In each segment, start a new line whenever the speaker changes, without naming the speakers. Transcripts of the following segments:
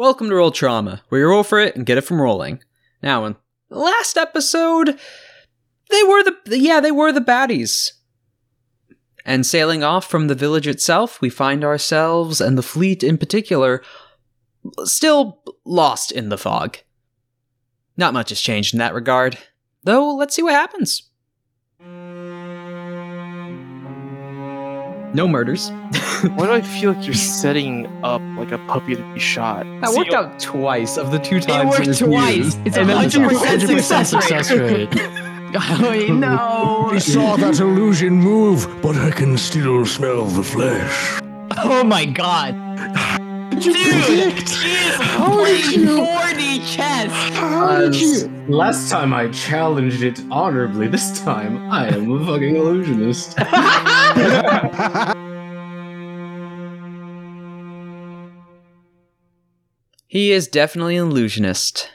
Welcome to Roll Trauma, where you roll for it and get it from rolling. Now, in the last episode, they were the yeah, they were the baddies. And sailing off from the village itself, we find ourselves and the fleet in particular still lost in the fog. Not much has changed in that regard, though let's see what happens. No murders.
Why do I feel like you're setting up like a puppy to be shot?
That worked out twice of the two times
worked
was
twice.
used.
It's
And then the
100%
zombie-
success rate. I know.
I saw that illusion move, but I can still smell the flesh.
Oh my god. Dude, she's playing 4D chess.
Uh, Last time I challenged it honorably. This time I am a fucking illusionist.
He is definitely an illusionist.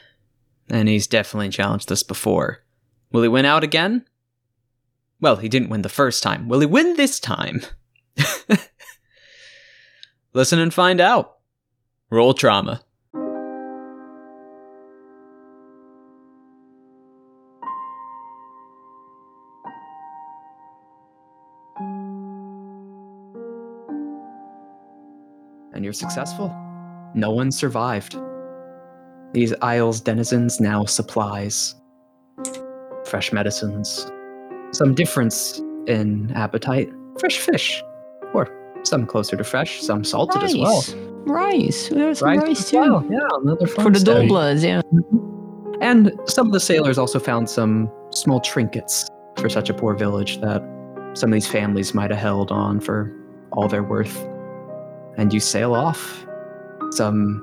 And he's definitely challenged this before. Will he win out again? Well, he didn't win the first time. Will he win this time? Listen and find out. Roll trauma. And you're successful. No one survived. These isles' denizens now supplies fresh medicines, some difference in appetite, fresh fish, or some closer to fresh, some salted as well.
Rice. There was some rice,
as
too.
well, Yeah, another
For the
farmstead.
Doblas, yeah.
And some of the sailors also found some small trinkets for such a poor village that some of these families might have held on for all their worth. And you sail off. Some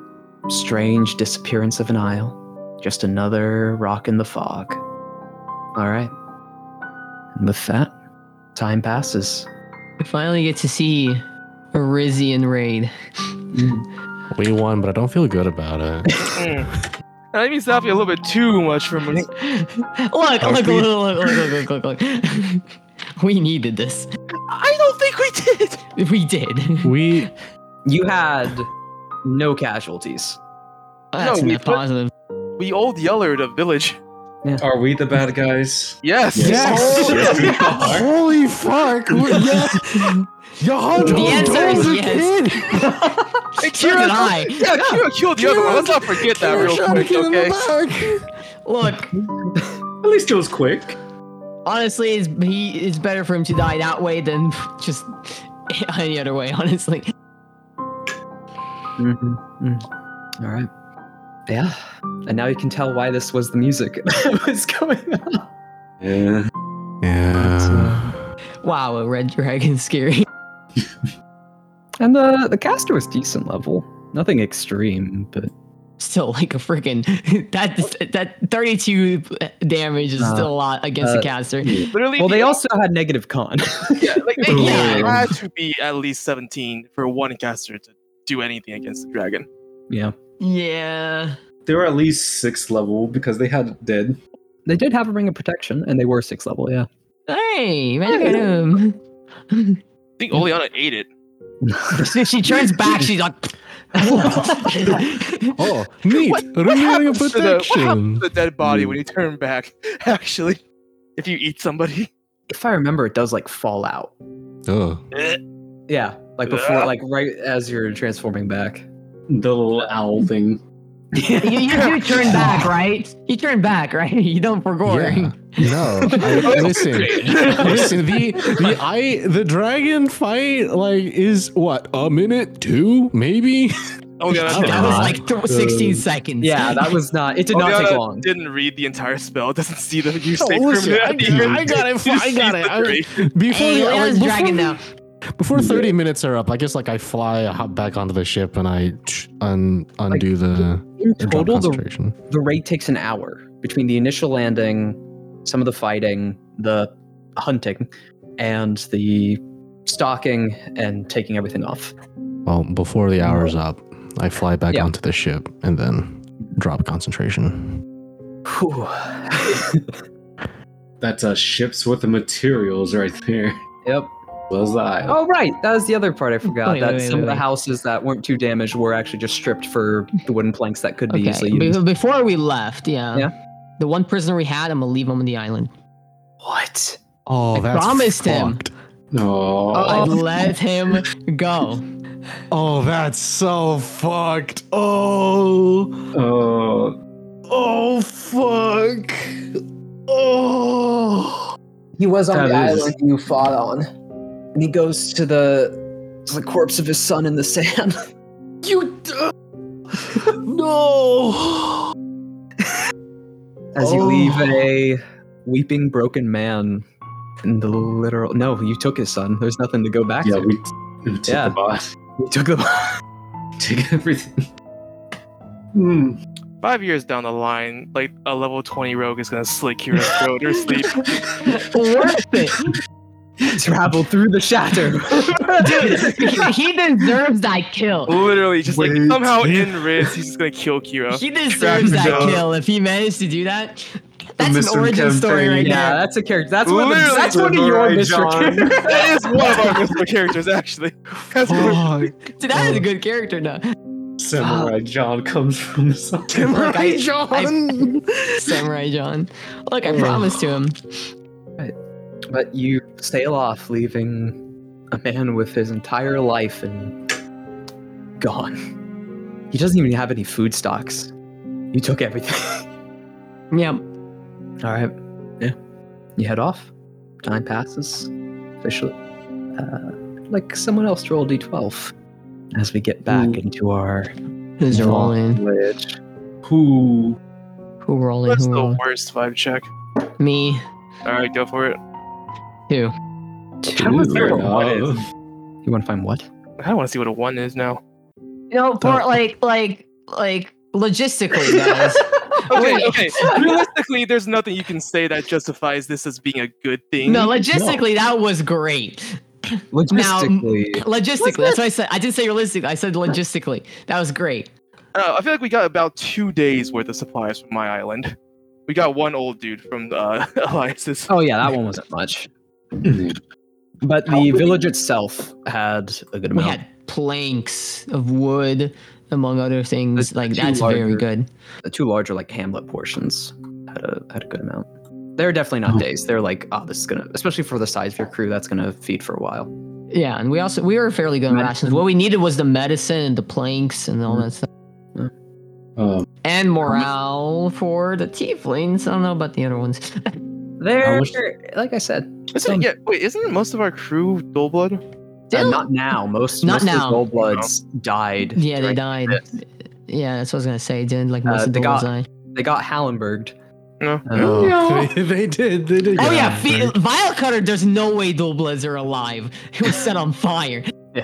strange disappearance of an isle. Just another rock in the fog. All right. And with that, time passes.
We finally get to see a Rizian raid.
We won, but I don't feel good about it.
Mm. That means that'd be a little bit too much for me.
look, look, look, look, look, look, look, look, look. we needed this.
I don't think we did.
We did.
We
You had no casualties.
That's
we
a net
put-
positive.
We old yellered a village.
Are we the bad guys?
Yes.
Yes.
Oh,
Yes, we are.
holy fuck! Yeah,
The answer is yes. So did I.
Yeah, Kira killed the other one. Let's not forget that real quick, okay?
Look,
At least it was quick.
honestly, it's, he, it's better for him to die that way than just any other way, honestly.
Mm-hmm, mm. All right. Yeah. And now you can tell why this was the music that was going on.
Yeah.
Yeah.
Wow, a red dragon scary.
And the the caster was decent level. Nothing extreme, but
Still like a freaking that that 32 damage is
Uh,
still a lot against
uh,
a caster.
Literally.
well, they
the-
also Oh. had negative con.
yeah, like they
Yeah.
it had to be at least 17 for one caster to do anything against the dragon.
yeah,
Yeah.
They were at least sixth level because they had dead.
they did have a ring of protection, and they were six level. Yeah,
Hey, man, look at him.
I think Oleana ate it.
So she turns back, she's like
Oh, neat.
What- What
Renewing
happens,
of
to the, what happens
protection.
to the dead body when you turn back? Actually, if you eat somebody,
if I remember, it does like fall out.
Oh,
Eh. Yeah, like before,
Yeah.
like right as you're transforming back.
The little owl thing.
you, you do turn back, right? You turn back, right? You don't forgo.
yeah. No, I- listen, listen. The the I the dragon fight like is what a minute, two maybe.
Oleana,
don't
did-
That was like th- 16 seconds.
Yeah, that was not. It did not
Oleana
take long.
didn't read the entire spell. Doesn't see the use
No,
save for a minute
listen, Oh, I
at the end.
I got it,
She
I got
sees
it,
the
I-
three.
Before
Hey,
the-
look at
like,
this dragon
before-
now.
Before thirty minutes are up, I guess like I fly, hop back onto the ship, and I tch, un, undo the
In
the drop
total, the
concentration.
the raid takes an hour between the initial landing, some of the fighting, the hunting, and the stalking and taking everything off.
Well, before the hour's up, I fly back
Yeah.
onto the ship and then drop concentration.
Whew.
uh, That's a ship's worth of materials right there.
yep.
was I?
Oh right, that was the other part I forgot.
Wait, wait,
that
wait,
some
wait,
of the
wait.
houses that weren't too damaged were actually just stripped for the wooden planks that could be
Okay.
easily
be-
used.
before we left, yeah.
Yeah.
The one prisoner we had, I'm gonna leave him on the island.
What?
Oh,
I
that's
promised him.
fucked.
No.
I let him go.
Oh, that's so fucked. Oh,
Oh.
oh, fuck. Oh,
He was on
That
the
is-
island you fought on, and he goes to the to the corpse of his son in the sand.
you. no.
As you
Oh.
leave a weeping, broken man in the literal. No, you took his son. There's nothing to go back
Yeah,
to.
we, we took
Yeah.
the bot.
You took the.
Take everything. Hmm.
Five years down the line, like a level 20 rogue is gonna slick Kira's throat or sleep.
Worth it.
travel through the shatter.
Dude, he deserves that kill.
Literally, just like
Wait.
somehow in Riz, he's just gonna kill Kira.
He deserves
Track
that
him down.
kill. If he managed to do that, that's
Mr.
an origin story
Campaign.
right
yeah,
there.
that's a character. That's one. Of the,
Literally
that's one of your
Samurai
Mr.
John.
characters.
that is one of our mystical characters, actually. That's what we're-
Fuck.
Dude, that is a good character now.
Ah.
Samurai John comes from the sun.
Look, I-
John.
Samurai John. Look, I
Oh.
promised to him.
But you sail off, leaving a man with his entire life and gone. He doesn't even have any food stocks. You took everything.
Yeah.
All right. Yeah. You head off. Time passes. Officially. Uh, like someone else roll d12 as we get back into our
Who's
Long
rolling?
village.
Who?
Who rolling?
What's
Who
the
rolling?
worst vibe check?
Me.
Alright, go for it.
Two.
I
Ooh,
want to
no.
You want to find what?
I don't wanna see what a one is now.
No, for like, like, like logistically, guys.
Okay,
Wait.
okay. Realistically, there's nothing you can say that justifies this as being a good thing.
no, logistically, that was great.
Logistically.
Logistically, that's what I said. I didn't say realistic. I said logistically. That was great.
Uh, I feel like we got about two days worth of supplies from my island. We got one old dude from uh, Alliances.
Oh yeah, that one wasn't much. But the village itself had a good
We
amount.
had planks of wood, among other things.
The
like
two
that's very
larger-
good.
the two larger like hamlet portions had a had a good amount. They're definitely not days. They're like, oh, this is gonna, especially for the size of your crew, that's gonna feed for a while.
Yeah, and we also we were fairly good on rations. What we needed was the medicine and the planks and
Mm-hmm.
all that stuff.
Um,
And morale for the tieflings. I don't know about the other ones.
Uh, They're
I wish-
like I said,
um,
Isn't it, yeah, wait, isn't most of our crew dull blood?
uh,
Still-
not now. Most
Not
most of
now.
the gold bloods died.
yeah, they
during-
died. Yeah, that's what I was gonna say. Didn't like most
Uh,
of
they
the
got-
ones I.
They got Hallenberged.
No.
Uh,
Oh.
they, they did. They did.
Oh
get
yeah,
out
Fe-
there.
Vile Cutter. There's no way Dual Bloods are alive. It was set on fire.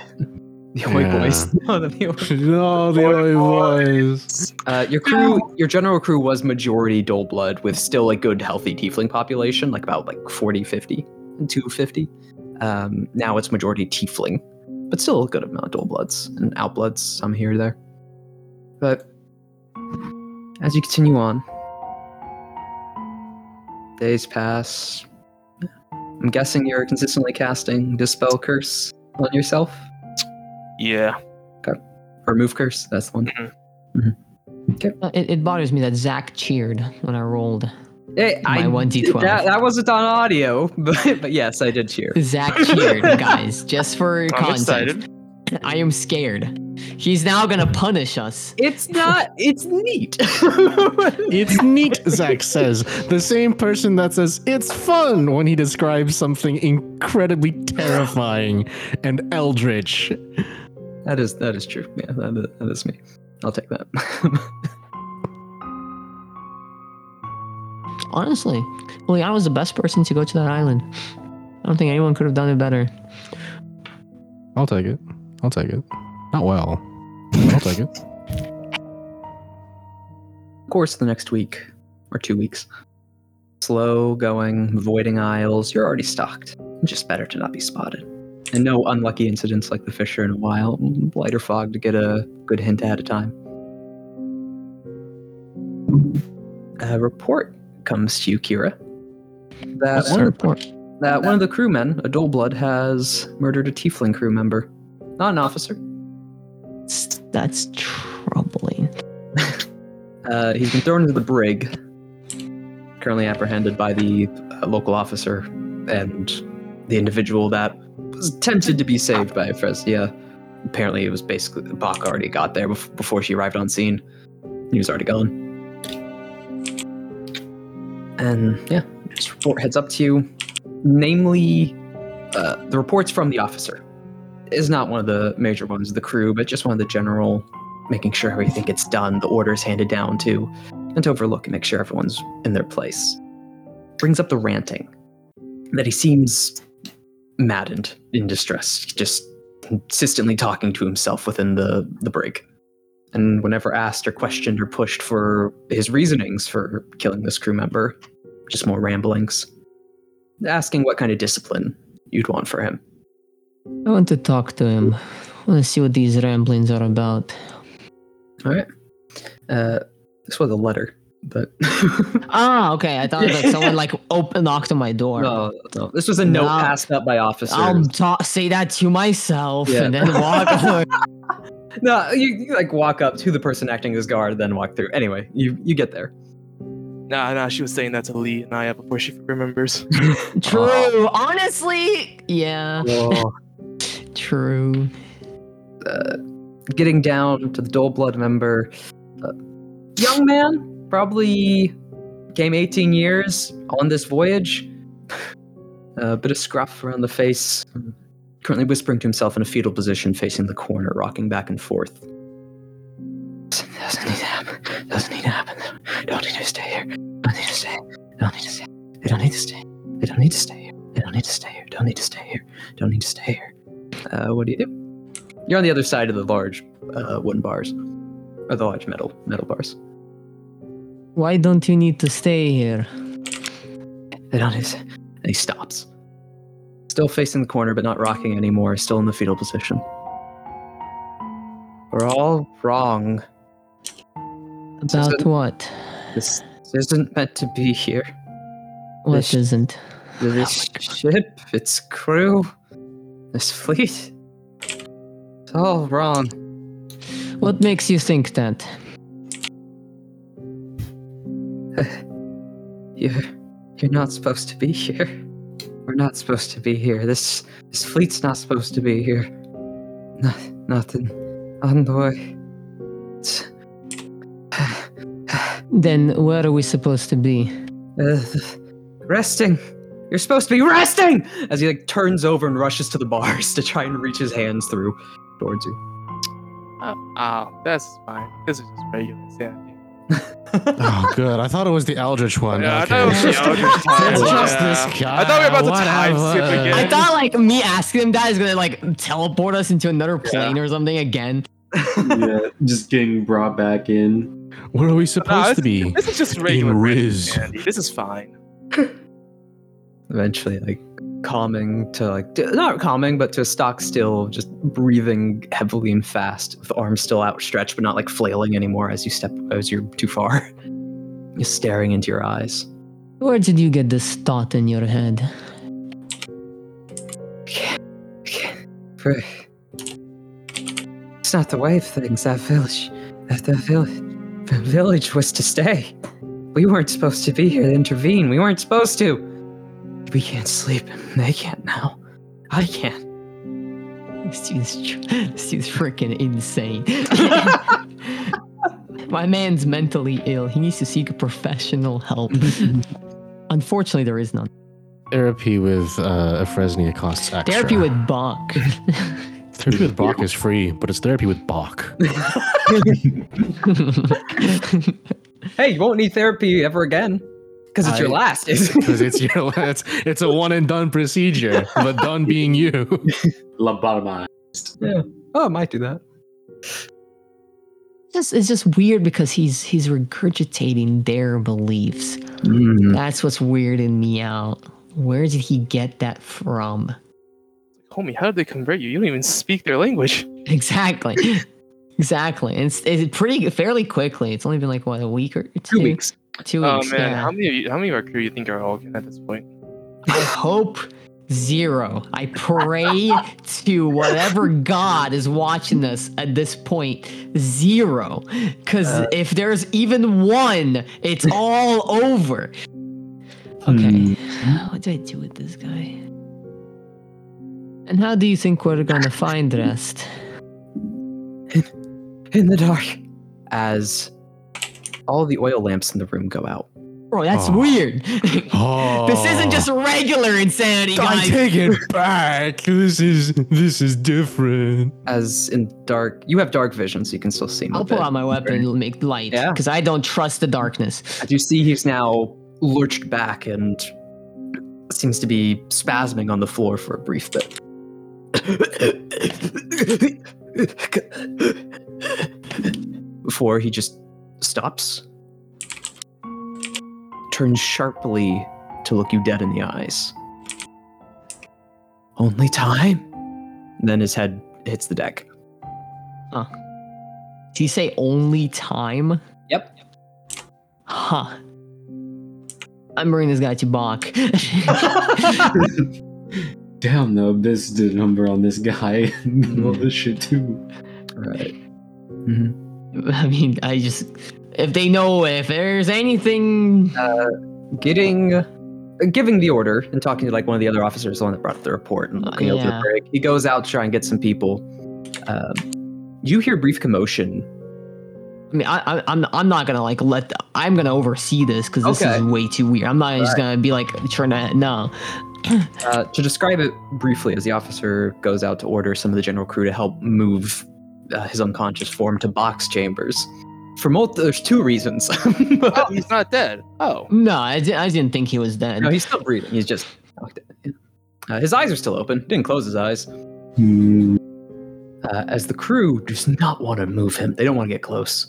The Oi
Yeah.
boys. No, the Oi-
Oh,
No, the
Boy,
only
boy.
boys.
Uh, your crew, your general crew was majority dole blood with still a good healthy tiefling population, like about like 40, 50, and 250. Um, now it's majority tiefling, but still a good amount of dole bloods and outbloods, some here or there. But as you continue on, days pass. I'm guessing you're consistently casting Dispel Curse on yourself,
Yeah.
or Move Curse, that's the one.
Uh, It, it bothers me that Zach cheered when I rolled.
Hey,
My 1d12.
Eh, That, that wasn't on audio, but, but yes, I did cheer.
Zach cheered, guys. Just for
I'm
context,
excited.
I am scared. He's now gonna punish us.
It's not. It's neat.
It's neat, Zach says. The same person that says it's fun when he describes something incredibly terrifying and eldritch.
that is that is true. Yeah, that is, that is me. I'll take that.
Honestly, Liana was the best person to go to that island. I don't think anyone could have done it better.
I'll take it. I'll take it. Not well. but I'll take it.
of course, the next week or two weeks, slow going, avoiding aisles. You're already stocked. Just better to not be spotted, and no unlucky incidents like the fisher in a while. Lighter fog to get a good hint ahead of time. A report comes to you, Kira. That
What's the report?
that one of the crewmen, a Doleblood, has murdered a Tiefling crew member. Not an officer.
That's- That's troubling.
Uh, he's been thrown into the brig, currently apprehended by the uh, local officer and the individual that was tempted to be saved by Fresnia. Apparently, it was basically Bach already got there bef- before she arrived on scene. He was already gone. And yeah, this report heads up to you. Namely, uh, the reports from the officer is not one of the major ones of the crew, but just one of the general making sure everything gets done, the orders handed down to, and to overlook and make sure everyone's in their place. Brings up the ranting that he seems maddened in distress, just consistently talking to himself within the, the brig. And whenever asked or questioned or pushed for his reasonings for killing this crew member, just more ramblings, asking what kind of discipline you'd want for him.
I want to talk to him. I want to see what these ramblings are about.
All right. Uh, this was a letter, but
Ah, okay. I thought it was like someone like open knocked on my door.
No, no. This was a note
No. Um,
passed up by officers.
I'll ta- say that to myself
Yeah.
and then walk away.
no, you, you like walk up to the person acting as guard, then walk through. Anyway, you you get there.
Nah, nah, she was saying that to Lee and Naya before she remembers.
True. Honestly, yeah. True.
uh, getting down to the Dole Blood member, uh, young man, probably came 18 years on this voyage. A bit of scruff around the face. Currently whispering to himself in a fetal position, facing the corner, rocking back and forth. Doesn't need to happen. Doesn't need to happen. Don't need to stay here. Don't need to stay. Don't need to stay. They don't need to stay. They don't need to stay here. They don't need to stay here. Don't need to stay here. Don't need to stay here. Uh, what do you do? You're on the other side of the large uh, wooden bars, or the large metal metal bars.
Why don't you need to stay here?
They don't. And he stops, still facing the corner, but not rocking anymore. Still in the fetal position. We're all wrong.
About what?
This isn't meant to be here.
What
This-
isn't?
This ship, its crew, this fleet. It's all wrong.
What makes you think that?
You're you're not supposed to be here. We're not supposed to be here. This this fleet's not supposed to be here. No, nothing Oh, on the way. It's,
Then where are we supposed to be?
uh, resting. You're supposed to be resting. As he like turns over and rushes to the bars to try and reach his hands through towards you.
Ah, ah, that's fine. This is just regular insanity.
Oh, good. I thought it was the Eldritch one.
Yeah, I
okay.
thought it was the Eldritch time.
It's just
Yeah.
this guy.
I thought we were about to time skip
whatever.
again.
I thought like me asking him that is gonna like teleport us into another plane or something again.
yeah, just getting brought back in.
Where are we supposed
Nah,
to be?
This is just regular
Riz.
insanity. This is fine.
Eventually, like calming to like d- not calming, but to a stock still, just breathing heavily and fast, with arms still outstretched, but not like flailing anymore as you step as you're too far. Just staring into your eyes.
Where did you get this thought in your head?
For- It's not the way of things. That village, that the village, the village was to stay. We weren't supposed to be here to intervene. We weren't supposed to. We can't sleep. They can't now. I can't.
This dude's, tr- this dude's freaking insane. My man's mentally ill. He needs to seek professional help. Unfortunately, there is none.
Therapy with uh, Ephresnia costs extra.
Therapy with Bach.
therapy with Bach is free, but it's therapy with Bach.
Hey, you won't need therapy ever again. Because it's your
I-
last.
because it's your it's, it's a one and done procedure, but done being you.
Lobotomized.
oh, I might do that.
just, it's just weird because he's he's regurgitating their beliefs.
Mm-hmm. Mm.
That's what's weirding me out. Where did he get that from?
Homie, how did they convert you? You don't even speak their language.
Exactly. exactly. And It's, it's pretty fairly quickly. It's only been like what a week or two.
Two weeks.
Two
Oh
weeks.
man,
yeah.
how many how many of our crew you think are all at this point?
I hope zero. I pray to whatever God is watching us at this point, zero. Because if there's even one, it's all over. Okay. What do I do with this guy? And how do you think we're going to find rest?
in the dark as all the oil lamps in the room go out.
Bro, that's
Oh.
weird. this
Oh.
isn't just regular insanity,
I
guys.
take it back. This is this is different.
As in dark, you have dark vision, so you can still see him. a
I'll pull
bit.
out my weapon and make light
Yeah.
because I don't trust the darkness.
As you see, he's now lurched back and seems to be spasming on the floor for a brief bit. Before he just stops, turns sharply to look you dead in the eyes. Only time. Then his head hits the deck.
Did you say only time?
Yep.
Huh. I'm bringing this guy to Bach.
Damn, the abyss did a number on this guy. All this shit too.
All right.
I mean, I just. If they know, if there's anything.
getting uh, giving the order and talking to like one of the other officers the one that brought up the report and
Uh,
looking over the
yeah.
break he goes out to try and get some people um, you hear brief commotion
I mean, I, I, I'm, I'm not gonna like let. I'm gonna oversee this because this
Okay.
is way too weird. I'm not just gonna be like trying to. No.
uh, to describe it briefly as the officer goes out to order some of the general crew to help move uh, his unconscious form to box chambers for multi- there's two reasons
Oh, he's not dead. Oh.
No, I, di- I didn't think he was dead.
no he's still breathing he's just uh, his eyes are still open didn't close his eyes
Hmm.
uh, as the crew does not want to move him they don't want to get close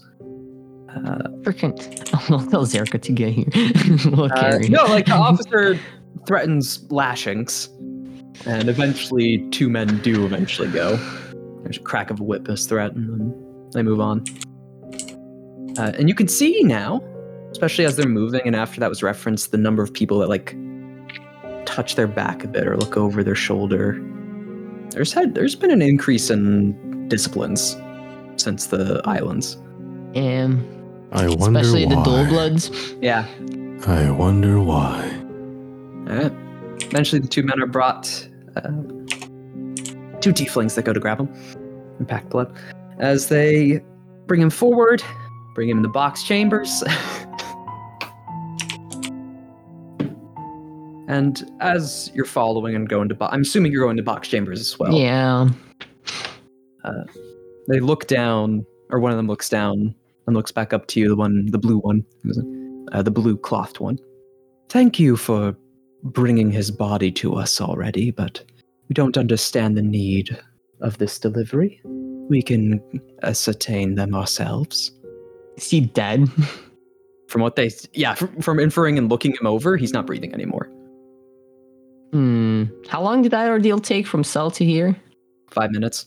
uh,
Freaking. I'll tell Zerka to get here. we'll
Uh,
carry.
no, like the officer threatens lashings, and eventually two men do eventually go. There's a crack of a whip as threat, and then they move on. Uh, and you can see now, especially as they're moving, and after that was referenced, the number of people that like touch their back a bit or look over their shoulder. There's had there's been an increase in disciplines since the islands.
Um,
I wonder
especially the
why.
dull bloods.
Yeah,
I wonder why.
Alright. Eventually, the two men are brought. Uh, two tieflings that go to grab him and pack blood. As they bring him forward, bring him in the box chambers. and as you're following and going to box, I'm assuming you're going to box chambers as well.
Yeah.
They look down, or one of them looks down and looks back up to you, the one, the blue one, uh, the blue clothed one. Thank you for bringing his body to us already, but we don't understand the need of this delivery. We can ascertain them ourselves.
Is he dead?
From what they, yeah, from, from inferring and looking him over, he's not breathing anymore.
Hmm. How long did that ordeal take from cell to here?
Five minutes.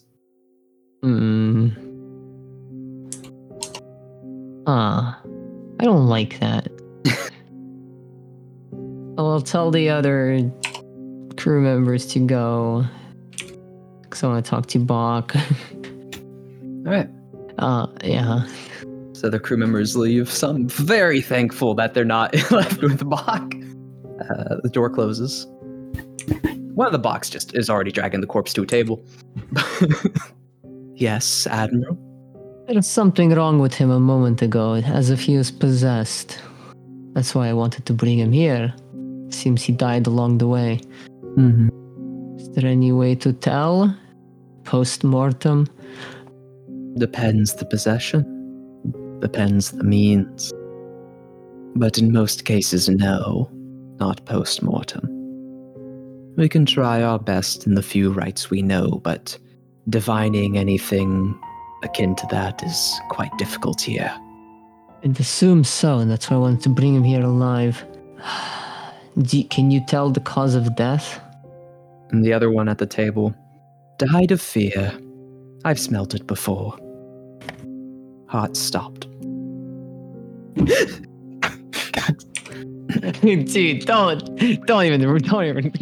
Hmm. Ah, I don't like that. Oh, I'll tell the other crew members to go. Cause I want to talk to Bach.
All right.
Uh, yeah.
So the crew members leave. Some very thankful that they're not left with Bach. Uh, the door closes. One of the Bachs just is already dragging the corpse to a table. yes, Admiral.
There was something wrong with him a moment ago, as if he was possessed. That's why I wanted to bring him here. Seems he died along the way.
Mm-hmm.
Is there any way to tell? Post mortem?
Depends the possession, depends the means. But in most cases, no, not post mortem. We can try our best in the few rites we know, but divining anything akin to that is quite difficult here.
I'd assume so, and that's why I wanted to bring him here alive. Do, can you tell the cause of death?
And the other one at the table died of fear. I've smelt it before. Heart stopped.
Dude, don't, don't even, don't even.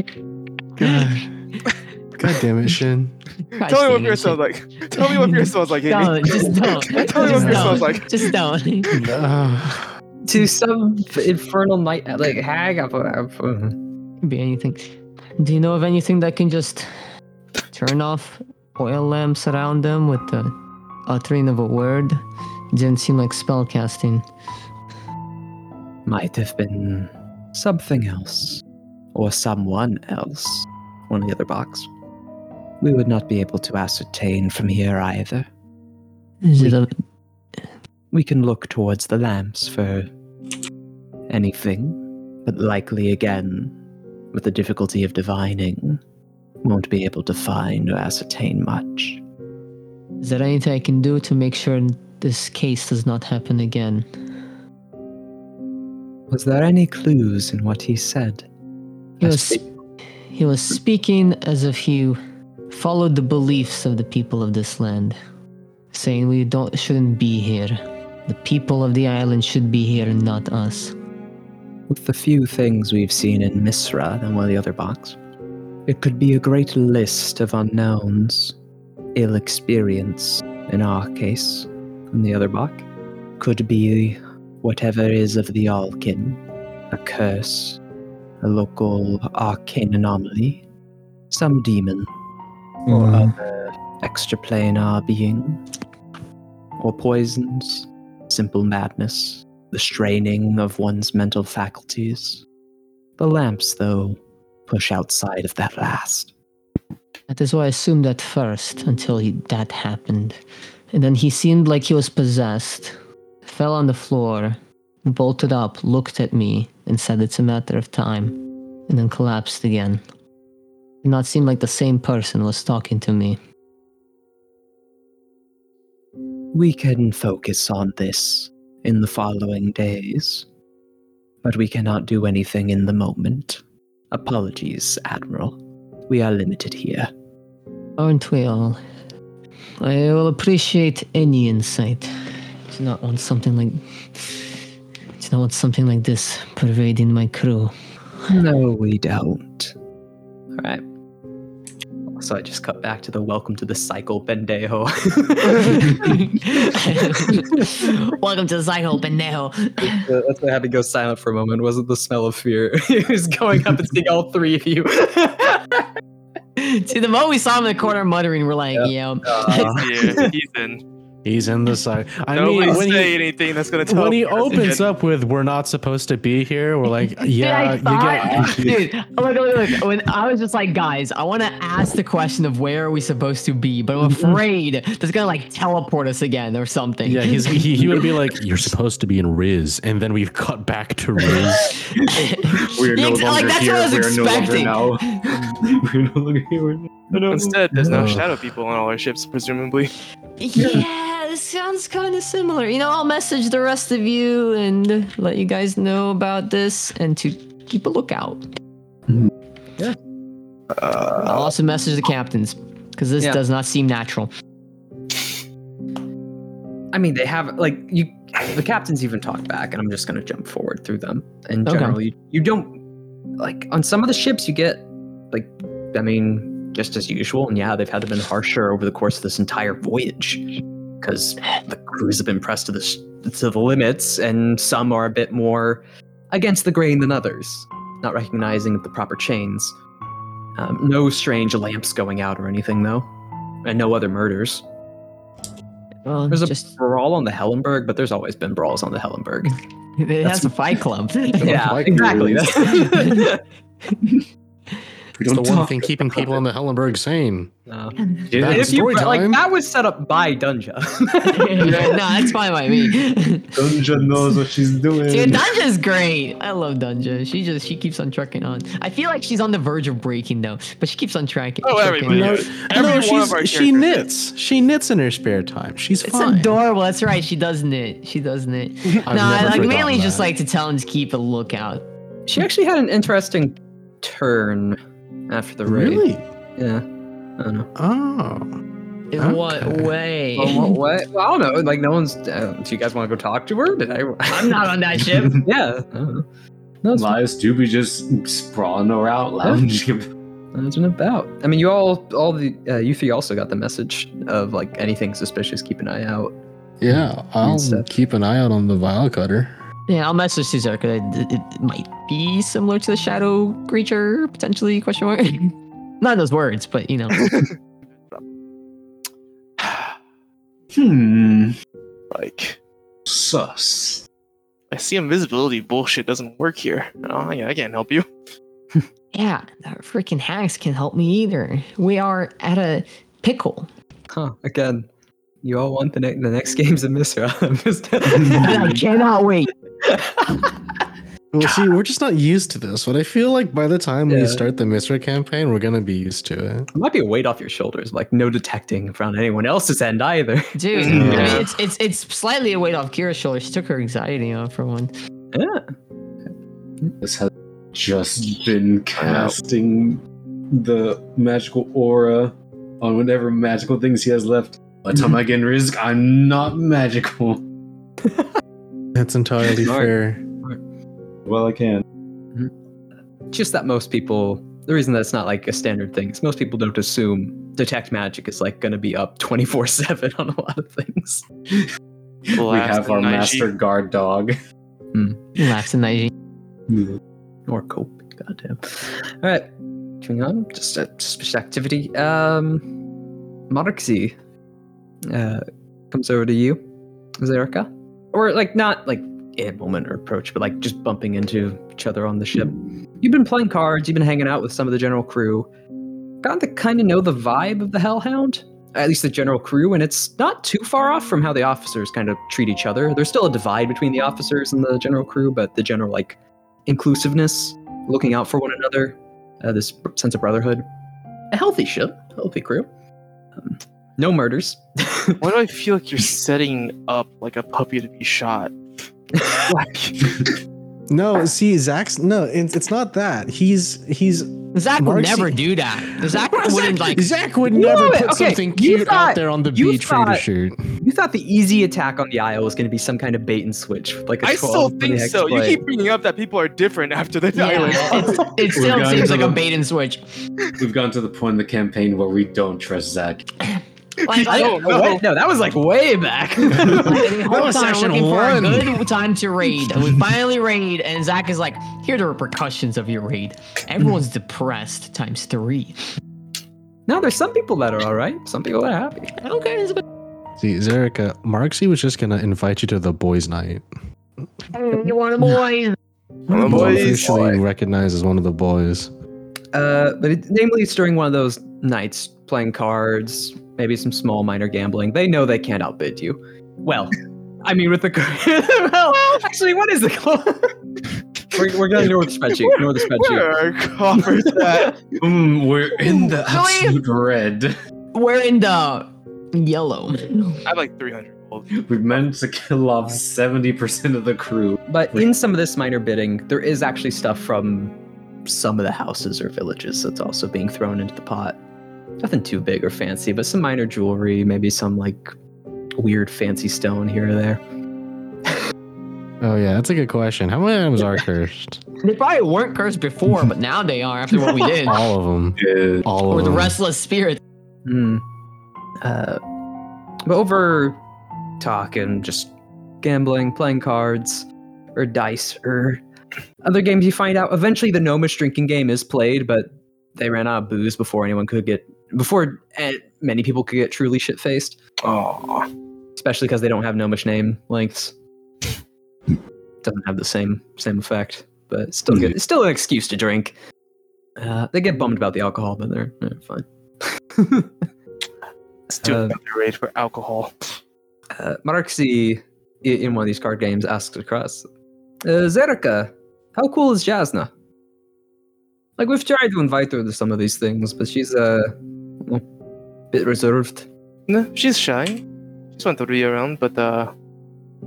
God. God damn it, Shin.
Tell me what
Christ,
beer smells like. Tell me what beer smells like, Amy.
Don't, just don't.
Tell me what
Just
beer smells
don't.
like.
Just don't.
Ah.
to some infernal night like hag up. up- um,
Could be anything. Do you know of anything that can just turn off oil lamps around them with the uttering of a word? Didn't seem like spell casting.
Might have been something else. Or someone else. One of the other box. We would not be able to ascertain from here either.
Is it a
We can look towards the lamps for anything, but likely again, with the difficulty of divining, won't be able to find or ascertain much.
Is there anything I can do to make sure this case does not happen again?
Was there any clues in what he said?
He
As
was, he was speaking as if he followed the beliefs of the people of this land, saying we don't shouldn't be here. The people of the island should be here, not us.
With the few things we've seen in Misra and one of the other box, it could be a great list of unknowns. Ill experience, in our case, in the other box, could be whatever is of the Alkin, a curse, a local arcane anomaly, some demon,
Mm.
or other extraplanar being, or poisons, simple madness the straining of one's mental faculties. The lamps, though, push outside of that last.
That is why I assumed that first until he, that happened. And then he seemed like he was possessed, fell on the floor, bolted up, looked at me, and said it's a matter of time, and then collapsed again. Did not seem like the same person was talking to me.
We can focus on this in the following days, but we cannot do anything in the moment. Apologies, Admiral. We are limited here.
Aren't we all? I will appreciate any insight. Do not want something like. Do not want something like this pervading my crew.
No, we don't. All right. So I just cut back to the welcome to the cycle, Bendejo.
Welcome to the cycle, pendejo.
Uh, That's why I had to go silent for a moment. It wasn't the smell of fear. it was going up and seeing all three of you.
See, the moment we saw him in the corner muttering, we're like, yeah.
yeah, he's in.
He's in the side. I
Nobody
mean, when
say
he,
anything that's gonna tell.
when
me
he
that's
opens
in.
up with "We're not supposed to be here," we're like, "Yeah, you get."
Dude, look, look, look. When I was just like, guys, I want to ask the question of where are we supposed to be, but I'm afraid that's gonna like teleport us again or something.
Mm-hmm. Yeah, he's, he he would be like, "You're supposed to be in Riz," and then we've cut back to Riz.
We are no
Ex- like,
longer
that's
here.
what I was
we are
expecting.
no longer now. we are no longer here. I
um,
don't
Instead, there's no
Ugh.
shadow people on all our ships, presumably.
Yeah, it sounds kind of similar. You know, I'll message the rest of you and let you guys know about this and to keep a lookout. I'll also message the captains because this
Yeah.
does not seem natural.
I mean, they have like you. The captains even talked back, and I'm just gonna jump forward through them. In
Okay.
general, you, you don't like on some of the ships you get like, I mean, just as usual. And yeah, they've had to been harsher over the course of this entire voyage because the crews have been pressed to the s- to the limits, and some are a bit more against the grain than others, not recognizing the proper chains. Um, no strange lamps going out or anything though, and no other murders.
Well,
There's a
just
brawl on the Hellenberg, but there's always been brawls on the Hellenberg.
it has a fight club.
yeah,
like
exactly.
rules.
We
It's
don't
the one
talk.
thing keeping people in the Hellenberg sane.
No.
That-
Yeah.
Um, If you
story
like,
time.
that was set up by Dunja.
no, that's fine by me.
Dungeon knows what she's doing.
Dude, Dunja's great. I love Dunja. She just she keeps on trucking on. I feel like she's on the verge of breaking though, but she keeps on tracking.
Oh,
trucking
everybody.
on.
No, every
No,
one
no
of
she's,
our
she
characters.
knits. She knits in her spare time. She's
It's
fine.
adorable. That's right. She does knit. She does knit. no, I
I've never
like
forgotten
mainly just
that.
like to tell him to keep a lookout.
she actually had an interesting turn after the raid.
really.
Yeah. I don't know.
Oh,
In what
Okay.
way?
Well, what, what? Well, I don't know. Like, no one's. Uh, do you guys want to go talk to her? Did I?
I'm not on that ship.
yeah. I don't know. No, it's
Lies do be just sprawling around, lounging.
That's what about. I mean, you all, all the uh, you three also got the message of like anything suspicious, keep an eye out.
Yeah, I'll
Instead.
keep an eye out on the vial cutter.
Yeah, I'll message Suzar because it, it might be similar to the shadow creature potentially. Question mark. Not in those words, but you know.
Hmm.
Like,
Sus.
I see invisibility bullshit doesn't work here. Oh, yeah, I can't help you.
yeah, that freaking hacks can help me either. We are at a pickle.
Huh? Again, you all want the next the next game's a miss. or I'm just-
I cannot wait.
Well, see, we're just not used to this, but I feel like by the time
Yeah.
we start the Misra campaign, we're gonna be used to it.
It might be a weight off your shoulders, like no detecting from anyone else's end either.
Dude, I mean,
Yeah.
it's it's it's slightly a weight off Kira's shoulder. She took her anxiety off for one.
Yeah.
This has just been casting the magical aura on whatever magical things he has left. By the time I get in Risk, I'm not magical.
That's entirely
Smart.
fair.
Well, I can.
Just that most people, the reason that's not like a standard thing is most people don't assume detect magic is like going to be up 24 7 on a lot of things.
we
Blast
have our
and Naiji.
master guard dog.
Laughs and I
Or coping, goddamn. All right, moving on. Just uh, suspicious activity. Um, Marxi uh, comes over to you, Zerika. Or, like, not like in moment or approach, but like just bumping into each other on the ship. You've been playing cards, you've been hanging out with some of the general crew. Gotten to kind of know the vibe of the Hellhound, at least the general crew, and it's not too far off from how the officers kind of treat each other. There's still a divide between the officers and the general crew, but the general, like, inclusiveness, looking out for one another, uh, this sense of brotherhood. A healthy ship, healthy crew. Um, no murders.
Why do I feel like you're setting up like a puppy to be shot? Like,
No, see, Zach's no, it's, it's not that. He's he's
Zach would
Marcy-
never do that. Zach wouldn't like.
Zach would
You
never
know it,
put
okay,
something
you
cute
thought-
out there on the
you
beach for you to
thought-
shoot.
You thought the easy attack on the aisle was going to be some kind of bait and switch, like a
I
12
still
for the
think
next
so. You
play.
keep bringing up that people are different after the island.
Yeah, it's, it
We're
still
going
seems
to
like a
the-
bait and switch.
We've gotten to the point in the campaign where we don't trust Zach.
Like,
I
I-
don't know. Wait, no, that was like way back.
Like, the whole
was
time
section
looking
one.
for a good time to raid, and we finally raid, and Zach is like, "Here are the repercussions of your raid. Everyone's depressed times three.
no, there's some people that are all right. Some people that are happy.
Okay, it's about-
See, Zerica, Marxie was just gonna invite you to the boys' night.
Mm, you want a boy?
Hello,
He's
boys.
officially recognized as one of the boys.
Uh, but it, namely, it's during one of those nights playing cards, maybe some small minor gambling. They know they can't outbid you. Well, I mean, with the well, actually, what is the club? we're we're gonna ignore the spreadsheet. Ignore the spreadsheet.
Where are coppers at?
Mm, we're in the
Really?
absolute red.
We're in the yellow.
I have like 300 gold.
We've managed to kill off 70% of the crew.
But in some of this minor bidding, there is actually stuff from some of the houses or villages that's also being thrown into the pot. Nothing too big or fancy, but some minor jewelry, maybe some like weird fancy stone here or there.
Oh yeah, that's a good question. How many items are cursed?
They probably weren't cursed before, but now they are after what we did.
All of them.
Yeah.
All
Or
of
the
them.
restless spirit.
Mm. Uh, but over talk and just gambling, playing cards, or dice, or other games you find out. Eventually, the gnomish drinking game is played, but they ran out of booze before anyone could get, before eh, many people could get truly shit faced,
Oh,
especially because they don't have gnomish name lengths. Doesn't have the same same effect, but it's still good. It's still an excuse to drink. Uh, they get bummed about the alcohol, but they're, they're fine.
let's do
Uh,
another raid for alcohol.
uh, Marxi i- in one of these card games asks across, uh, Zerika, how cool is Jasna? Like we've tried to invite her to some of these things, but she's uh, a bit reserved.
No, she's shy. She's went to be around, but uh,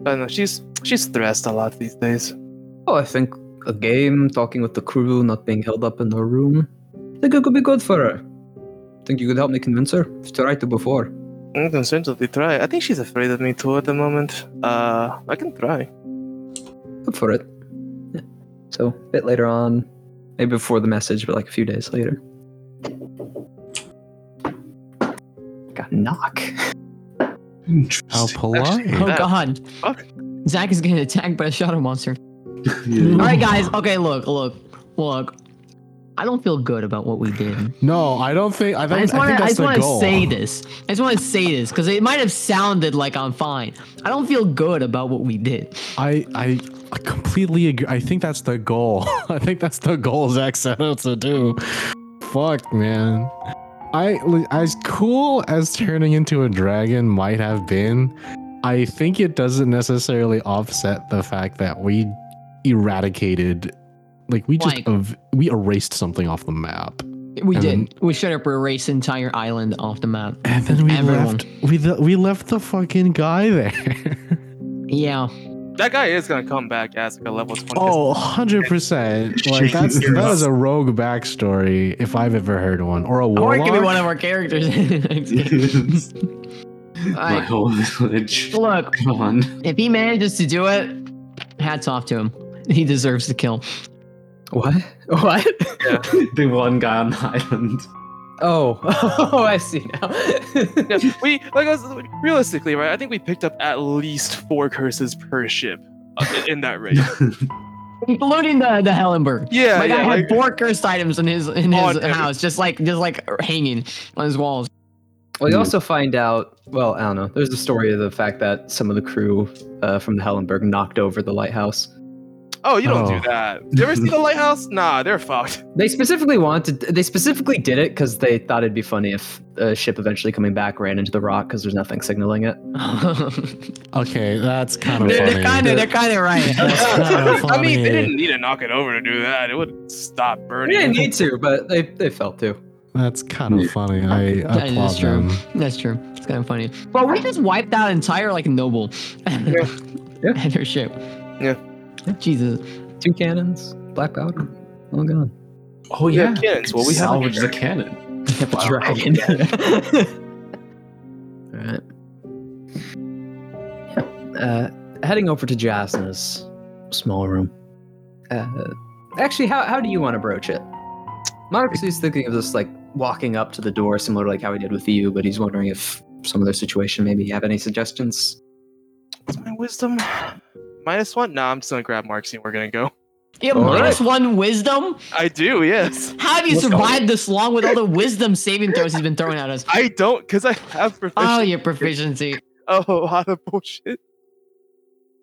I don't know. She's she's stressed a lot these days.
Oh, I think a game, talking with the crew, not being held up in her room. I think it could be good for her. Think you could help me convince her? I've tried to before.
I'm concerned that they try. I think she's afraid of me too at the moment. Uh, I can try.
Good for it. Yeah. So a bit later on, maybe before the message, but like a few days later. Got a knock.
How
Oh
Actually-
polite.
Yeah.
god.
Fuck.
Zach is getting attacked by a shadow monster.
Yeah.
Alright guys, okay, look, look, look. I don't feel good about what we did.
No, I don't think. I think,
I
I
just want
think
to. I
that's
just
the
want to
goal.
say this. I just want to say this because it might have sounded like I'm fine. I don't feel good about what we did.
I, I I completely agree. I think that's the goal. I think that's the goal Zach set out to do. Fuck, man. I as cool as turning into a dragon might have been, I think it doesn't necessarily offset the fact that we eradicated, like we just
Like-
ev- we erased something off the map,
We
And then-
did. We should have erased the entire island off the map.
and then we
Everyone.
left. We le- we left the fucking guy there.
Yeah.
That guy is gonna come back as like a level 20.
Oh, 100%. Like, that's, that is a rogue backstory if I've ever heard one. Or a
Or it
warlock.
could be one of our characters.
My
Alright.
whole village
Look,
gone.
if he manages to do it, hats off to him. He deserves the kill.
What? What?
The one guy on the island.
Oh, oh, I see now.
Yeah, we like us- realistically, right? I think we picked up at least four curses per ship uh, in- in that raid.
Including the the Hellenberg.
Yeah,
My guy
yeah.
had
Like, Oh,
four cursed items in his in
On
his
every-
house, just like just like hanging on his walls.
Well, you
Hmm.
also find out. Well, I don't know. There's a story of the fact that some of the crew uh, from the Hellenberg knocked over the lighthouse.
oh, you don't do
Oh.
that. You ever see the lighthouse? Nah, they're fucked.
They specifically wanted. They specifically did it because they thought it'd be funny if a ship eventually coming back ran into the rock because there's nothing signaling it.
Okay, that's kind of
they're
funny.
kind of they're kind of right.
That's kinda
I mean,
funny.
they didn't need to knock it over to do that. It would stop
They
burning.
didn't need to, but they they felt to.
That's kind of funny. I
That is
applaud
true.
them.
That's true. It's kind of funny. But we just wiped out entire like noble
Yeah.
and her ship.
Yeah.
Jesus.
Two cannons, black powder, all gone.
Oh
We have cannons. Well, we have a
salvage the cannon.
Dragon. all right. Uh, heading over to Jasna's small room. Uh, actually, how, how do you want to broach it? Marcus is thinking of this like walking up to the door, similar to like how he did with you, but he's wondering if some other situation maybe you have any suggestions.
What's my wisdom? Minus one? Nah, I'm just gonna grab Marksy and we're gonna go.
You have
All
minus one wisdom?
I do, yes.
How have you survived this long with all the wisdom saving throws he's been throwing at us?
I don't, because I have
Oh,
proficiency.
your proficiency.
Oh, a lot of bullshit.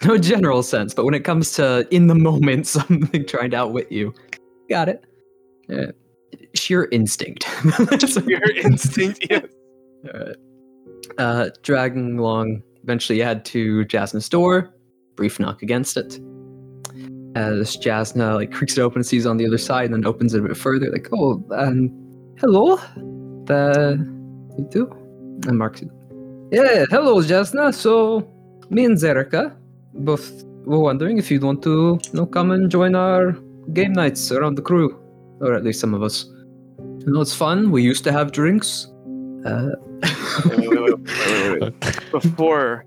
No general sense, but when it comes to in the moment something trying to outwit you, got it. Yeah. Sheer instinct.
Your instinct, yes.
Alright. Uh, dragging along, eventually you head to Jasna's door. Brief knock against it. As Jasna like creaks it open, sees on the other side, and then opens it a bit further. Like, oh, um, hello, the you too, and Mark. Yeah, hello, Jasna. So, me and Zerika both were wondering if you'd want to you know, come and join our game nights around the crew, or at least some of us. You know, it's fun. We used to have drinks. Uh,
Wait, wait, wait, wait, wait, wait, wait. Before,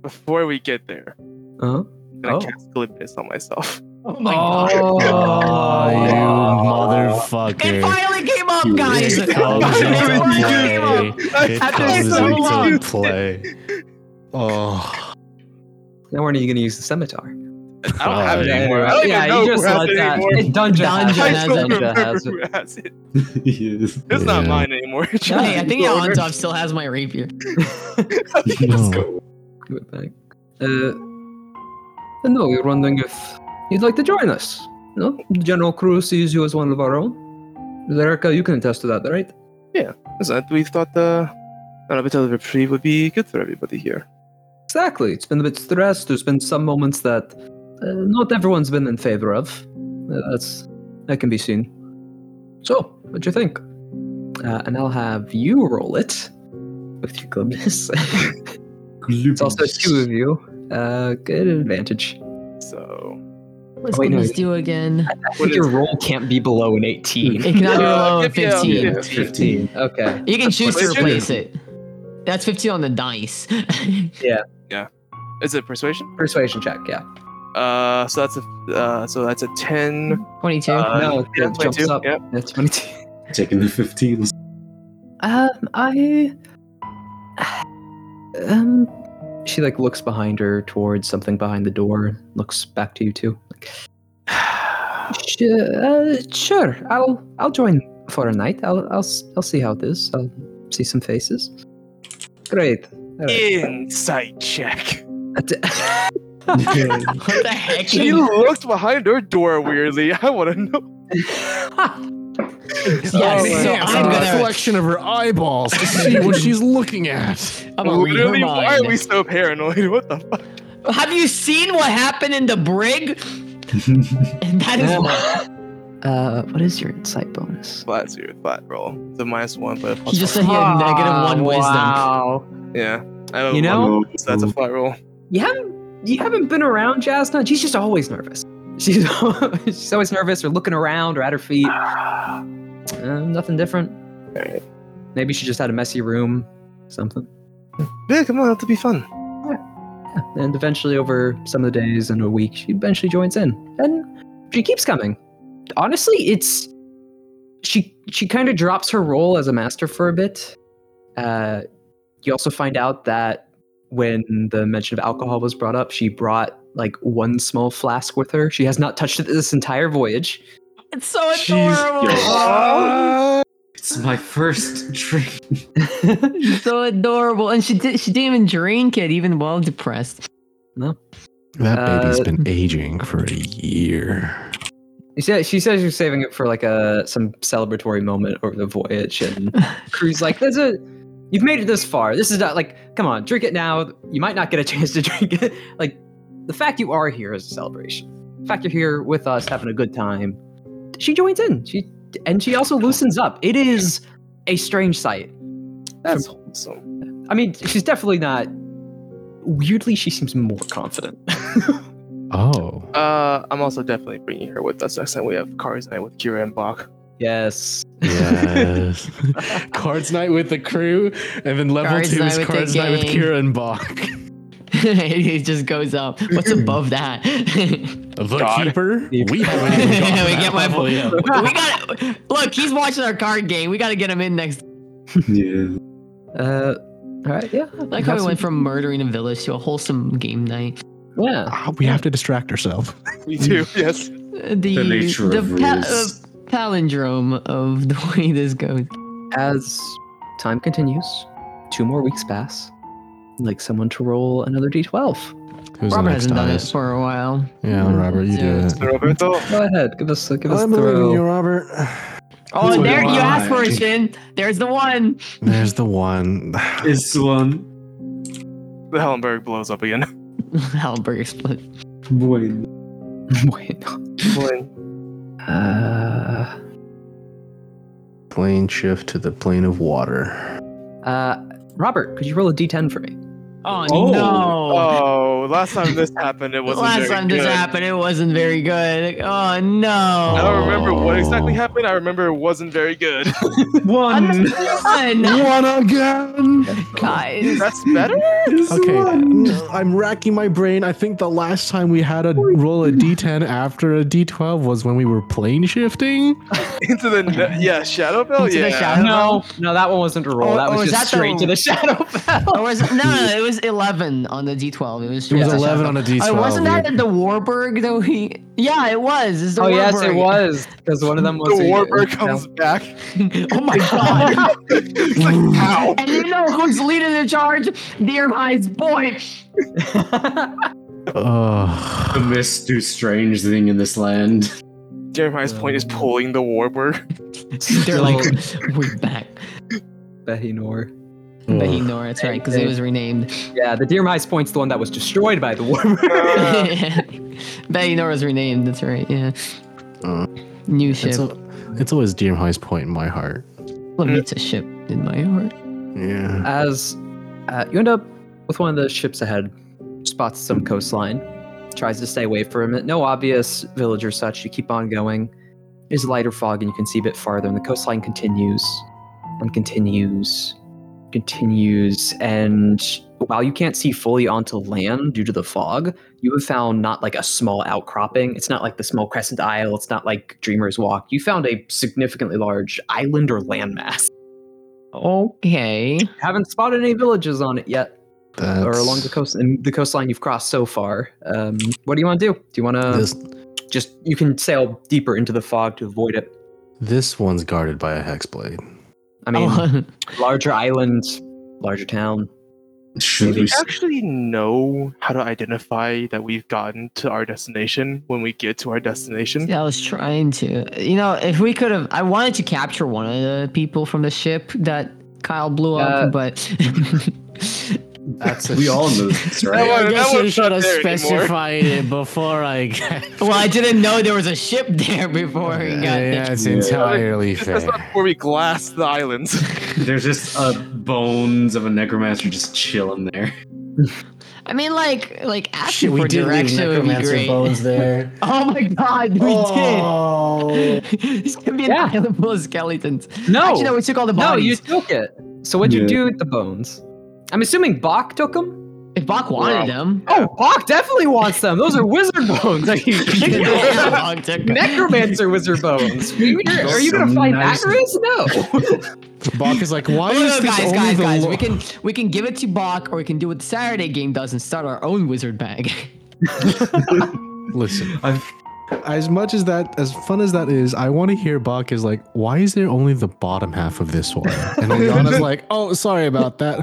before we get there,
huh?
I'm gonna
Oh.
cast Olympus on myself.
Oh my god.
Oh,
Oh,
you
It
motherfucker.
finally came up, guys!
It
It finally came up!
comes into play. It
After
comes
so
into
long.
play. Oh,
Now when are you going to use the scimitar?
I don't have it
Fine.
anymore. I don't
yeah,
even know
you just
who has
let
it
that.
anymore.
It's dungeon,
Dungeon
I
has, it.
just
has
don't
it.
Dungeon
remember
has it.
who has it.
yes.
It's not
Yeah.
mine anymore.
Hey, I think
Go over.
Alantov still has my rapier.
no.
Good thing. Uh, and no, we we're wondering if you'd like to join us. No, General Cruz sees you as one of our own. Zerika, you can attest to that, right?
So we thought the a bit of reprieve would be good for everybody here.
Exactly. It's been a bit stressed. There's been some moments that uh, not everyone's been in favor of. Uh, that's that can be seen. So, what do you think? Uh, and I'll have you roll it with your glibness. it's also two of you. Uh, good advantage.
So
Let's
Wait, no,
this
you-
do again.
I think your roll can't be below an
It
18.
cannot be
Uh,
below
give me a-
15.
yeah.
Fifteen.
Okay.
You can choose to
Persuasion?
replace it. That's 15 on the dice.
is it persuasion?
Persuasion check, yeah.
Uh, so that's a uh, so that's a ten.
22.
Uh,
no, it
yeah,
jumps
22,
up.
yeah.
That's 22.
Taking the 15s.
Um, I. Um, she like looks behind her towards something behind the door. Looks back to you too. Like, "Sh- uh, sure, I'll I'll join for a night. I'll I'll s- I'll see how it is. I'll see some faces. Great. All right.
Insight check.
That's-
What the heck?
She looked behind her door weirdly. I want to know.
Yes,
Oh,
so
yeah,
I'm
a
gonna,
reflection of her eyeballs to see what she's looking at.
I'm gonna read her
Literally, why are
mind.
we so paranoid? What the fuck?
Have you seen what happened in the brig? and that is
Yeah.
why
uh, what is your insight bonus?
Flat zero, flat roll. It's a minus one, but a plus
he just said he had negative one wisdom.
one. Yeah. I have a
You
one,
know,
so that's a flat roll.
you haven't you haven't been around Jasna. She's just always nervous. She's she's always nervous or looking around or at her feet. Uh, nothing different.
Alright.
Maybe she just had a messy room, something.
Yeah, come on, that'll be fun.
And eventually, over some of the days and a week, she eventually joins in, and she keeps coming. Honestly, it's she she kind of drops her role as a master for a bit. Uh, you also find out that when the mention of alcohol was brought up, she brought like one small flask with her. She has not touched it this entire voyage.
It's so
Jeez,
adorable.
yo.
Oh,
It's my first drink.
She's so adorable, and she did, she didn't even drink it, even while depressed.
That baby's
Uh,
been aging for a year.
You said she says you're saving it for like a some celebratory moment over the voyage, and Crew's like, "There's a, you've made it this far. This is not like, come on, drink it now. You might not get a chance to drink it. Like, the fact you are here is a celebration. The fact you're here with us, having a good time. She joins in. She and she also loosens up. It is a strange sight.
That's wholesome.
I mean, she's definitely not. Weirdly, she seems more confident.
Oh.
Uh, I'm also definitely bringing her with us next time we have Kari's night with Kira and Bach.
yes.
Yes. cards night with the crew, and then level
Cards
two
night
is
with the
cards night with
gang.
Kira and Bach.
it just goes up. What's above that?
Oh
The
God.
keeper. We haven't even
Yeah,
gotten
we
that
get my
level
point.
yet.
We got look. He's watching our card game. We got to get him in next.
yeah.
Uh, all right. Yeah.
Like how
Have
we
some-
went from murdering a village to a wholesome game night.
Yeah.
Ah, we have to distract ourselves.
Me too. yes.
Uh, The
The nature
the
of
pa-
rules.
uh, palindrome of the way this goes.
As time continues, two more weeks pass. I'd Like someone to roll another d12.
Who's
Robert hasn't done it for a while.
Yeah, Robert, you do
Yeah.
it.
Roberto.
Go ahead, give us give us
I
a
believe in you,
throw.
Robert.
Oh,
Who's
there
the
you asked for it,
one?
Shin. There's the one.
There's the one.
It's the one.
The Hellenberg blows up again.
Halberg split.
Bueno.
Wait. Uh,
Plane shift to the plane of water.
uh, Robert, could you roll a d10 for me?
Oh,
Oh.
no.
Oh, last time this happened, it
The
wasn't.
Last
very
time this
good.
happened, it wasn't very good. Oh no.
I don't remember what exactly
Oh.
happened. I remember it wasn't very good.
One.
One.
One again.
Guys.
That's better.
Okay, I'm racking my brain. I think the last time we had a roll a d10 after a d12 was when we were plane shifting.
Into the ne- yeah shadow bell.
Into the
yeah.
shadow- No,
no, that one wasn't a roll.
Oh, That was oh, is just that the- straight to the
shadow fell.
Or was it, no, no, it was 11 on the D12. It was,
It was
just a
11 on a
shotgun.
d12.
Oh, wasn't that at the Warburg though? He yeah, it was. It's the
Oh, yes, it
Warburg.
was. Because one of them was
The
a-
Warburg comes back.
oh my god.
It's like how?
and you know who's leading the charge? Dear Eyes boy.
The
Ugh.
mist do strange thing in this land.
Jeremiah's point is pulling the Warburg.
They're like, we're back.
Behinor.
But he nor it's right, because it was renamed.
Yeah, the Deer Mice point's the one that was destroyed by the Warburg.
Uh,
but he nor was renamed, that's right, yeah.
Uh,
New ship.
It's, al- it's always Dear High's point in my heart.
Levita ship in my heart.
Yeah.
as uh, you end up with one of the ships ahead, spots some coastline, tries to stay away from it. No obvious village or such. You keep on going. There's lighter fog, and you can see a bit farther, and the coastline continues and continues continues, and while you can't see fully onto land due to the fog, you have found not like a small outcropping. It's not like the small crescent isle. It's not like Dreamer's Walk. You found a significantly large island or landmass.
Okay.
Haven't spotted any villages on it yet,
That's,
or along the coast and the coastline you've crossed so far. Um, what do you want to do? Do you want
This,
to just you can sail deeper into the fog to avoid it?
this one's guarded by a hex blade.
I mean,
Oh,
larger island, larger town.
Should
Do
we
we actually know how to identify that we've gotten to our destination when we get to our destination?
yeah, I was trying to. You know, if we could have, I wanted to capture one of the people from the ship that Kyle blew
Uh,
up, but
That's
we all know this,
That
right?
one-
I guess
one's
you should
not
have
there anymore.
specified it before I.
well, I didn't know there was a ship there before we got there.
yeah, it's
Yeah.
entirely
That's- That's not
fair.
where we glassed the islands.
There's just uh, bones of a necromancer just chilling there.
I mean, like, like
Shit,
asking
we
for
did leave
directions would be
necromancer
great.
bones there.
Oh my god, we
oh.
did. this could be an
Yeah.
island full of skeletons.
No,
Actually, no, we took all the
no, you
bodies.
took it. So what'd you
Yeah.
do with the bones? I'm assuming Bach took them.
if Bach wanted
Wow.
them,
Oh, Bach definitely wants them. Those are wizard bones. Are you kidding?
Yeah, Bach took them.
Necromancer wizard bones. You're- are you gonna
Some
find
nice-
Icarus? No.
Bach is like, why
No, no,
is this
guys,
only
guys,
the
guys.
lo-
We can we can give it to Bach, or we can do what the Saturday game does and start our own wizard bag.
Listen,
I've-
as much as that, as fun as that is, I want to hear Bach is like, why is there only the bottom half of this one? And Liana's like, oh, sorry about that.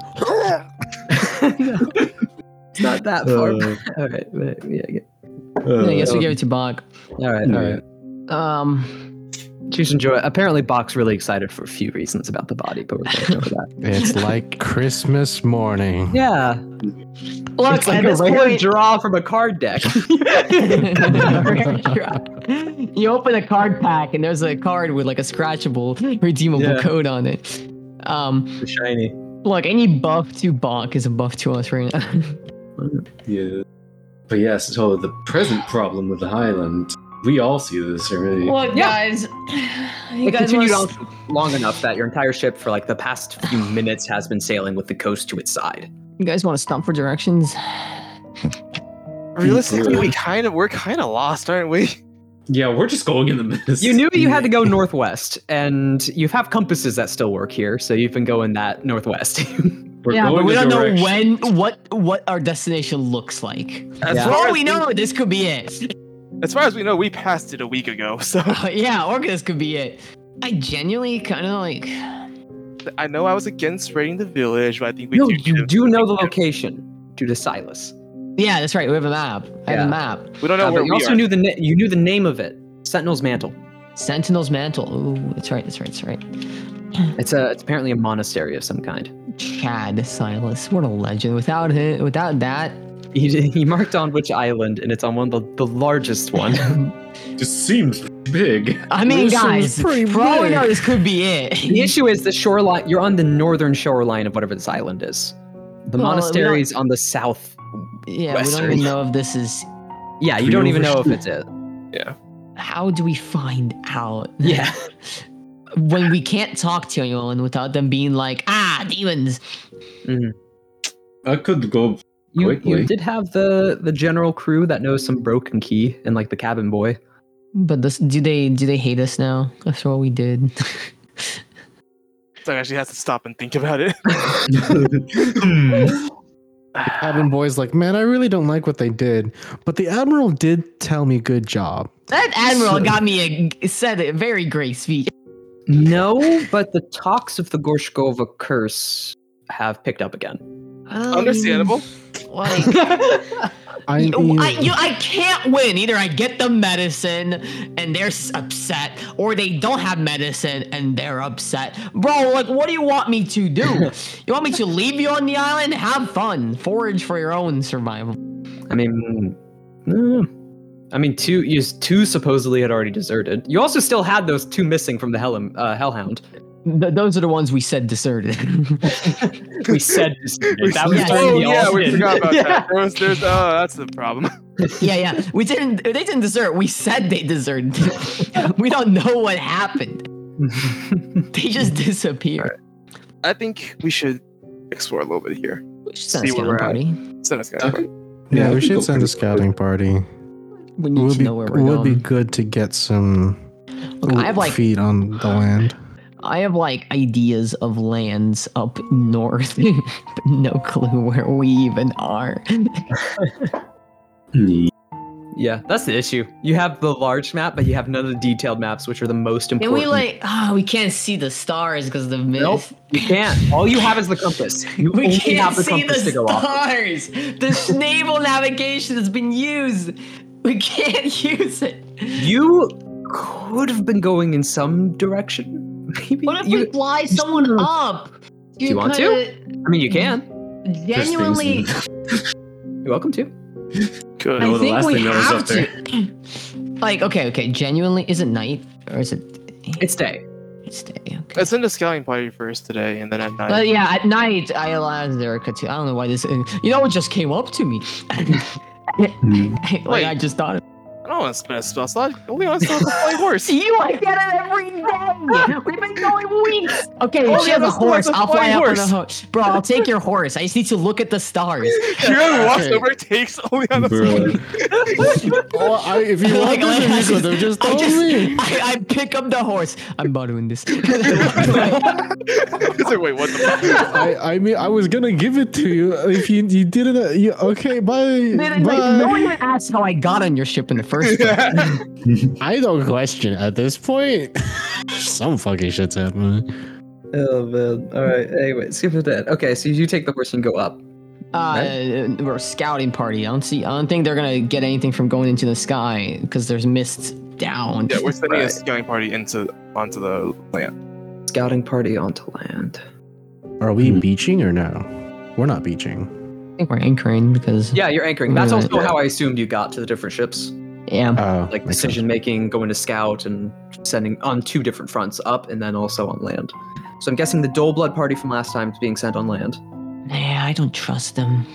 It's not that far.
Uh,
all right. but Yeah, yeah.
uh,
I guess we
um,
give it to Bach.
All right. All right.
Um,
Choose enjoy. Apparently, Bach's really excited for a few reasons about the body, but we're going to go over that.
It's like Christmas morning.
Yeah.
look
It's like
at
a
this
random
point.
draw from a card deck.
you open a card pack and there's a card with like a scratchable redeemable
Yeah.
code on it. Um,
Shiny.
look, any buff to Bach is a buff to us right now.
Yeah. But yes, so the present problem with the Highland, we all see this already.
look,
Yeah.
guys, you
It
guys
continued
must-
on long enough that your entire ship for like the past few minutes has been sailing with the coast to its side.
You guys want to stop for directions?
Realistically, we kind of we're kind of lost, aren't we?
Yeah, we're just going in the mist.
You knew you had to go northwest, and you have compasses that still work here, so you've been going that northwest.
We're
yeah, but we
a
don't know
direction-
when, what, what our destination looks like.
As,
Yeah.
For
far
all
as,
we know, this could be it.
as far as we know, we passed it a week ago. So
yeah, or this could be it. I genuinely kind of like.
I know I was against raiding the village, but I think we
no,
do.
you do know the location due to Silas.
Yeah, that's right. We have a map. I have
Yeah.
a map.
We don't know
Uh,
where
but
we
you also
are.
knew the na- you knew the name of it, Sentinel's Mantle.
Sentinel's mantle. Ooh, that's right. That's right. That's right.
It's a it's apparently a monastery of some kind.
Chad Silas. What a legend. Without him, without that,
He, he marked on which island, and it's on one of the, the largest one.
Just seems big.
I mean,
This
guys,
seems pretty
for all we
big.
know, this could be it.
the issue is the shoreline. You're on the northern shoreline of whatever this island is. The
Well,
monastery is on the south.
yeah, we
Western.
don't even know if this is.
Yeah, you
We
don't even know if it's it.
How do we find out?
Yeah.
when we can't talk to anyone without them being like, ah, demons.
I could go.
You, you
Quickly.
did have the the general crew that knows some broken key and like the cabin boy.
But this, do they do they hate us now after what we did?
So I actually have to stop and think about it.
Cabin boy's like, man, I really don't like what they did, but the admiral did tell me good job.
that admiral got me a said a very great speech.
No, but the talks of the Gorshkova curse have picked up again.
Um,
Understandable.
Like,
I,
you-
mean,
I, you, I can't win. Either I get the medicine and they're s- upset, or they don't have medicine and they're upset. Bro, like, what do you want me to do? you want me to leave you on the island? Have fun. Forage for your own survival.
I mean, mm, I mean, two you two supposedly had already deserted. You also still had those two missing from the Hellum, uh, Hellhound.
Th- those are the ones we said deserted.
We said deserted.
We
that was
said-
during
oh
the
yeah, we
Alston.
forgot about
Yeah.
that. There was, there's, oh, that's the problem.
yeah, yeah. We didn't. They didn't desert. We said they deserted. we don't know what happened. They just disappeared.
I think we should explore a little bit here.
We should send a
See where
scouting
we're at.
party.
So that's kind
Okay.
Yeah,
I
we
think
should
we'll
send
pretty-
a scouting party.
We need
It would
to
be,
know where we're
would be
going.
good to get some
Look, I have like
feet on the land.
I have like ideas of lands up north, but no clue where we even are.
Yeah, that's the issue. You have the large map, but you have none of the detailed maps, which are the most
Can
important.
we like? Oh, we can't see the stars because the mist.
You can't. All you have is the compass. You
We
only
can't
have the
see the
compass to go off. of.
stars. The Schnabel navigation has been used. We can't use it.
You could have been going in some direction, maybe.
What if
you,
we fly someone up? Do
you want I mean, you can.
There's things
Genuinely,
in-
You're welcome to.
Good.
I
the
think
last
we
thing that was
have
up there.
to. Like, okay, okay. Genuinely, is it night or is it?
It's day.
It's day. Okay.
Let's send a scouting party first today, and then at night.
But yeah, at night I allowed Zerica to. I don't know why this. You know what just came up to me? like
Wait.
I just thought.
I don't want to spend a spell slot. Only on spell play horse.
You, I get it every day. We've been going weeks. Okay,
Oh,
she
yeah,
has a
that's the one,
horse.
that's
I'll
the
fly up
horse.
on a horse. Bro, I'll take your horse. I just need to look at the stars.
Kieran walks over, takes only on the
Bro.
Well, Oh, I, if you
Like,
want this
like, I
music with them, just
I
tell
just,
me.
I, I pick up the horse. I'm borrowing this.
It's like, wait, what the fuck?
I, I mean, I was gonna give it to you if you you didn't. uh, You, okay, bye.
Like, no one
bye.
even asked how I got on your ship in the first place. Uh,
I don't question at this point. Some fucking shit's happening.
Oh man. All right. Anyway, skip it that. Okay, so you take the horse and go up.
Uh, we're a scouting party. I don't see. I don't think they're gonna get anything from going into the sky because there's mists down.
yeah, we're sending a
Right.
scouting party into onto the land.
Scouting party onto land.
Are we
Hmm.
beaching or no? We're not beaching.
I think we're anchoring because yeah,
Yeah, you're anchoring. That's
Right,
also how I assumed you got to the different ships.
Oh,
Like
makes sense.
decision making, going to scout, and sending on two different fronts, up and then also on land. So I'm guessing the Dole Blood party from last time is being sent on land.
Nah, I don't trust them.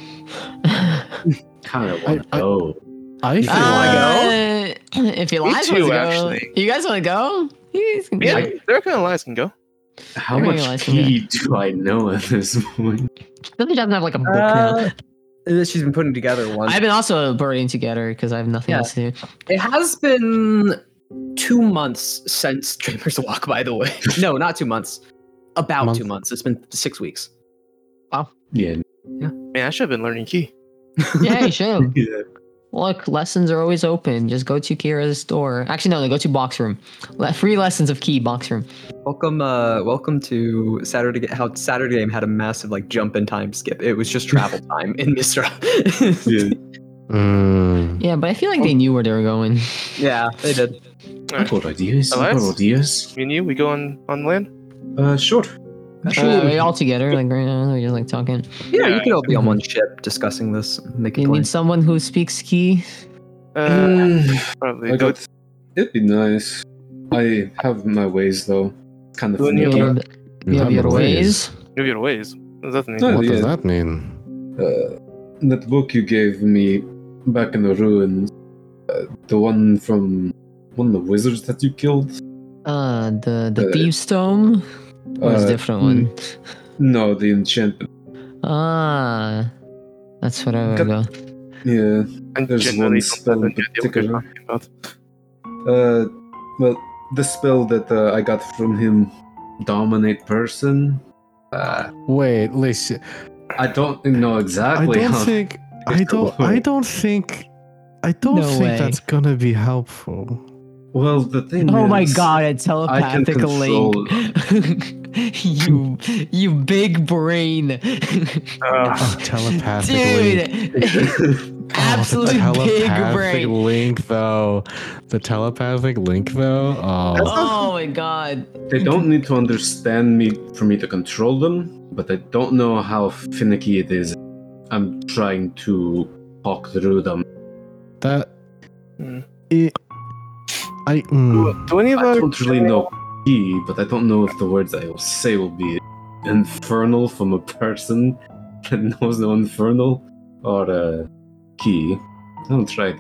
Kind of
I-
want to go.
I feel
Uh, if you
Me
like,
too,
go.
actually.
You guys want to go? You guys can
Yeah,
go.
they're kind of lies can go.
How
I
much
realize we-
pee do I know at this point?
Somebody doesn't have like a book now.
Uh, she's been putting together one.
I've been also burning together because I have nothing
Yeah.
else to do.
It has been two months since Dreamer's Walk, by the way. No, not two months. About
Month.
two months. It's been six weeks.
Yeah.
Man, I should have been learning key.
Yeah, you should.
Yeah.
Look, lessons are always open. Just go to Kira's store. Actually, no, no, go to box room. Le- Free lessons of key box room.
Welcome, uh, welcome to Saturday. Ga- How Saturday Game had a massive like jump in time skip. It was just travel time in Mistra.
yeah.
Mm.
Yeah, but I feel like
Oh.
they knew where they were going.
yeah, they did.
I got ideas. I
Elias?
got ideas.
Me and you, we go on on land.
Uh, sure.
Uh, we all together, like right now, we're just like talking.
Yeah,
Yeah,
you could all be on one ship discussing this, and making
You
plans.
need someone who speaks key.
Uh,
Mm,
probably.
I
Go,
got, it'd be nice. I have my ways though. It's kind of
Don't you
finicky.
You have your ways.
move your ways. What does that mean?
No.
What does
Yeah.
that mean?
Uh, that book you gave me back in the ruins, uh, the one from one of the wizards that you killed.
Uh, the the
Uh,
thieves tome was
Uh,
a different one.
No, the enchantment.
Ah, that's what I would
Got-
go.
Yeah,
And
there's
generally
one
don't
spell in
have any idea what they're
particular.
talking about.
Uh, well, the spell that uh, I got from him, dominate person. Uh,
Wait, listen.
I don't know exactly.
I don't
how-
think. I don't. I don't think. I don't
No
think
way.
that's gonna be helpful.
Well, the thing.
Oh my
is-
god, a telepathic link.
control-
you you big brain.
Uh,
Oh, telepathic link.
Dude.
oh,
Absolute
the
big
telepathic
brain.
link, though. The telepathic link, though. Oh,
Oh my god.
They don't need to understand me for me to control them, but I don't know how finicky it is. I'm trying to talk through them.
that.
Hmm.
It, I. mm.
do any of
I
our
don't really know key, but I don't know if the words I will say will be infernal from a person that knows no infernal or uh, key. I don't try it.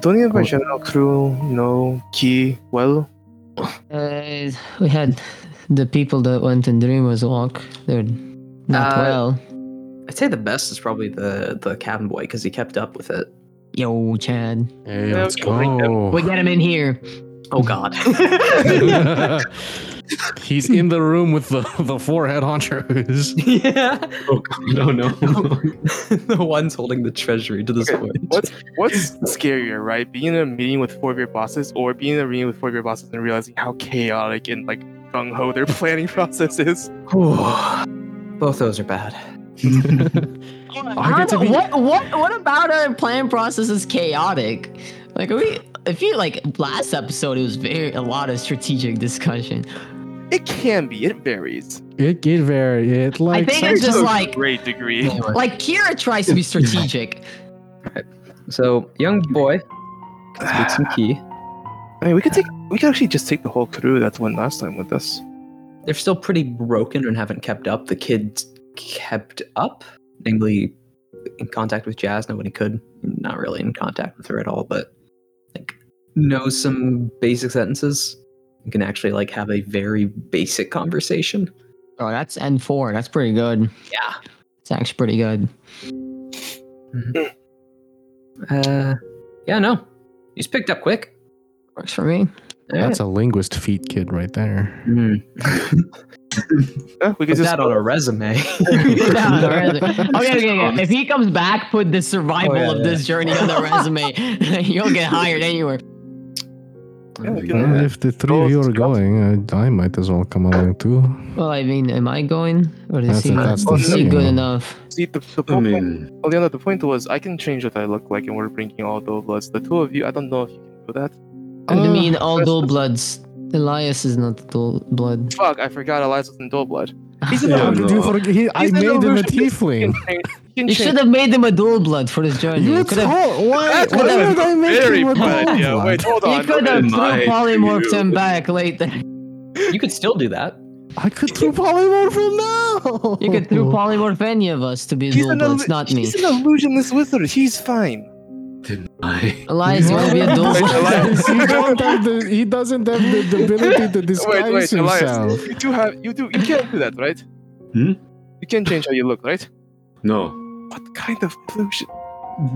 do any of our
Oh.
general crew know key well?
Uh, we had the people that went in Dreamers Walk. They're not
Uh,
well.
I'd say the best is probably the the cabin boy because he kept up with it.
Yo, Chad.
Hey,
Yeah,
let's
we'll bring them.
go.
We get him in here.
Oh God.
He's in the room with the, the forehead honchos.
yeah.
Oh god, no, no.
the ones holding the treasury to this
Okay,
point.
what's what's scarier, right? Being in a meeting with four of your bosses, or being in a meeting with four of your bosses and realizing how chaotic and like gung ho their planning process is.
Both those are bad.
I get to be-
what what what about our plan process is chaotic? Like are we I feel like last episode it was very a lot of strategic discussion.
It can be. It varies.
It get very it like
think it's just
To a
like-
great degree.
Anyway,
Like Kira tries to be strategic.
so young boy gets some key.
I mean, we could take. We could actually just take the whole crew that's went last time with us.
They're still pretty broken and haven't kept up. The kid kept up, namely in contact with Jasna when he could. Not really in contact with her at all, but like knows some basic sentences. You can actually like have a very basic conversation.
Oh, that's N4. That's pretty good.
Yeah.
It's actually pretty good.
Uh, yeah, no, he's picked up quick.
Works for me.
All
that's a linguist feat kid right there.
right. Hmm.
Yeah, we could
Put
just
that on a resume.
No, the resume. okay, okay, okay. If he comes back, put the survival
Oh, yeah,
of
yeah.
this journey on the resume. You'll get hired anywhere.
Oh,
Yeah, we
Well,
can, uh,
if the three of you are going, I, I might as well come along too.
Well, I mean, am I going? Or is
That's-
he,
that's the
is he good
thing.
enough?
see the, the
I
whole point-
mean,
Oh, Leona, the point was I can change what I look like, and we're bringing all the bloods. The two of you, I don't know if you can do that.
I
Uh,
mean, all
that's-
dual bloods. Elias is not dual blood.
Fuck, I forgot Elias was in dual blood. He's in
Yeah,
the
no.
Dude, for- he- I
He's an
made him a
illusionist.
tiefling.
You should have made him a dual blood for this journey.
You
You could have.
told why?
That's
Why
what I
did I make
Very
him a
bad.
dog?
Yeah, wait, hold
You
on.
could have
am
threw
I to
polymorphed
you?
him back later.
you could still do that.
I could throw polymorph him now.
You could
oh.
through polymorph any of us to be
He's
dual
an,
bloods,
illu-
not me.
he's an illusionist wizard. He's fine.
did I?
Elias, you want to be a dual
Wait,
blood?
Elias.
he, don't have the, he doesn't have the, the ability to disguise
wait, wait,
himself.
Elias, you do have, you do, you can't do that, right?
Hmm?
You can change how you look, right?
No.
What kind of illusion?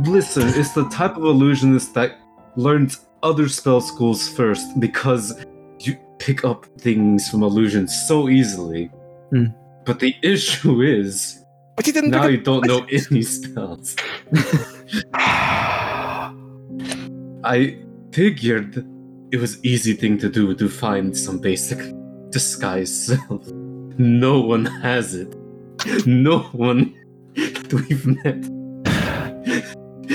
Listen, it's the type of illusionist that learns other spell schools first because you pick up things from illusions so easily.
Hmm.
But the issue is
But you didn't.
now
pick
you don't know any spells. I figured it was easy thing to do to find some basic disguise self. No one has it. No one that we've met.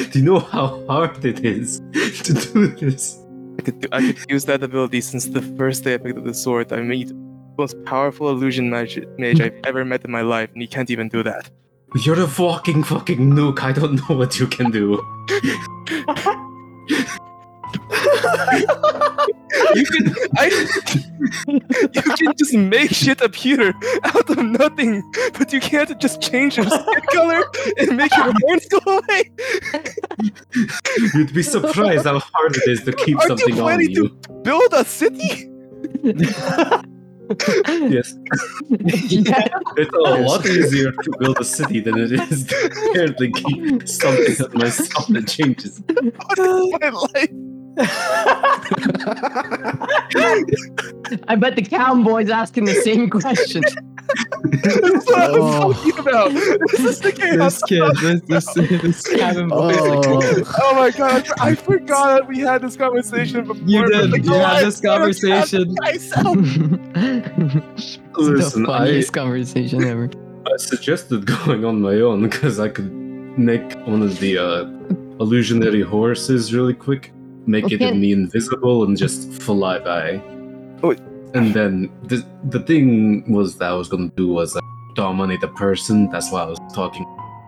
Do you know how hard it is to do this?
up- I could, do, I could use that ability since the first day I picked up the sword. I meet the most powerful illusion mage, mage I've ever met in my life, and he can't even do that.
You're a walking fucking nuke. I don't know what you can do.
You can, I, you can just make shit appear out of nothing, but you can't just change your skin color and make your horns go away.
You'd be surprised how hard it is to keep
Aren't you
something on
planning to-
you.
Build a city?
Yes. It's a lot easier to build a city than it is to apparently keep something of myself that changes.
What is my life?
I bet the cowboy's asking the same question.
That's what I
Oh.
was talking about. This is the chaos.
kid, this this this cabin
Oh,
Oh my god, I forgot that we had this conversation before.
You
but
did.
like,
You
oh, I
had this
forgot
conversation.
Myself.
Listen,
the
I,
funniest conversation ever.
I suggested going on my own because I could make one of the uh, illusionary horses really quick, make it
Okay.
in me invisible, and just fly by.
Oh.
And then the, the thing was that I was going to do was uh, dominate the person. That's why I was talking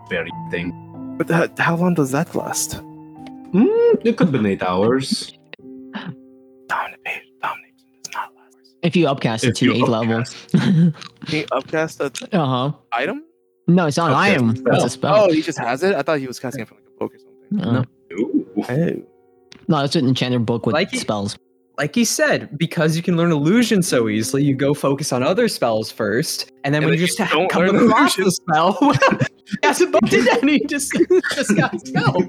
very thing.
But that, how long does that last?
Mm, it could have been eight hours.
Dominate. Dominate does not last.
If you upcast it
If
to
you
eight level.
Can you upcast an
uh
Uh-huh.
huh.
item?
No, it's not
Upcast
I am.
is spell.
It's a spell.
Oh, he just has it? I thought he was casting it from like a book or something.
Uh,
No.
Ooh.
Oh.
No, it's an enchanted book with
Like it-
spells.
Like he said, because you can learn illusion so easily, you go focus on other spells first, and then when
And then
you
you
just ha-
don't
come
learn
across the
illusion.
spell, hasn't bumped into any. He just, just got help.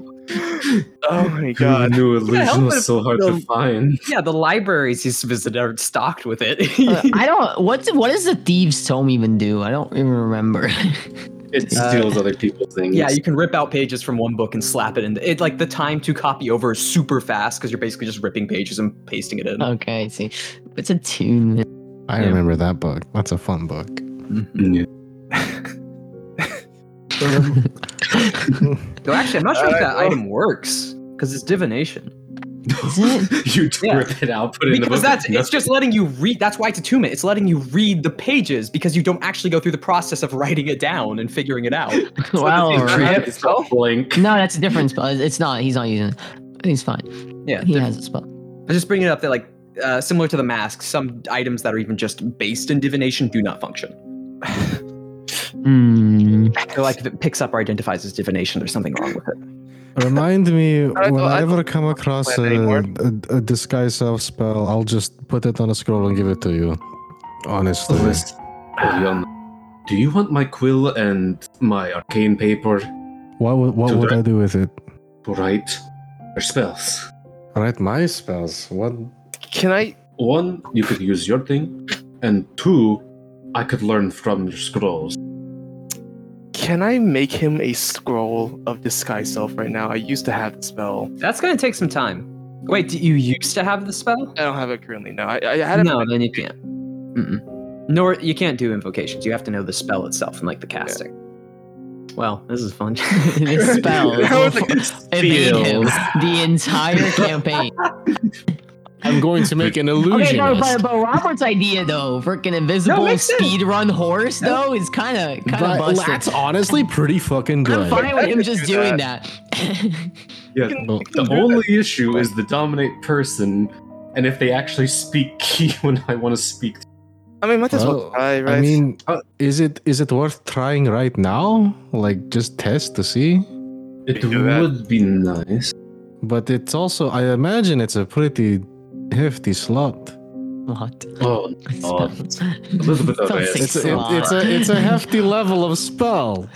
Oh my god.
God, new
Yeah,
illusion
help
was
if
so hard to
the-
find.
Yeah, the libraries he's visited are stocked with it.
Uh, I don't. What's what does the thieves' tome even do? I don't even remember.
It
Uh,
steals other people's things.
yeah, you can rip out pages from one book and slap it in. It like the time to copy over is super fast because you're basically just ripping pages and pasting it in.
okay, I see. It's a tune.
Oh, I
Yeah.
remember that book. That's a fun book.
Yeah.
Though actually, I'm not sure if that item works because it's divination.
Is it?
you
Yeah.
rip it out, put it in the book.
Because that's it's
nothing.
just letting you read. That's why it's attunement. It's letting you read the pages because you don't actually go through the process of writing it down and figuring it out.
Wow, alright.
It's not blank.
uh, No, that's a different spell. It's not. He's not using it. He's fine.
Yeah,
He has a spell.
I just bring it up that like uh, similar to the mask, some items that are even just based in divination do not function.
Hmm.
So like if it picks up or identifies as divination, there's something wrong with it.
Remind me
I
when
don't-
I
I
ever come across a,
plan anymore.
a, a disguise self spell, I'll just put it on a scroll and give it to you. Honestly,
List. Oh, Yon, Do you want my quill and my arcane paper
what would what
So
would
that-
I do with it?
to write your spells?
Write my spells. What?
Can I?
One, you could use your thing, and two, I could learn from your scrolls.
Can I make him a scroll of disguise self right now? I used to have the spell.
That's gonna take some time. Wait, do you used to have the spell?
I don't have it currently. No, I, I had it.
No, then you can't. Mm-mm. Nor you can't do invocations. You have to know the spell itself and like the casting. Well, this is fun.
this spell
That was like,
evade him the entire campaign.
I'm going to make an
Okay,
illusion.
no, but, but Robert's idea though, freaking invisible
makes sense.
speedrun horse though, is kind of kind of busted.
that's honestly pretty fucking
I'm
good.
fine with him just
do
doing that.
Yeah,
Well,
the only issue is the dominate person, and if they actually speak key when I want to speak.
I mean, might as well
Well,
try, right?
I mean,
Uh,
is it is it worth trying right now? Like just test to see.
It
do that.
would be nice.
But it's also, I imagine, it's a pretty hefty slot.
what?
Oh,
Spell.
Elizabeth
Don't
Otis.
say
It's a,
slot.
it- it's a it's a hefty level of spell.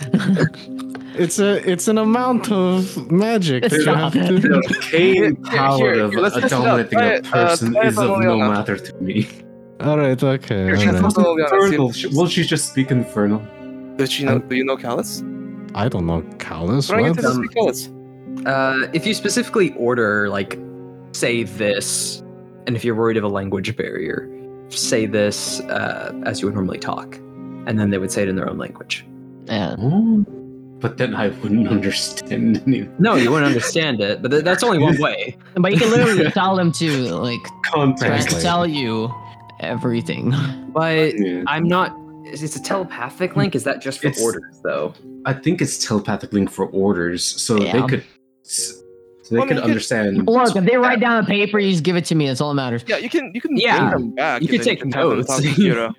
It's a it's an amount of magic that you
Stop
have
it.
to.
the arcane
here,
power
here,
of
let's
a
test it out.
dominating
Try
a
it, uh,
person
try it
is
on
of no
Leona.
matter to me.
All right, okay.
Here,
all
try
right.
something Leona, Oh, see
Infernal.
if-
She- Well, she's just speak infernal.
Does she know? Do you know Callus?
I don't know, Callus.
Try it to
What?
speak Callus.
Uh, if you specifically order, like, say this, and if you're worried of a language barrier, say this uh, as you would normally talk, and then they would say it in their own language.
Yeah.
Oh, But then I wouldn't understand any
No, you wouldn't understand it, but th- that's only one way.
But you can literally tell him to like
context.
Translate.
tell you everything.
But
Yeah.
I'm not. Is it's a telepathic link? Is that just for
It's-
orders, though?
I think it's telepathic link for orders, so
Yeah.
they could, so they
Well, I mean,
could
you could-
understand.
Look, if they write down a paper, you just give it to me. That's all that matters.
Yeah, you can. You can
Yeah.
bring them back.
You
and
could
then
take
can have them
notes.
talk to Kira.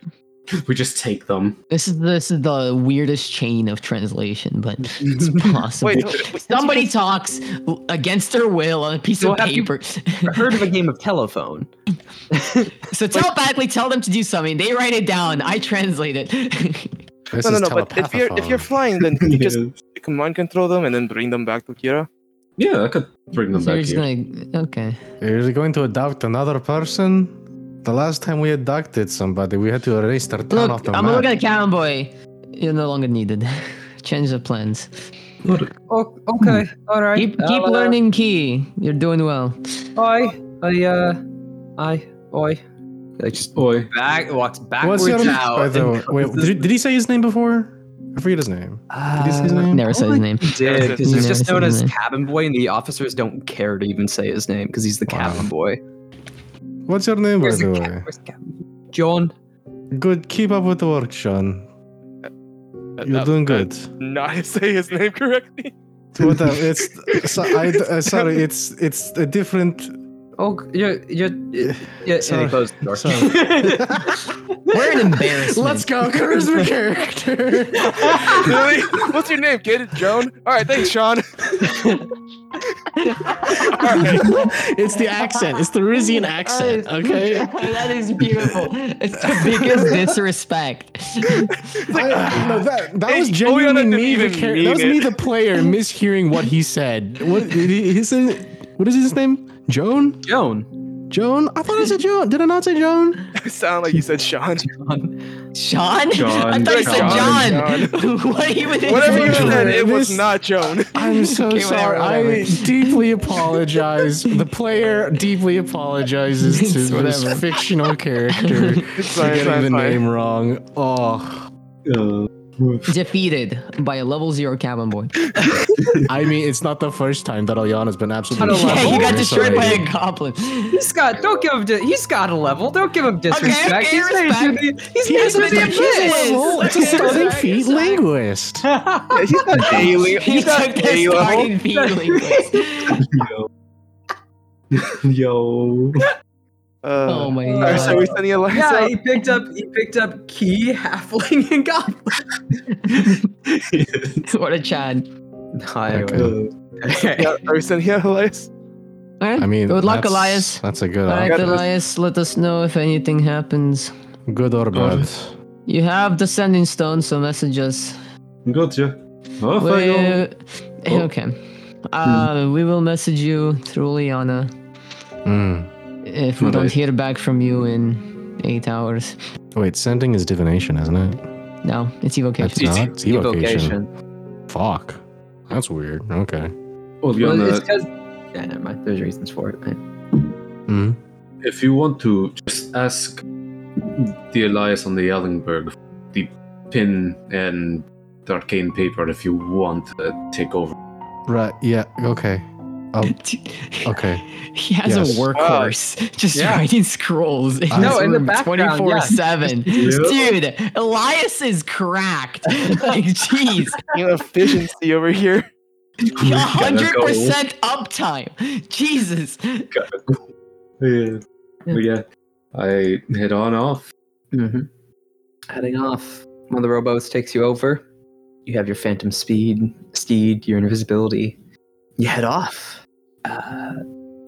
We just take them.
This is this is the weirdest chain of translation, but it's possible.
Wait, wait, wait,
Somebody talks against their will on a piece
You'll
of
have to-
paper.
I heard of a game of telephone.
so telepathically tell them to do something. They write it down. I translate it.
This
no, no, no.
is
But if you're if you're
telepathophone.
flying, then can you just
yeah.
you can mind control them and then bring them back to Kira.
yeah, I could bring them
So you're
back
just
here.
gonna okay.
You're going to adopt another person? The last time we abducted somebody, we had to erase their town
Look,
off
I'm
the
gonna
map.
look at cowboy. You're no longer needed. Change of plans.
Oh, okay, all right. uh,
Keep keep learning key. You're doing well.
I, I, uh, I, I. Like just
Oi.
back walks backwards
What's your name,
out.
by the
and
way? Wait,
comes
did, he- did he say his name before? I forget his name. Did he say his
Uh,
name?
Never said his name.
He did
Never said
because
his
he's just
name.
known as
Never said his
cabin boy, and the officers don't care to even say his name because he's the
Wow.
cabin boy.
What's your name, by
Where's
the
the
way?
cab- where's the cabin? John.
Good. Keep up with the work, Sean.
Uh,
You're
uh,
doing
uh,
good.
Not say his name correctly.
What uh, it's so, I, uh, sorry, it's it's a different.
Oh, you're you're. you're and
Sorry.
he closed the door.
We're an embarrassment.
Let's go, charisma character.
really? What's your name, kid? Joan. All right, thanks, Sean.
it's the accent. It's the Rizian accent.
That is-
Okay.
that is beautiful. It's the biggest disrespect.
I, no, that that
Hey,
was
Oyana
genuinely
didn't
me, the
even
char-
mean
that was me,
it.
the player, mishearing what he said. What his what is his name? Joan?
Joan.
Joan? I thought I said Joan. Did I not say Joan?
sound like you said Sean.
Sean? I
John,
thought you said John.
John,
what do you mean?
Whatever you
Joan.
said, it was
This-
not Joan.
I'm so
Okay,
sorry.
whatever,
I
whatever.
deeply apologize. The player deeply apologizes
It's
to this
whatever.
fictional character for
It's fine, it's
getting
fine,
the
it's fine.
name wrong. Oh,
Uh,
Defeated by a level zero cabin boy.
I mean, it's not the first time that Eliana's been absolutely.
Not a
Yeah,
level.
you got
shitty
destroyed by
already.
a goblin.
He's got. Don't give him. Di- he's got a level. Don't give him disrespect.
okay,
he's made it through the. He's made it through the
respect. He's a
abyss.
Well, it's a
Okay,
starting
sorry,
feat
sorry.
linguist.
Yeah, he's not A level.
He
He's
took
not
the
A level.
starting feeling.
yo.
Oh
Uh,
my
Alright, so
god.
we sending Eliza.
Yeah, he picked up he picked up key, halfling, and goblin.
What a Chad.
Hi,
Okay.
Owen.
Uh,
Yeah, are we sending Elias?
I mean,
good luck,
that's-
Elias.
That's a good,
All right,
op-
Elias, let us know if anything happens.
good or bad.
You have the sending stone, so message us.
gotcha. Oh, Off I go.
We- Okay. Uh, We will message you through Liana
Mm.
if we don't
Alright.
hear back from you in eight hours.
Wait, sending is divination, isn't it?
No, it's
That's
evocation.
not. It's evocation. Fuck. That's weird. Okay.
Oliana,
Well, it's because. Yeah, never mind. There's reasons for it. man.
Mm.
if you want to, just ask the Elias on the Ellenberg, the pin and the arcane paper, if you want to take over.
Right. Yeah. Okay. Okay.
He has
Yes.
a workhorse just
yeah.
writing scrolls in
No,
his
in the
room
background,
24
yeah.
7. Dude, Elias is cracked. like, jeez.
You know, efficiency over here.
100% uptime. Jesus.
Yeah. But yeah, I head on off.
Mm-hmm. Heading off. One of the robots takes you over. You have your phantom speed, steed, your invisibility. You head off. Uh,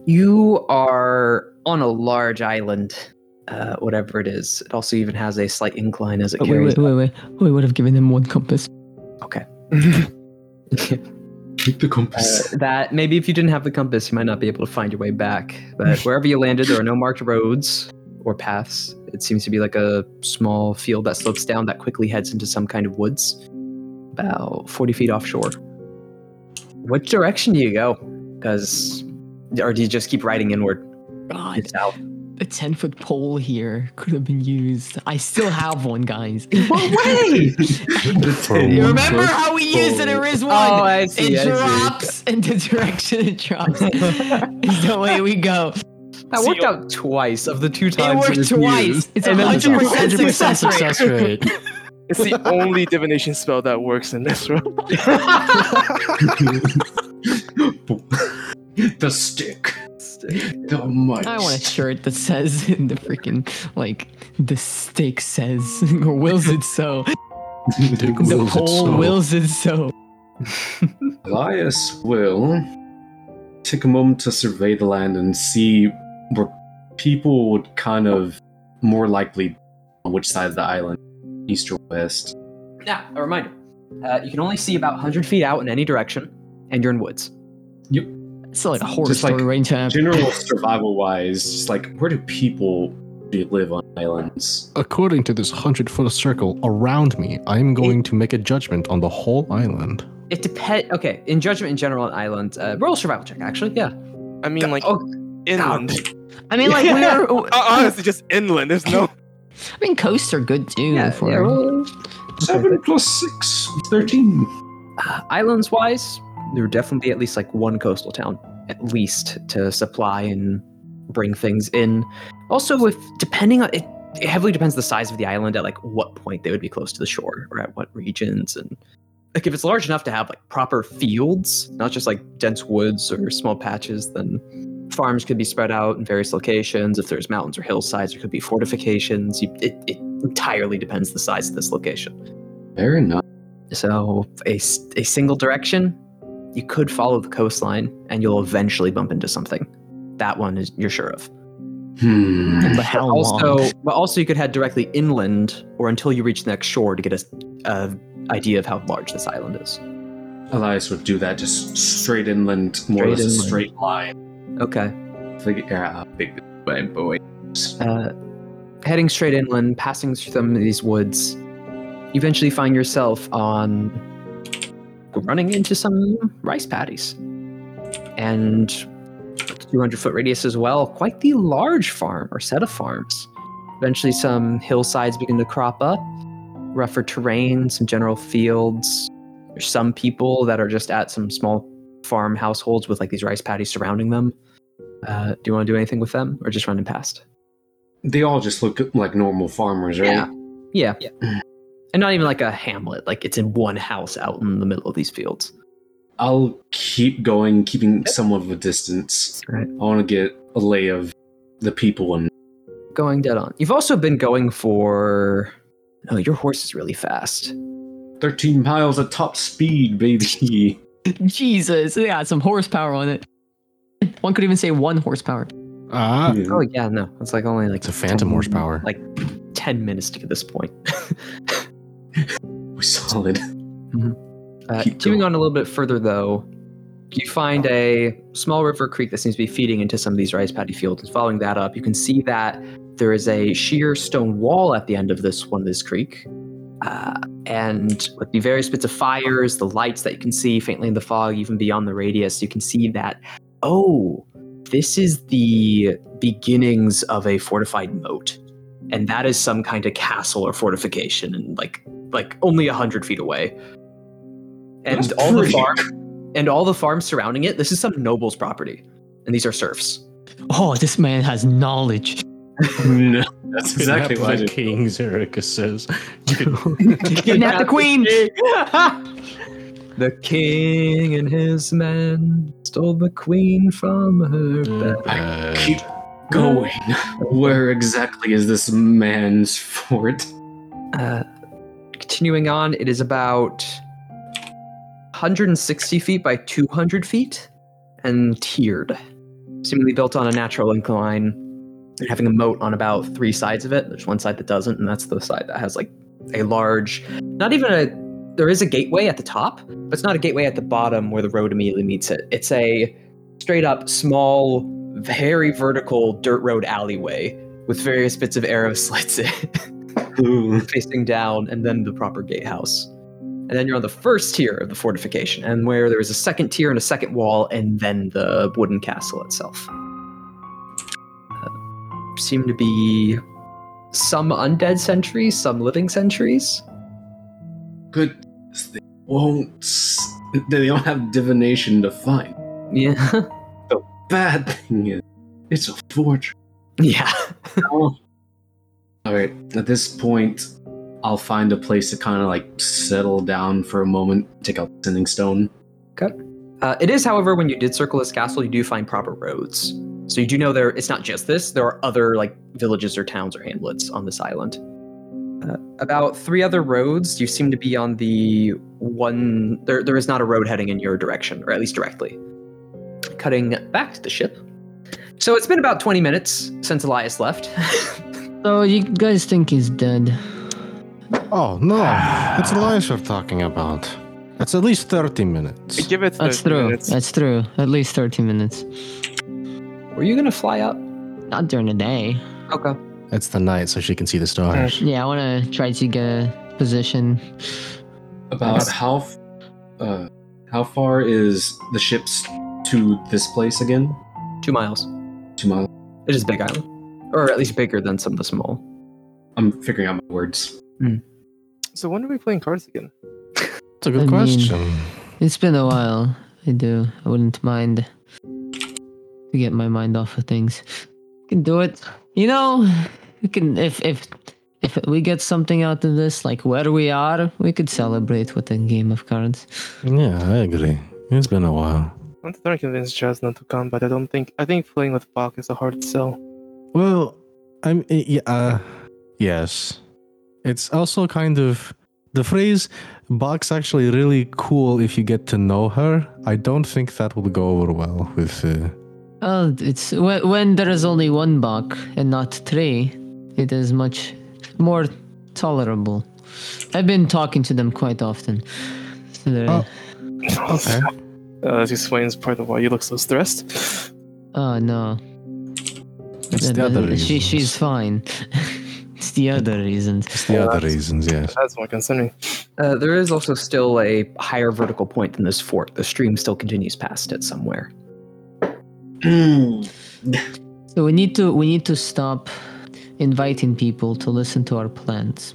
you are on a large island, uh, whatever it is. It also even has a slight incline as it
Oh, Wait,
carries.
wait, wait, wait. We would have given him one compass.
Keep the compass.
Uh, that maybe if you didn't have the compass, you might not be able to find your way back. But wherever you landed, there are no marked roads or paths. It seems to be like a small field that slopes down that quickly heads into some kind of woods, about 40 feet offshore. What direction do you go? Because, or do you just keep riding inward?
God,
and South.
a 10 foot pole here could have been used. I still have one, guys.
way?
You remember how we used it? There is one.
Oh, I see.
it
I see.
drops in the direction it drops. It's the way we go.
That worked out twice of the two
It
times.
worked
was
twice.
used.
It's a
And then
It's a
100%
100%
success rate.
success rate.
It's the only divination spell that works in this room.
the stick. The might.
I want a shirt that says in the freaking like the stake says or wills it so. The
Wills it
pole
so.
wills it so.
Elias will take a moment to survey the land and see where people would kind of more likely on which side of the island, east or west.
Now, a reminder uh, you can only see about 100 feet out in any direction, and you're in woods.
It's like a horror
Just like
story range app.
General survival wise, just like where do people live on islands?
According to this hundred foot circle around me, I'm going to make a judgment on the whole island.
It depends. Okay, in judgment in general on island, uh, roll a survival check. Actually, yeah.
I mean, like
Oh,
inland.
I mean, like
Yeah.
we're.
Uh, honestly, just inland. There's no.
I mean, coasts are good too.
yeah,
for
yeah, roll-
Seven plus six, 13.
Uh, islands wise, there would definitely be at least like one coastal town, at least to supply and bring things in. Also, if depending on it, it heavily depends the size of the island at like what point they would be close to the shore or at what regions and like if it's large enough to have like proper fields, not just like dense woods or small patches, then farms could be spread out in various locations. If there's mountains or hillsides, there could be fortifications. You, it, it entirely depends the size of this location.
Fair enough.
So a, s- a single direction, you could follow the coastline and you'll eventually bump into something. That one is you're sure of.
Hmm.
But how
also,
long?
but also you could head directly inland or until you reach the next shore to get a, a idea of how large this island is.
Elias would do that just straight inland, more or
Straight
less a
inland.
straight line.
Okay.
Figure out how big this bad boy.
Uh, heading straight inland, passing through some of these woods, you eventually find yourself on running into some rice paddies and 200 foot radius as well. Quite the large farm or set of farms. Eventually, some hillsides begin to crop up, rougher terrain, some general fields. There's some people that are just at some small farm households with like these rice paddies surrounding them. Uh, do you want to do anything with them or just running past?
They all just look like normal farmers, right?
Yeah. Yeah. And not even like a hamlet, like it's in one house out in the middle of these fields.
I'll keep going, keeping somewhat of a distance.
Right.
I want to get a lay of the people and
Going dead on. You've also been going for No, your horse is really fast.
13 miles at top speed, baby.
Jesus, it had some horsepower on it. One could even say one horsepower.
Ah,
Yeah.
Oh yeah, no. It's like only like
it's a
10
phantom horsepower.
Like ten minutes to get this point.
We're solid.
Uh,
Keep
keeping on
going.
a little bit further though, you find a small river creek that seems to be feeding into some of these rice paddy fields. And following that up, you can see that there is a sheer stone wall at the end of this one, this creek. Uh, and with the various bits of fires, the lights that you can see faintly in the fog, even beyond the radius, you can see that, oh, this is the beginnings of a fortified moat. And that is some kind of castle or fortification, and like like only a hundred feet away. And
That's
all the
pretty.
farm and all the farms surrounding it, this is some noble's property. And these are serfs.
Oh, this man has knowledge.
no, that's exactly what I
the
did.
king Zerika says. You can
Kidnap the queen.
the king and his men stole the queen from her bed.
Uh,
Keep going. Where exactly is this man's fort?
Uh, continuing on, it is about 160 feet by 200 feet and tiered, seemingly built on a natural incline, and having a moat on about three sides of it. There's one side that doesn't, and that's the side that has like a large, not even a. There is a gateway at the top, but it's not a gateway at the bottom where the road immediately meets it. It's a straight up small, very vertical dirt road alleyway with various bits of arrow slits in it
Ooh.
facing down, and then the proper gatehouse. And then you're on the first tier of the fortification, and where there is a second tier and a second wall, and then the wooden castle itself. Uh, seem to be some undead sentries, some living sentries.
Good. They won't. s- They don't have divination to find.
Yeah,
Bad thing is, it's a fortress.
yeah.
All right. At this point, I'll find a place to kind of like settle down for a moment. Take out sending stone.
Uh, it is, however, when you did circle this castle, you do find proper roads. So you do know there. It's not just this. There are other like villages or towns or hamlets on this island. Uh, about three other roads. You seem to be on the one. There, there is not a road heading in your direction, or at least directly. Cutting back to the ship. So it's been about twenty minutes since Elias left.
So you guys think he's dead?
oh no, it's Elias we're talking about. That's at least thirty minutes.
I give it
That's
30
true.
minutes.
That's true. At least 30 minutes.
Were you gonna fly up?
Not during the day.
Okay.
It's the night, so she can see the stars.
Yeah, I want to try to get a position.
About how, f- uh, how far is the ships to this place again?
Two miles.
Two miles.
It is a big island, or at least bigger than some of the small.
I'm figuring out my words.
So when are we playing cards again?
That's a good
I mean-
question.
It's been a while. I do. I wouldn't mind to get my mind off of things. Can do it. You know, we can if if if we get something out of this, like where we are, we could celebrate with a game of cards.
Yeah, I agree. It's been a while.
I'm trying to convince Jazz not to come, but I don't think I think playing with Bach is a hard sell.
eh, Well, I'm. Uh, yeah, uh, yes. It's also kind of The phrase "Bach's actually really cool if you get to know her," I don't think that will go over well with. Uh,
Oh, it's when, when there is only one buck and not three, it is much more tolerable. I've been talking to them quite often. They're-
Oh. okay.
Uh, that explains part of why you look so stressed.
oh, no.
It's the
Uh,
other
she,
reasons.
she's fine. it's the other reason.
It's the other reasons, yes.
That's more concerning.
Uh, there is also still a higher vertical point than this fort. The stream still continues past it somewhere.
So we need to we need to stop inviting people to listen to our plans.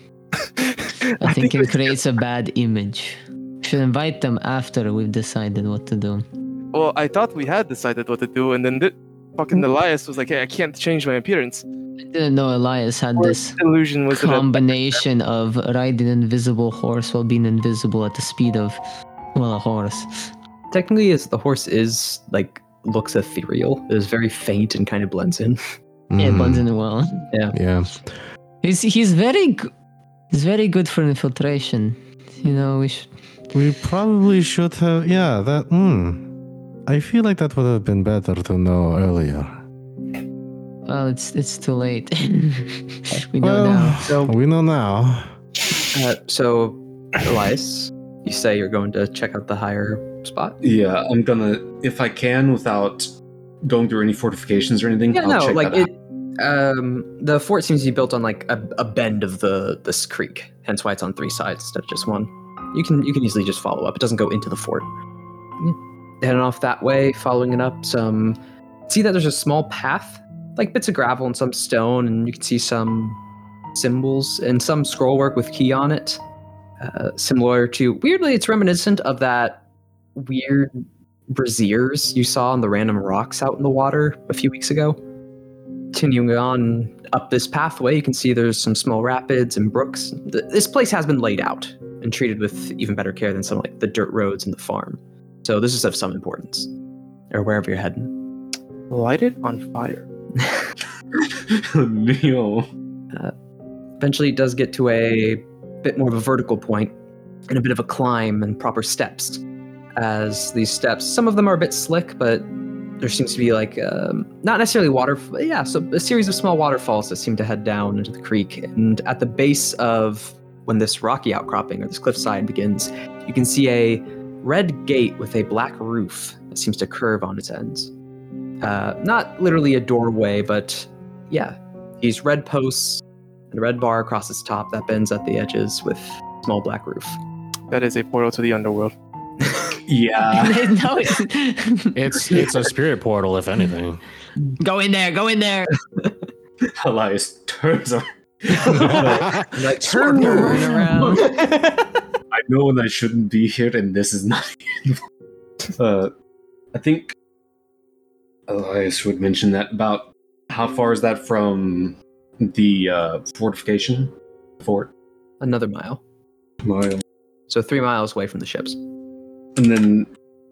I think it creates a bad image. Should invite them after we've decided what to do.
Well, I thought we had decided what to do, and then thi-
Mm.
fucking Elias was like, "Hey, I can't change my appearance."
I didn't know Elias had this
illusion was that a-
combination of riding an invisible horse while being invisible at the speed of well a horse.
Technically, it's the horse is like looks ethereal. It is very faint and kind of blends in.
Mm-hmm.
Yeah,
Mm,
blends in well.
yeah.
He's he's very g- he's very good for infiltration. You know, we should
We probably should have. Yeah, that. Hmm. I feel like that would have been better to know earlier.
well it's it's too late. we know
well,
Oh.
now.
Um, we know now.
Uh, so, Elias, you say you're going to check out the higher spot.
Yeah, I'm gonna if I can without going through any fortifications or anything.
Yeah,
I'll
no,
check
like
that out.
it. Um, the fort seems to be built on like a, a bend of the this creek, hence why it's on three sides instead of just one. You can you can easily just follow up. It doesn't go into the fort. Yeah. Heading off that way, following it up some. See that there's a small path, like bits of gravel and some stone, and you can see some symbols and some scrollwork with key on it, uh, similar to. Weirdly, it's reminiscent of that weird braziers you saw on the random rocks out in the water a few weeks ago. Continuing on up this pathway, you can see there's some small rapids and brooks. Th- This place has been laid out and treated with even better care than some like the dirt roads and the farm. So this is of some importance, or wherever you're heading.
light it on fire.
Neil.
Eventually, it does get to a bit more of a vertical point and a bit of a climb and proper steps. As these steps, some of them are a bit slick, but there seems to be like um, not necessarily water. Yeah, so a series of small waterfalls that seem to head down into the creek. And at the base of when this rocky outcropping or this cliffside begins, you can see a red gate with a black roof that seems to curve on its ends. Uh, not literally a doorway, but yeah, these red posts and a red bar across its top that bends at the edges with small black roof.
That is a portal to the underworld.
Yeah.
no, it's-
It's it's a spirit portal, if anything.
go in there, go in there.
Elias turns around.
Like,
Turn around.
I know when I shouldn't be here, and this is not. uh, I think Elias would mention that about how far is that from the uh, fortification fort
Another mile.
mile,
So three miles away from the ships.
and then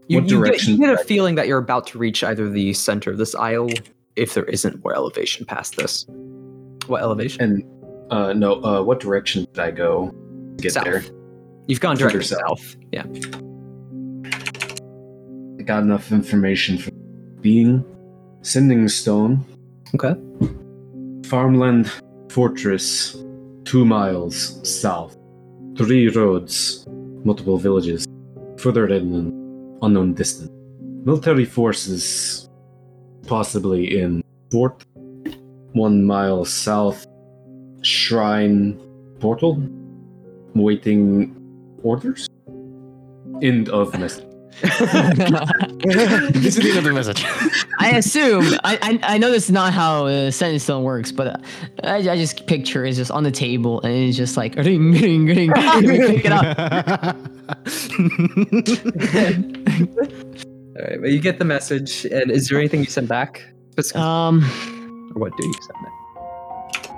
You,
What
you get-
direction
You get,
did I-
a feeling that you're about to reach either the center of this aisle, if there isn't more elevation past this. What elevation?
and uh, no, uh, what direction did I go to get
south.
there?
You've gone directly
Further
south. Yeah.
I got enough information for being sending stone.
Okay.
Farmland fortress, two miles south, three roads, multiple villages, further inland, unknown distance. Military forces, possibly in fort, one mile south, shrine portal, waiting orders. End of message.
This is the end of the message.
I assume I, I I know this is not how uh, sentence stone works, but uh, I, I just picture it's just on the table and it's just like ring ring ring. and we pick it up.
All right. But you get the message. And is there anything you send back? Specifically,
Um,
or what do you send back?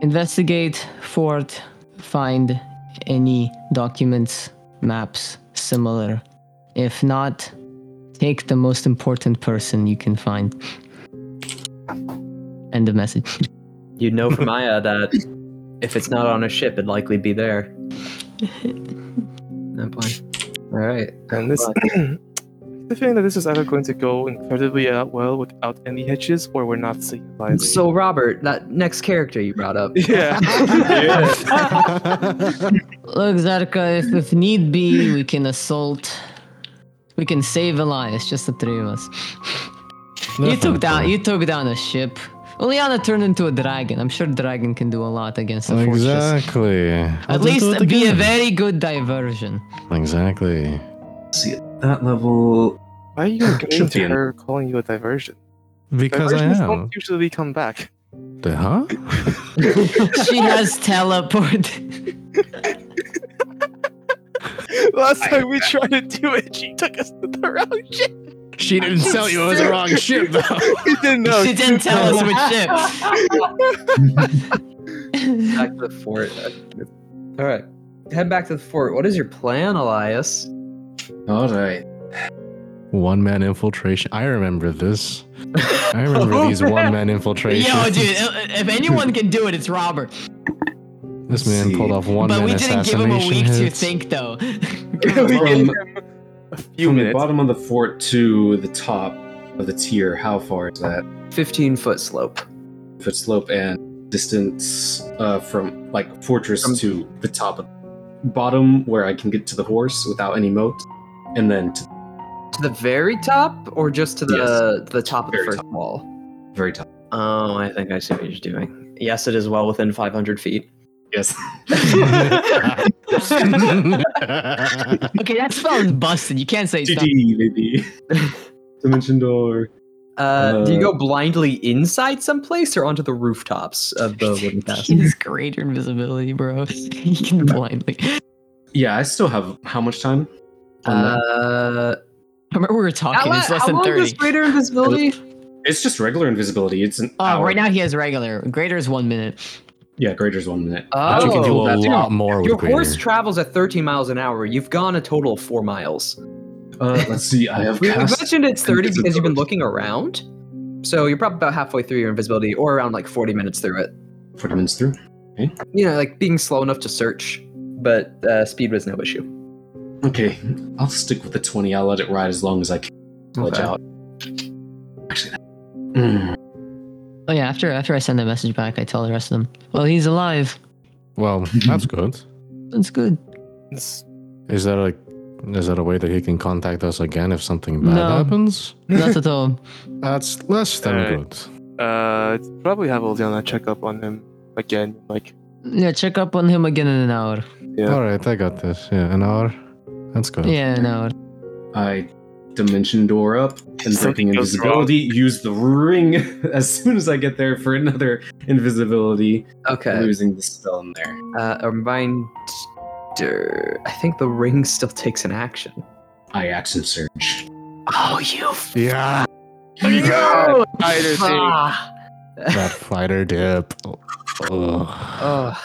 investigate fort, find any documents, maps similar. If not, take the most important person you can find. End of message.
You know from Maya that if it's not on a ship, it'd likely be there. Not playing. All right.
And this, the feeling that this is either going to go incredibly uh, well without any hitches, or we're not seeing live.
So Robert, that next character you brought up.
yeah,
Look, Zarka, if, if need be, we can assault. We can save Elias, just the three of us. you took down you took down a ship. Oleana turned into a dragon. I'm sure dragon can do a lot against a fortress.
Exactly. I'll
At
do it
least be a
again.
very good diversion.
Exactly.
See, at that level,
why are you agreeing to
Champion.
her calling you a diversion?
Because I
Diversions
am.
don't usually come back.
The- Huh?
she has teleport.
Last time we tried to do it, she took us to the wrong ship.
She didn't tell you it was the wrong ship, though.
We didn't know.
she didn't tell us which ship.
Back to the fort. All right. Head back to the fort. What is your plan, Elias?
all right.
One man infiltration. I remember this. I remember these one man infiltrations.
Yo, dude, if anyone can do it, it's Robert.
This man
See.
pulled off one
but
man
we didn't give him a week to think, though.
we gave him a few
From the
minutes.
bottom of the fort to the top of the tier, how far is that?
15 foot slope.
Foot slope and distance uh, from like fortress
From-
to the top of bottom where I can get to the horse without any moat, and then to the
To the very top or just to the the top of the
Very
first
top.
wall?
very top.
Oh, I think I see what you're doing. Yes, it is well within 500 feet.
Yes.
think.
okay, that spell is busted. You can't say stuff.
GG, baby. Dimension door.
Uh, do you
Uh,
go blindly inside someplace or onto the rooftops of the wooden castle?
He's greater invisibility, bro. He can blindly. I
Yeah, I still have how much time? on that?
Uh,
remember we were
how,
talking.
la-
it's less
how
than
long does
thirty.
greater invisibility?
It's just regular invisibility. It's an
Uh,
hour.
right now he has regular. Greater is one minute.
Yeah, greater's one minute.
But you can do
Oh,
a
that too.
lot more with
your horse
greater.
travels at 13 miles an hour. You've gone a total of four miles.
Uh, let's see. I have
We
cast.
mentioned it's 30 because you've been
invisibility.
looking around. So you're probably about halfway through your invisibility or around like 40 minutes through it.
Forty minutes through.
You know, like being slow enough to search, but uh, speed was no issue.
Okay, I'll stick with the twenty. I'll let it ride as long as I can. Glitch
Okay.
out. Actually, that- Mm,
Oh yeah. After after I send that message back, I tell the rest of them. Well, he's alive.
Well, that's good.
That's good.
Is that a is that a way that he can contact us again if something bad
No.
happens?
Not at all.
That's less than
Alright.
good.
Uh, probably have Oleana check up on him again. Like,
Yeah, check up on him again in an hour.
Yeah.
All right, I got this. Yeah, an hour. That's good.
Yeah, an hour.
I dimension door up,
Something
invoking
goes
invisibility. Use the ring as soon as I get there for another invisibility.
Okay.
Losing the spell in there.
Uh, a reminder. I think the ring still takes an action.
I action surge.
Oh, you. F-
Yeah.
you
Either thing.
ah.
That fighter dip. Ugh.
Ugh.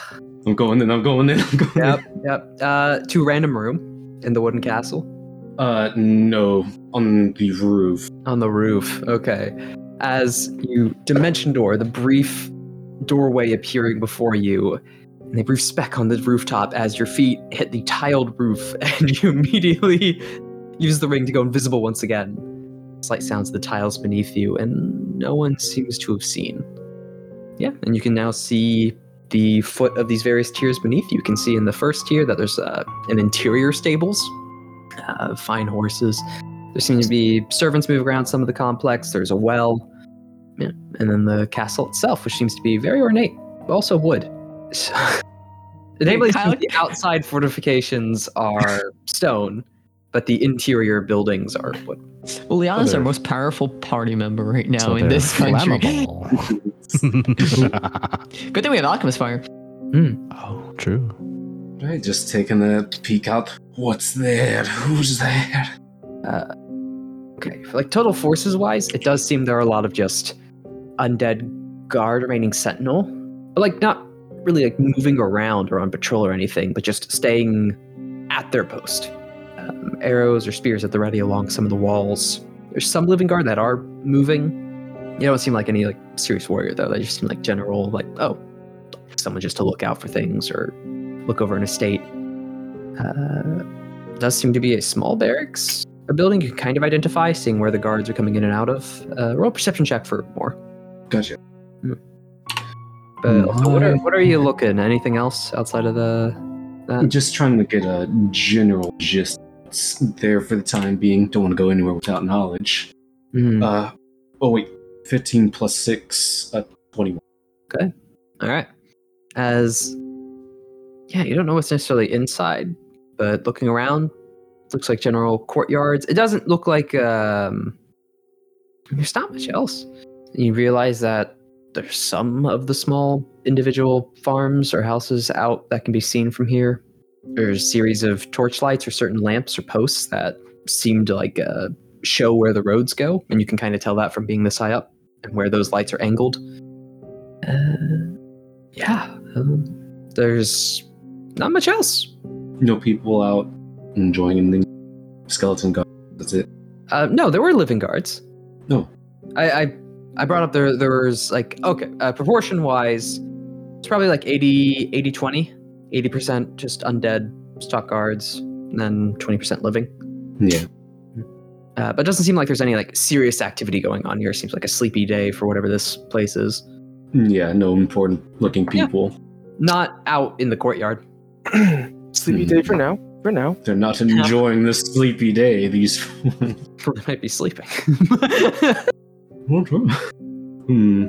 I'm going in. I'm going in. I'm going in.
Yep. Yep. Uh, to random room in the wooden castle.
Uh, no, on the roof.
on the roof. Okay. As you dimension door, the brief doorway appearing before you, and a brief speck on the rooftop as your feet hit the tiled roof, and you immediately use the ring to go invisible once again. Slight sounds of the tiles beneath you, and no one seems to have seen. Yeah, and you can now see the foot of these various tiers beneath you. You can see in the first tier that there's uh, an interior stables, uh, fine horses, there seem to be servants move around some of the complex. There's a well, yeah. and then the castle itself, which seems to be very ornate, but also wood. So, enabling
Kyle-
the outside fortifications are stone, but the interior buildings are wood.
Uliana's
So
our
they're-
most powerful party member right now
So
in
they're
this country.
flammable.
Good thing we have alchemist fire.
oh, true.
Right, just taking a peek out. What's there? Who's there?
Okay, for like total forces wise, it does seem there are a lot of just undead guard remaining sentinel, but like not really like moving around or on patrol or anything, but just staying at their post. Um, arrows or spears at the ready along some of the walls. There's some living guard that are moving, You don't seem like any like serious warrior though. They just seem like general, like oh, someone just to look out for things or look over an estate. Uh, does seem to be a small barracks, a building you can kind of identify, seeing where the guards are coming in and out of. Uh, roll a perception check for more.
Gotcha.
But also, what are what are you looking? Anything else outside of the?
I'm
That?
just trying to get a general gist. It's there for the time being. Don't want to go anywhere without knowledge.
Mhm.
Uh, oh wait, fifteen plus six, uh, twenty-one.
All right. As yeah, you don't know what's necessarily inside, but looking around, looks like general courtyards. It doesn't look like um, there's not much else. You realize that there's some of the small individual farms or houses out that can be seen from here. There's a series of torch lights or certain lamps or posts that seem to like uh, show where the roads go, and you can kind of tell that from being this high up and where those lights are angled. Uh, yeah, um, there's not much else.
No people out enjoying anything. Skeleton guard. That's it.
Uh, no, there were living guards.
No.
I I, I brought up there there was like okay uh, proportion wise, it's probably like 80, 80, 20, 80 percent just undead stock guards, and then twenty percent living.
Yeah.
Uh, but it doesn't seem like there's any like serious activity going on here. It seems like a sleepy day for whatever this place is.
Yeah. No important looking
Yeah.
people.
Not out in the courtyard.
Sleepy day for now. For now.
They're not enjoying this sleepy day. These.
they might be sleeping.
hmm.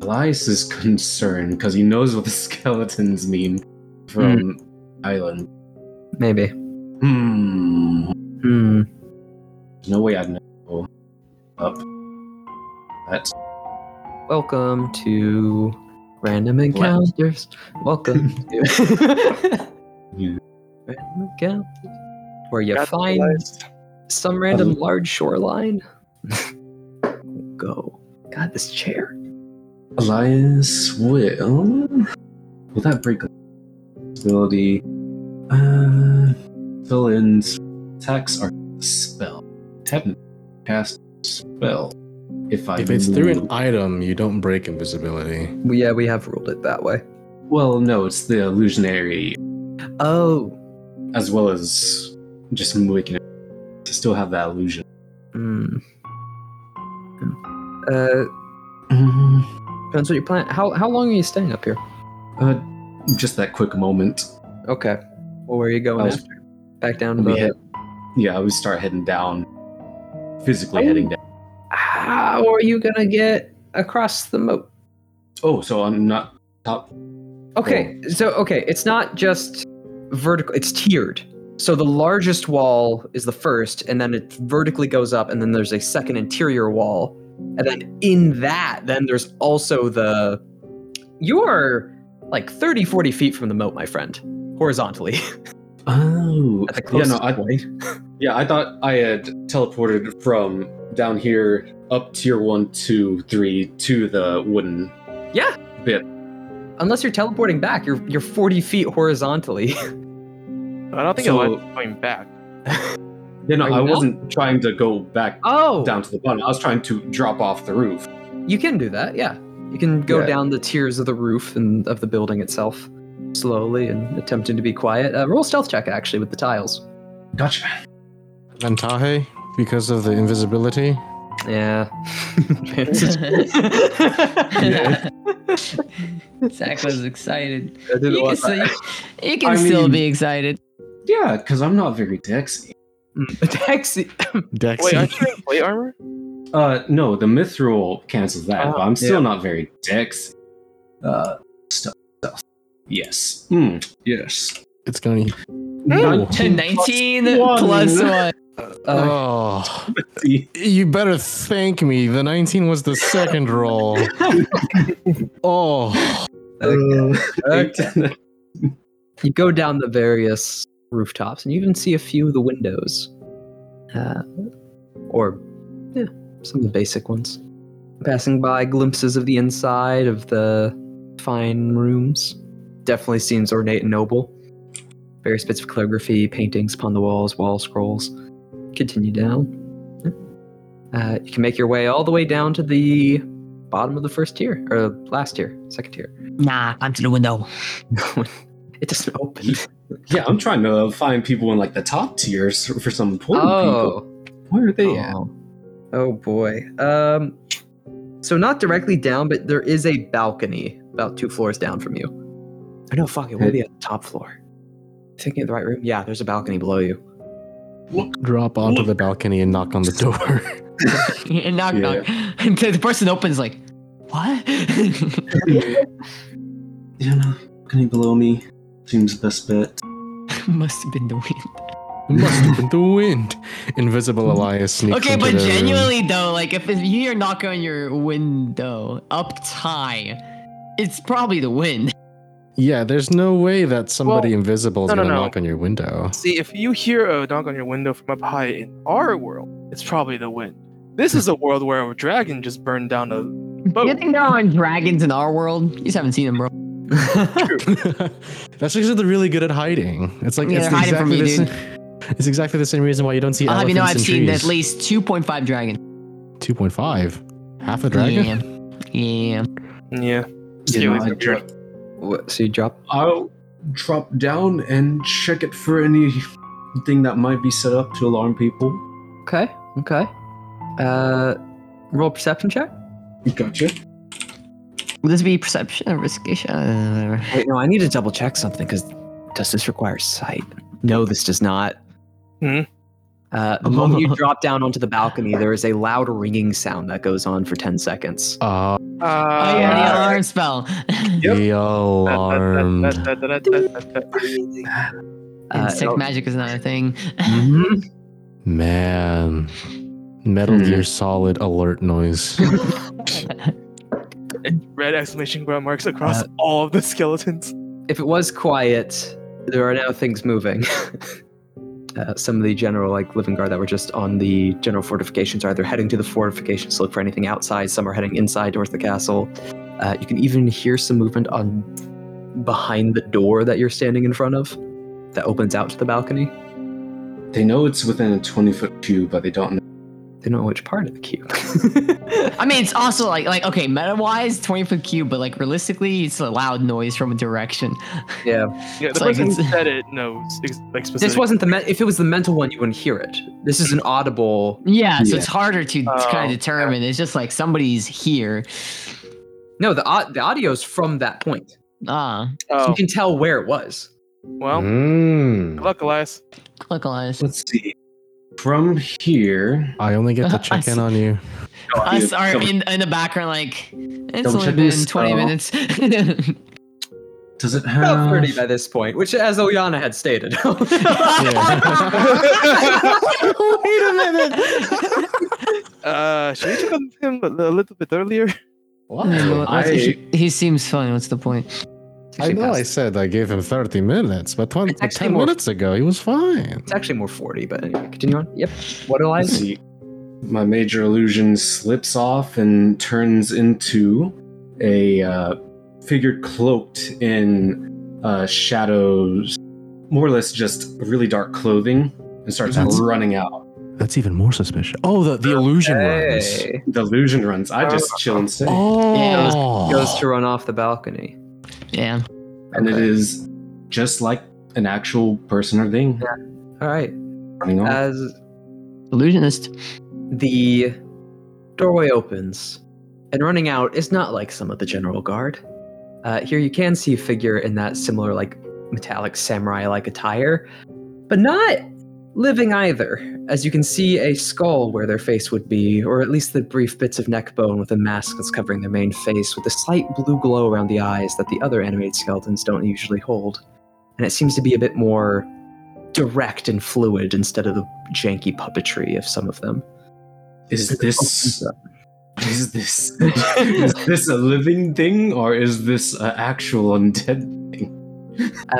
Elias is concerned because he knows what the skeletons mean from Island.
Maybe.
Hmm.
Hmm.
There's no way I'd know. Up. That.
Welcome to Random Encounters. Welcome to
Yeah.
Random Encounters, where you
Got
find
realized.
some random large shoreline. Go. God, this chair.
Elias will. Will that break ability? Uh, fill in attacks are spell. Haven't cast spell. If I
If it's through
move-
an item, you don't break invisibility.
Well, Yeah, we have ruled it that way.
well, no, it's the illusionary
Oh.
as well as just making it to still have that illusion.
Hmm. Uh,
Mm-hmm.
Mhm.
depends what you plan. How how long are you staying up here?
Uh, just that quick moment.
Okay. Well, where are you going
I was-
after? Back down to
We
the.
hit, yeah, we start heading down, physically heading down.
How are you gonna get across the moat?
Oh, so I'm not top.
Okay, so okay, it's not just vertical; it's tiered. So the largest wall is the first, and then it vertically goes up, and then there's a second interior wall, and then in that, then there's also the. You are like 30, 40 feet from the moat, my friend, horizontally.
Oh,
At the
yeah, no,
closest
I,
point.
yeah, I thought I had teleported from down here up tier one, two, three to the wooden.
Unless you're teleporting back, you're you're 40 feet horizontally.
I don't think
So-
Elias is going back.
Yeah, no,
Are you
I
not?
wasn't trying to go back
Oh,
down to the bottom. I was trying to drop off the roof.
you can do that. Yeah, you can go
Yeah.
down the tiers of the roof and of the building itself slowly and attempting to be quiet. Uh, roll stealth check actually with the tiles.
Gotcha.
Antahe, because of the invisibility.
Yeah.
Zach was excited.
I did
You
a
can,
lot.
still, you, can
I
still
mean-
be excited.
Yeah, because I'm not very dexy.
Mm, Taxi.
Dex.
Wait, aren't you in plate armor?
Uh, no, the mithril cancels that,
Oh,
but I'm still not very dexy. Uh, stuff. stuff. Yes. Mm, yes.
it's going.
To 19 plus one.
oh, you better thank me. The 19 was the second roll. oh,
you go down the various rooftops and you even see a few of the windows. Uh, or, yeah, some of the basic ones. Passing by glimpses of the inside of the fine rooms. Definitely seems ornate and noble. Various bits of calligraphy, paintings upon the walls, wall scrolls. Continue down. Uh, you can make your way all the way down to the bottom of the first tier, or last tier, second tier.
Nah, I'm to the window.
It doesn't open.
Yeah, I'm trying to find people in like the top tiers for some important people.
Oh,
Where are they at?
oh, oh boy. Um, so not directly down, but there is a balcony about two floors down from you. Or no, fuck it, we'll be at the top floor. Thinking of the right room. Yeah, there's a balcony below you.
Drop onto the balcony and knock on the door.
and knock, knock. And the person opens like, what?
Yeah, no, balcony below me seems the best bet.
Must have been the wind.
It must have been the wind. Invisible Elias sneaks
Okay,
into
but
the room.
genuinely though, like if you're knocking on your window up high, it's probably the wind.
Yeah, there's no way that somebody
Well,
invisible is
no, no,
gonna
no.
knock on your window.
See, if you hear a knock on your window from up high in our world, it's probably the wind. This is a world where a dragon just burned down a
You
boat.
think there aren't dragons in our world? You just haven't seen them, bro.
That's because they're really good at hiding. It's like
Yeah,
it's
they're hiding from you,
exactly the same, It's exactly the same reason why you don't see
I'll have you
elephants
know I've seen
in trees.
at least 2.5 dragons.
Two point five, half a dragon.
Yeah.
Yeah.
Yeah.
You know,
Scaly's
I
weird.
dro-
What, so you drop.
I'll drop down and check it for anything that might be set up to alarm people.
Okay, okay. Uh, roll perception check.
Gotcha.
Will this be perception or investigation? Uh,
Wait, no, I need to double check something because does this require sight? No, this does not.
Hmm.
Uh, the moment you drop down onto the balcony, there is a loud ringing sound that goes on for 10 seconds.
Uh,
Uh,
oh, yeah, the alarm spell.
Yep.
the alarm.
Uh,
Insect
it'll-
magic is not a thing.
Mhm.
Man, Metal
Hmm.
Gear Solid alert noise.
Red exclamation mark marks across
Uh,
all of the skeletons.
If it was quiet, there are now things moving. uh, some of the general, like living guard that were just on the general fortifications, are either heading to the fortifications to look for anything outside. Some are heading inside towards the castle. Uh, you can even hear some movement on behind the door that you're standing in front of, that opens out to the balcony.
They know it's within a 20 foot cube, but they don't know.
They don't know which part of the cube.
I mean, it's also like, like okay, meta wise, 20 foot cube, but like realistically, it's a loud noise from a direction.
Yeah, the
it's like
person who
it's-
said it knows ex- like
this
specific.
wasn't the me- if it was the mental one, you wouldn't hear it. This is an audible.
Yeah, so
Yeah.
it's harder to
Oh,
kind of determine. It's just like somebody's here.
No, the au- the audio's from that point.
Ah,
So
Oh,
you can tell where it was.
well, good
Mm.
luck, Elias.
click on us.
Let's see. From here,
I only get to
I
check in on you.
Us
Yeah,
are
double-
in, in the background, like, it's
Double
only
check
been
this,
20
uh,
minutes.
does it
About
have.
30 by this point, which, as Oyana had stated.
Wait a minute.
Uh, should we check on him a a little bit earlier?
I,
he seems fine. What's the point?
I know I said I gave him 30 minutes, but 20,
It's actually
10
more-
minutes ago he was fine.
it's actually more 40, but anyway, continue on. Yep. What do I
let's see. My major illusion slips off and turns into a uh, figure cloaked in uh, shadows, more or less just really dark clothing, and starts
That's-
running out.
That's even more suspicious. Oh, the, the illusion runs.
Hey.
The illusion runs. I just chill and stay.
Oh,
Goes to run off the balcony.
Yeah.
and it
Okay.
is just like an actual person or thing
All right.
running off.
As
Illusionist.
The doorway opens, and running out is not like some of the general guard. Uh, here you can see a figure in that similar, like, metallic samurai like attire, but not living either, as you can see a skull where their face would be, or at least the brief bits of neck bone with a mask that's covering their main face, with a slight blue glow around the eyes that the other animated skeletons don't usually hold. And it seems to be a bit more direct and fluid instead of the janky puppetry of some of them.
is this is this is this a living thing or is this an actual undead?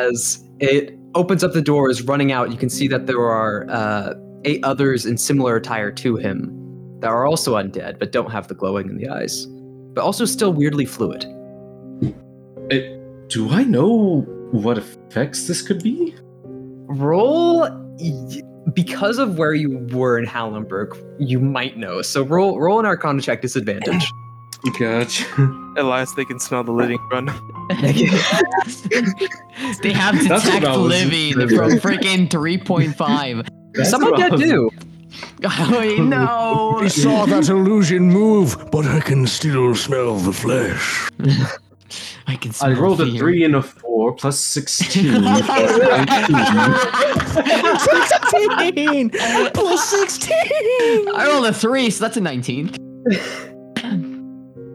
as it opens up the door is running out you can see that there are uh, eight others in similar attire to him that are also undead but don't have the glowing in the eyes but also still weirdly fluid
Uh, Do I know what effects this could be?
roll y- because of where you were in Hallenberg, you might know. So roll roll an Arcana check disadvantage.
Gotcha.
Elias, they can smell the living run.
they have
That's what
detect
I was
living
thinking.
from freaking 3.5.
Some of that do.
I know.
I saw that illusion move, but I can still smell the flesh.
I can
I
smell
rolled a
fear.
three and a four plus sixteen. plus 19.
16 plus 16.
I rolled a three, so that's a 19.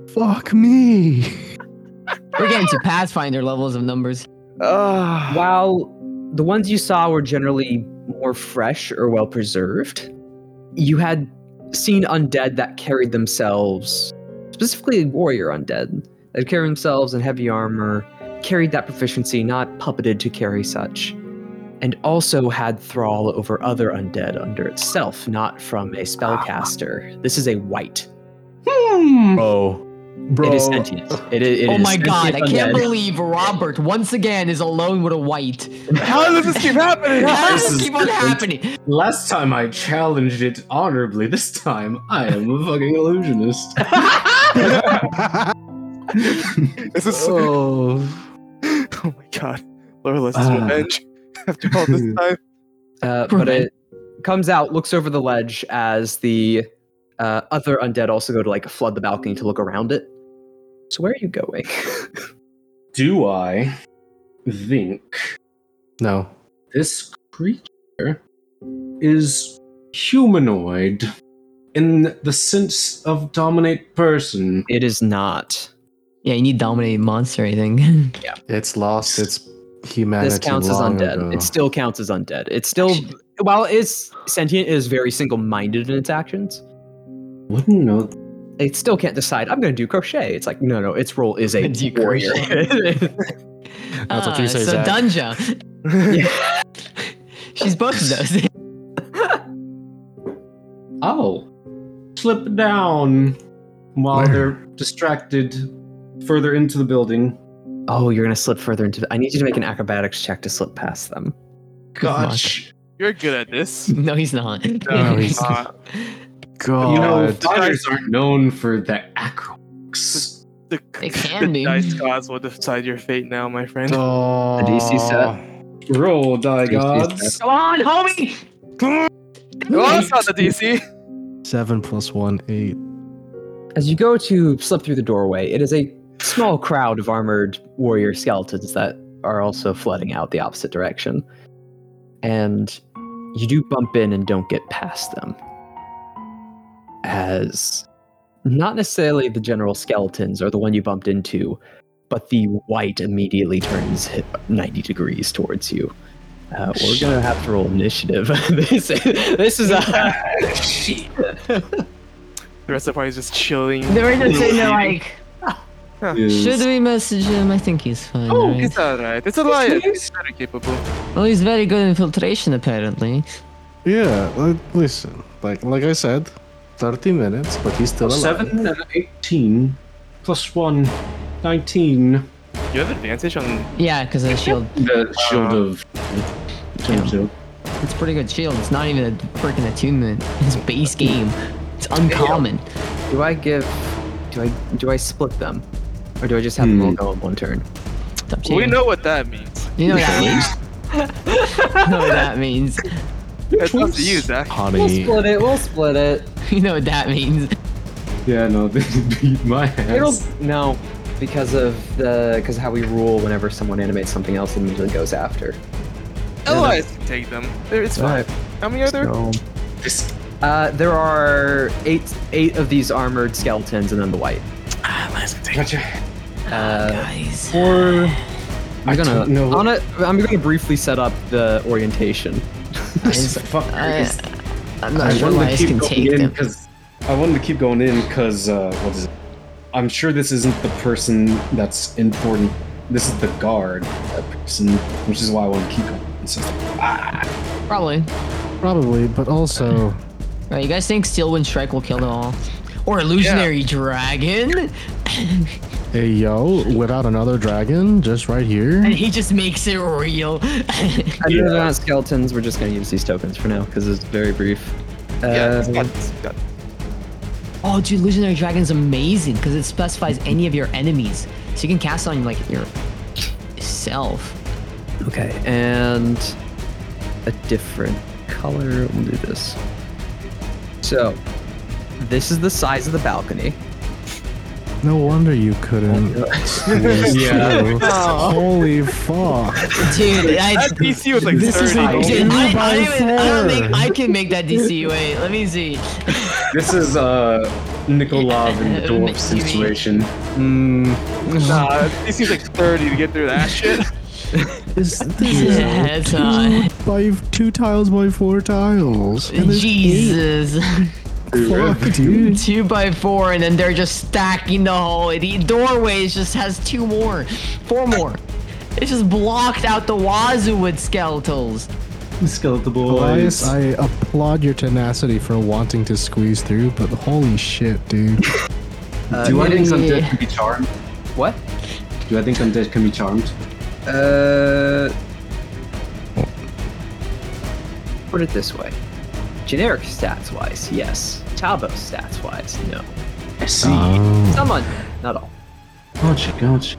Fuck me.
We're getting to Pathfinder levels of numbers.
Ah.
While the ones you saw were generally more fresh or well preserved, you had seen undead that carried themselves, specifically warrior undead, that carried themselves in heavy armor, carried that proficiency, not puppeted to carry such, and also had thrall over other undead under itself, not from a spellcaster. This is a white.
Bro. Bro.
Hmm. It is sentient. It is. it
oh
is
my god, I
sentient
can't
undead.
believe Robert once again is alone with a white.
How does this keep happening?
How
This
does this
is
keep on
different.
happening?
Last time I challenged it honorably. This time I am a fucking illusionist.
This is so-
oh.
oh my god. Loreless is
Ah.
revenge. After all this time.
Uh,
Poor
but
man.
it comes out, looks over the ledge as the uh, other undead also go to like flood the balcony to look around it. So where are you going?
Do I think
No.
this creature is humanoid in the sense of dominate person?
it is not.
Yeah, you need dominate monster, I think.
It's lost its humanity.
this counts as
long
undead.
ago.
It still counts as undead. It's still while it's sentient, it is very single-minded in its actions.
Wouldn't know.
It still can't decide. I'm going to do crochet. It's like no, no. Its role is a
Do
warrior.
That's what you
Ah, So
say, Zach.
Dunja. She's both of those.
Oh, slip down while
Where?
they're distracted further into the building.
oh, you're going to slip further into. The- I need you to make an acrobatics check to slip past them.
Gosh,
You're good at this.
No, he's not.
No,
he's
not.
God.
you know fighters aren't known for their acrobatics.
The,
It can
the
be.
dice gods will decide your fate now, my friend.
Oh.
DC
Roll die gods.
Come on, homie!
Oh, that's not the DC.
Seven plus one, eight.
As you go to slip through the doorway, it is a small crowd of armored warrior skeletons that are also flooding out the opposite direction. And you do bump in and don't get past them. As not necessarily the general skeletons are the one you bumped into, but the white immediately turns hi- 90 degrees towards you. Uh, we're gonna have to roll initiative. this, this is a.
The rest of the party's just chilling.
They're in the thing, they're like,
is-
should we message him? I think he's fine.
Oh,
right?
it's alright. It's Elias. He's very capable.
Well, he's very good in filtration, apparently.
Yeah, li- listen. Like like I said, 30 minutes, but he's still alive.
Oh, Seven and eighteen plus one. 19.
You have advantage on.
Yeah, because of the shield.
The shield of.
It's a pretty good shield. It's not even a freaking attunement. It's base game. It's uncommon.
Do I give? Do I do I split them, or do I just have them all go in one turn?
It's up to
We
you.
know what that means.
You know what that means. you know what that means.
That's up to you, Zach.
Honey.
it. We'll split it.
You know what that means.
Yeah, no, they beat my
It'll
ass.
no, because of the because how we rule. Whenever someone animates something else, it usually goes after.
Elias can take them. There- It's fine. How many are there?
So,
This-
uh, there are eight eight of these armored skeletons, and then the white.
Gotcha.
Uh,
Guys.
or I'm gonna
don't know.
on a, I'm gonna briefly set up the orientation.
This fucker
I,
is-
I'm not sure
wanted to
Elias
keep
can
going
take
in
them.
'cause- I wanted to keep going in because uh, what is it? I'm sure this isn't the person that's important. This is the guard uh, person, which is why I want to keep going. So,
Probably.
Probably, but also.
Right, you guys think Steelwind Strike will kill them all? Or Illusionary Dragon?
Hey yo, whip out another dragon just right
And
here.
he just makes it real.
And they're not skeletons. We're just going to use these tokens for now because it's very brief.
Yeah, it's
Uh,
got- it's got-
oh, dude, Illusionary Dragon's amazing because it specifies any of your enemies. So you can cast on like yourself.
okay, and a different color. We'll do this. So, this is the size of the balcony.
No wonder you couldn't.
Mm.
squeeze
Yeah.
through. Holy fuck.
Dude, I,
That DC was like
This is
30.
how-
dude, I, I, don't even- I don't
Four.
think I can make that DC. Wait, let me see.
This is uh Nikolov and the dwarf
You mean-
situation.
nah, that DC was like 30 to get through that shit.
This, this is
Yeah, it's on.
by two tiles by four tiles. And there's
Jesus.
eight. Fuck, dude.
two by four, and then they're just stacking the whole. The doorway is just has two more, four more. It's just blocked out the wazoo with skeletals.
Skeletal boys.
Elias, I applaud your tenacity for wanting to squeeze through, but holy shit, dude.
Do I think
Uh, yeah.
undead can be charmed?
What?
Do I think undead can be charmed?
Uh, put it this way. Generic stats wise, yes. Talbot stats wise, no.
I see.
Some on, not all.
gotcha, gotcha.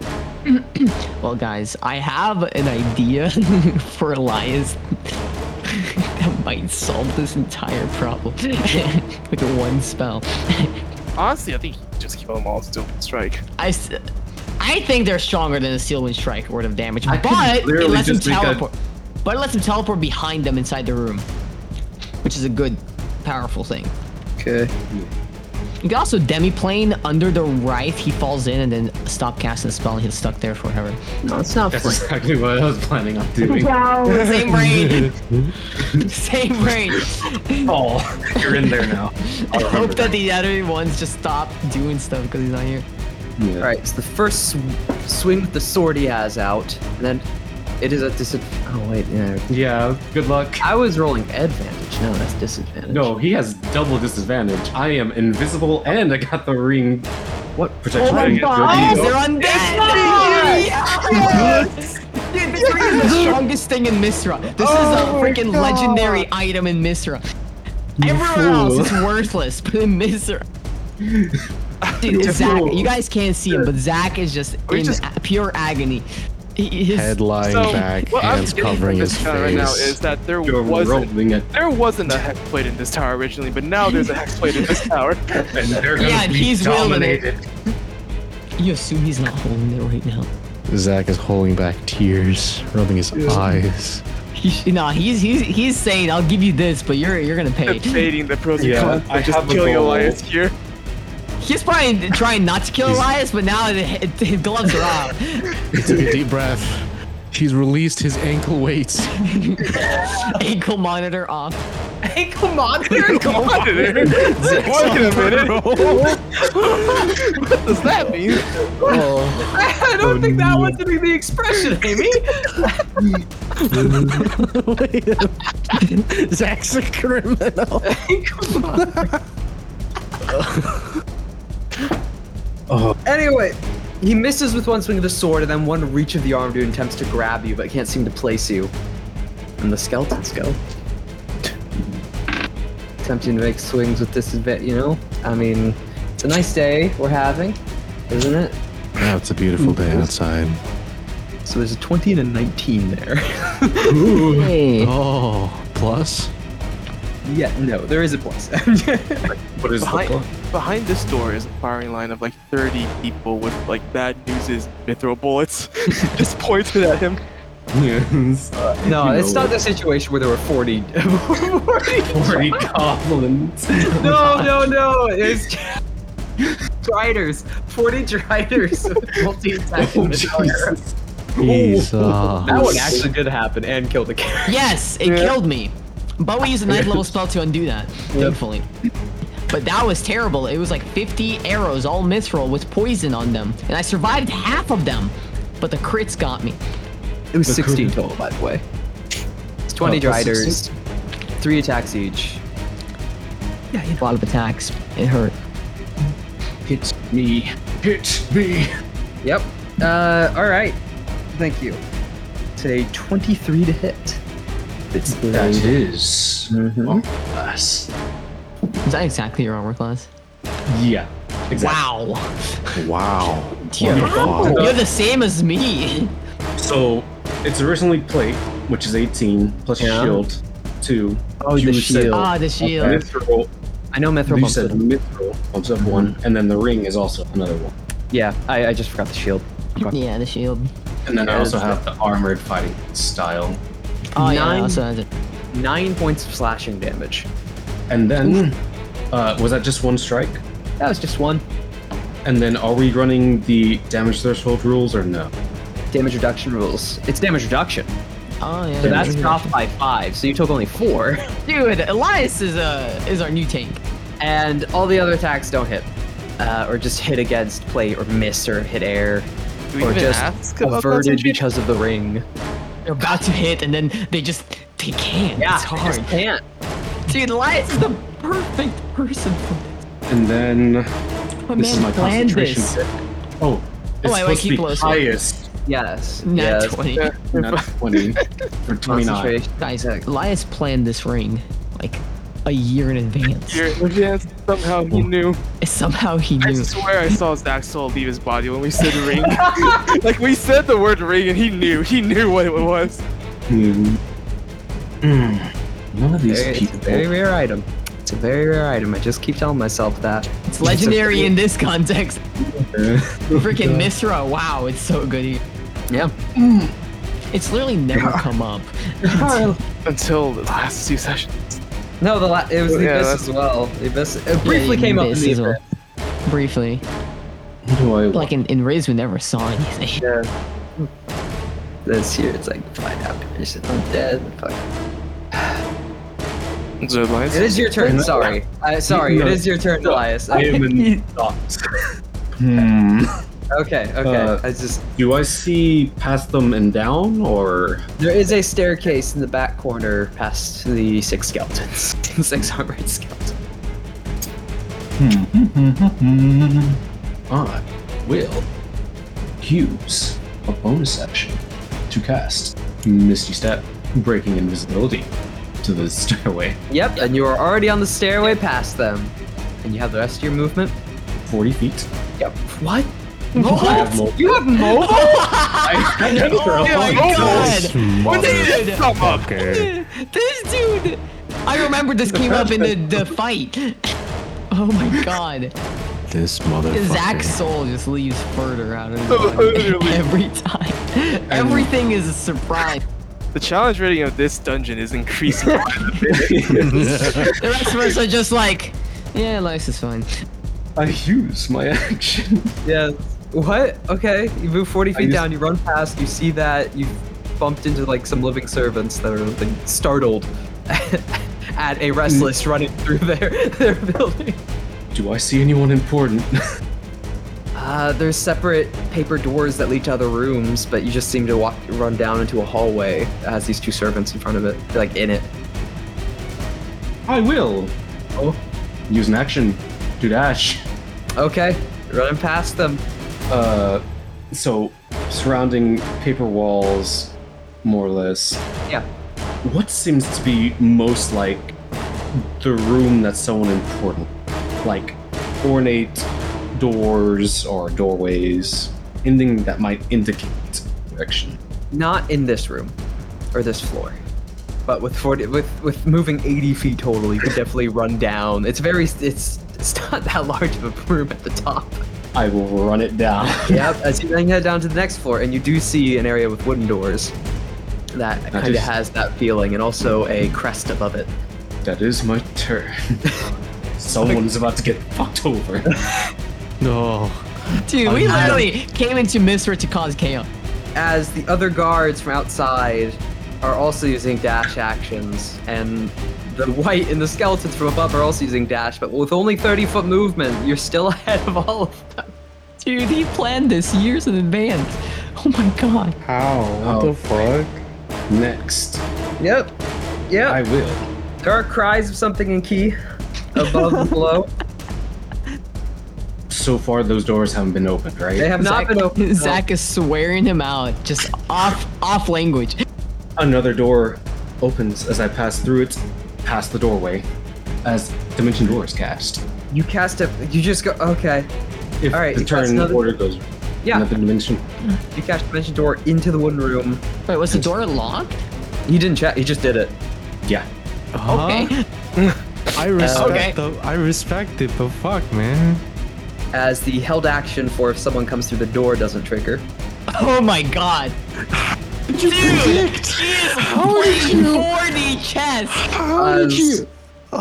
Well, guys, I have an idea for Elias that might solve this entire problem with one spell.
Honestly, I think you just kill them all still with strike.
I. s- I think they're stronger than a seal wind strike worth of damage, but it
literally
lets them
just make a-
teleport. But it lets them teleport behind them inside the room, which is a good, powerful thing.
Okay.
You can also demiplane under the writhe. He falls in and then stop casting the spell. and He's stuck there forever.
No, it's not
That's
flank.
exactly what I was planning on doing.
Same brain. Same brain.
Oh, you're in there now.
I hope that the other ones just stop doing stuff because he's not here.
Yeah.
Alright, it's the first sw- swing with the sword he has out, and then it is a disadvantage. Oh, wait, yeah.
Yeah, good luck.
I was rolling advantage. No, that's disadvantage.
No, he has double disadvantage. I am invisible and I got the ring. What? Protection ring at
Oh,
30.
they're undead! Dude, this ring is the strongest thing in Misra. This
Oh
is a freaking legendary item in Misra. Everywhere else is worthless, but in Misra. Dude, Zach, you guys can't see him, but Zach is just
We
in
just-
a- pure agony. He- his-
Head lying
So,
back,
what I'm
hands
getting from
covering his
this
face.
tower right now is that there
You're
wasn't
rolling at
there wasn't a hex plate in this tower originally, but now there's a hex plate in this tower.
and they're gonna
Yeah, and
be
he's wielding it.
dominated.
You assume he's not holding it right now.
Zach is holding back tears, rubbing his eyes.
He, nah, he's he's he's saying, "I'll give you this, but you're you're gonna pay."
Debating the pros and
Yeah,
cons of
I
just
have a
killing
goal.
Elias here.
He's probably trying not to kill
He's-
Elias, but now it, it, his gloves are out.
He took a deep breath. He's released his ankle weights.
Ankle monitor off.
Ankle monitor?
Come on, dude. Wait a minute. what does that mean?
I don't think that
Oh,
was the the expression, Amy.
Zach's a criminal. Oh.
anyway, he misses with one swing of the sword, and then one reach of the arm dude attempts to grab you, but can't seem to place you. And the skeletons go. Attempting to make swings with disadvantage, you know? I mean, it's a nice day we're having, isn't it?
Oh, it's a beautiful day outside.
So there's a 20 and a 19 there.
Hmm.
Oh, plus?
yeah, no, there is a plus.
What is
Behind,
the
behind this door is a firing line of like 30 people with like bad news's mithril bullets just pointed at him.
Yes.
no,
You
it's
know
not the situation where there were 40. 40
Forty goblins.
no, no, no. It's Driders. 40 Driders. Multi attack in the tower.
Jesus.
That one actually did happen and killed the character.
Yes, it killed me. But we used a ninth level spell to undo that, thankfully. But that was terrible. It was like 50 arrows, all mithril, with poison on them, and I survived half of them. But the crits got me.
It was 16 total, by the way. It's 20
Oh, plus
Driders. Three attacks each.
Yeah, he had a lot of attacks. It hurt.
Hit me. Hit me.
Yep. Uh, all right. Thank you. It's a 23 to hit.
It's, that is armor
Mm-hmm.
class.
Is that exactly your armor class?
Yeah.
Wow.
Wow.
Oh
You're, you're the same as me.
So it's originally plate, which is 18, plus
Yeah.
shield, 2.
Oh,
You
the
said-
shield.
Ah, the shield.
Mithril,
I know Mithril
you
bumps
said
it.
mithril bumps up one, and then the ring is also another one.
Yeah, I, I just forgot the shield.
Yeah, the shield.
And then I
Yeah,
also
that's
have the armored fighting style.
Oh, yeah,
Nine.
I also has it.
Nine points of slashing damage.
And then, uh, was that just one strike?
That was just one.
And then, are we running the damage threshold rules or no?
Damage reduction rules. It's damage reduction.
Oh, yeah.
So that's
yeah.
off by five. So you took only four,
Dude, Elias is uh, is our new tank.
and all the other attacks don't hit, uh, or just hit against plate, or miss, or hit air,
Do we
or
even
just
ask about that
averted
situation?
because of the ring.
They're about to hit, and then they just they can't.
Yeah,
it's
they just
hard.
can't.
Dude, Elias is the perfect person for this.
And then,
My
this is
man
my
planned
concentration.
this.
check. Oh, it's
Oh, wait, wait,
supposed
keep
to be
closer.
highest,
Yes.
Nat
yes.
20.
not 20, or 29.
Concentration.
Guys, Elias planned this ring like a year in advance.
Here, yes, somehow he knew.
Somehow he
I
knew.
swear I saw Zach Soul leave his body when we said ring. like we said the word ring and he knew. He knew what it was.
Hmm. Hmm. None of these
Very- It's a
people.
very rare item. It's a very rare item. I just keep telling myself that.
It's legendary in this context.
Uh,
Freaking Misra, wow, it's so good. here.
Yeah.
It's literally never come up.
Until the last two sessions.
No, the la- it was the
Yeah,
abyss
that's-
as well. The abyss it briefly came up in
Abyss
the
as well.
abyss.
Briefly.
Who do I
Like in, in Riz, we never saw anything.
Hmm. This year, it's like find out. I'm dead. Fuck.
Zed lines.
It is your turn. Sorry. I, sorry. It
No.
is your turn, Elias.
I am in thoughts. hmm.
Okay. Okay.
Uh,
I just
Do I see past them and down, or
there is a staircase in the back corner past the six skeletons, six armored skeletons.
I will use a bonus action to cast Misty Step, breaking invisibility to the stairway.
Yep. And you are already on the stairway past them, and you have the rest of your movement.
Forty feet.
Yep. What?
I have mobile.
You have mobile?
I have
my
mobile.
God.
This motherfucker.
this dude! I remember this came up in the, the fight. Oh my god.
This motherfucker.
Zach's soul just leaves further out of his
Oh,
body
literally.
every time. Everything is a surprise.
The challenge rating of this dungeon is increasing.
Oh
The rest of us are just like, yeah, Elias is fine.
I use my action.
Yeah. What? Okay. You move 40 feet
just-
down, you run past, you see that, you've bumped into like some living servants that are like, startled at a restless running through their, their building.
Do I see anyone important?
Uh, there's separate paper doors that lead to other rooms, but you just seem to walk run down into a hallway that has these two servants in front of it, like in it.
I will. Oh, use an action to dash.
Okay. Running past them.
Uh, so surrounding paper walls, more or less.
Yeah.
What seems to be most like the room that's someone important, like ornate doors or doorways, anything that might indicate direction.
Not in this room or this floor. But with 40 with with moving 80 feet total, you could definitely run down. It's very it's it's not that large of a room at the top.
I will run it down.
Yep, as you then head down to the next floor and you do see an area with wooden doors that
I
kind of
just-
has that feeling and also a crest above it.
that is my turn. Someone's about to get fucked over.
No.
Dude, we literally came into Misra to cause chaos.
as the other guards from outside are also using dash actions, and the white and the skeletons from above are also using dash, but with only 30 foot movement, you're still ahead of all of them.
Dude, he planned this years in advance. Oh my god.
How? What
Oh.
the fuck?
Next,
Yep. Yep.
I will.
There are cries of something in key above and below.
so far those doors haven't been opened, right?
They have not
Zach,
been open.
Zach is swearing him out, just off off language.
Another door opens as I pass through it, past the doorway, as Dimension Door is cast.
You cast it. You just go. Okay.
If
All right,
the
you cast
turn
another-
order goes
Yeah.
another dimension.
You cast dimension door into the wooden room.
Wait, was the door locked?
You didn't chat. You just did it.
Yeah.
Uh-huh.
Okay.
I respect
okay.
the, I respect it, but fuck, man.
As the held action for if someone comes through the door doesn't trigger.
Oh my god. Dude, he's playing 4D chess.
How did you?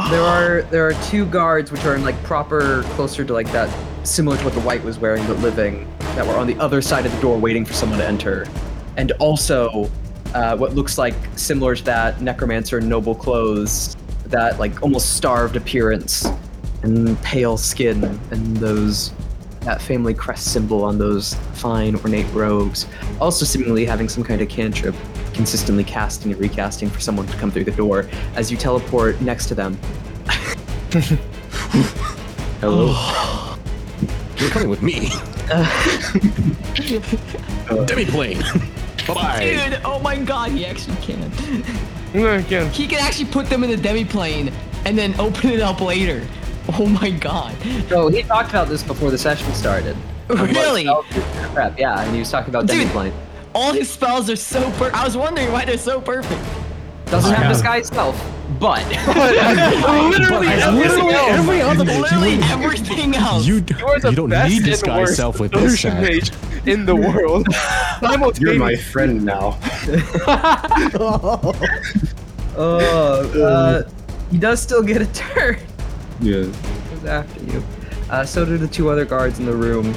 There are there are two guards which are in like proper closer to like that similar to what the white was wearing but living that were on the other side of the door waiting for someone to enter, and also uh, what looks like similar to that necromancer in noble clothes that like almost starved appearance and pale skin and those that family crest symbol on those fine ornate robes also seemingly having some kind of cantrip consistently casting and recasting for someone to come through the door as you teleport next to them
Hello.
You're coming with me.
Demiplane.
Dude, oh my god, he actually can.
No, again.
He can actually put them in the demiplane and then open it up later. Oh my god.
so he talked about this before the session started
Really?
Oh, crap yeah and he was talking about
Dude.
demiplane
All his spells are so per I was wondering why they're so perfect.
doesn't have
Yeah.
disguise self but
Literally, everything else.
every other
Literally everything else.
You,
You're the
you don't
best
need
and
disguise
worst
self with this
illusion
guy.
mage in the world.
You're my friend now.
oh uh, he does still get a turn
Yeah.
goes after you. Uh, so do the two other guards in the room,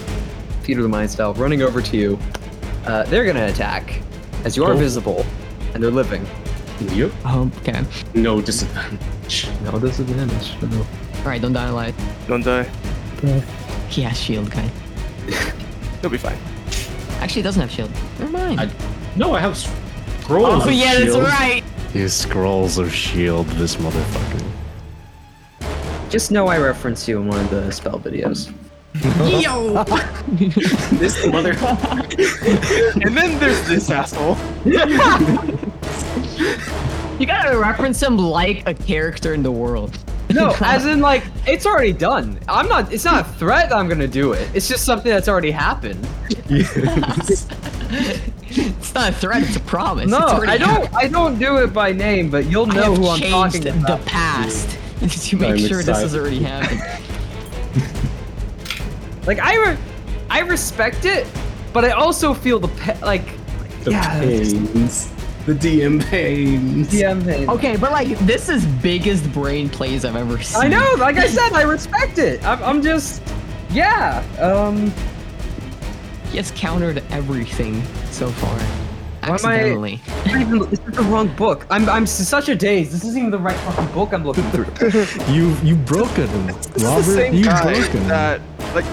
Peter the Mind style, running over to you. Uh, they're gonna attack, as you are visible, and they're living.
Yep.
Oh, okay.
No disadvantage.
No disadvantage. No.
Alright, don't die alive.
Don't die.
He has shield, guy.
You'll be fine.
Actually, he doesn't have shield. Never mind.
I- No, I have scrolls.
oh,
of
yeah, that's
shield.
right.
His scrolls of shield, this motherfucker.
Just know I referenced you in one of the spell videos.
Uh-huh.
Yo!
This mother.
And then there's this asshole.
You gotta reference him like a character in the world.
No, as in like it's already done. I'm not. It's not a threat. that I'm gonna do it. It's just something that's already happened.
It's not a threat, it's a promise.
No,
It's already
I don't.
happened.
I don't do it by name, but you'll
I
know
have
who I'm
changed
talking about.
the past to make
I'm
sure this has
excited.
already happened.
Like I, re- I respect it, but I also feel the pe- like.
The
yeah, it's
pains. The DM pains.
DM pain.
Okay, but like this is biggest brain plays I've ever seen.
I know, like I said, I respect it. I'm, I'm just, yeah. Um,
He has countered everything so far.
I-
Accidentally.
not even, this is the wrong book. I'm, I'm s- such a daze. This isn't even the right fucking book I'm looking through.
You you broken him,
This
Robert.
is the same
you
guy
broken him.
that, like,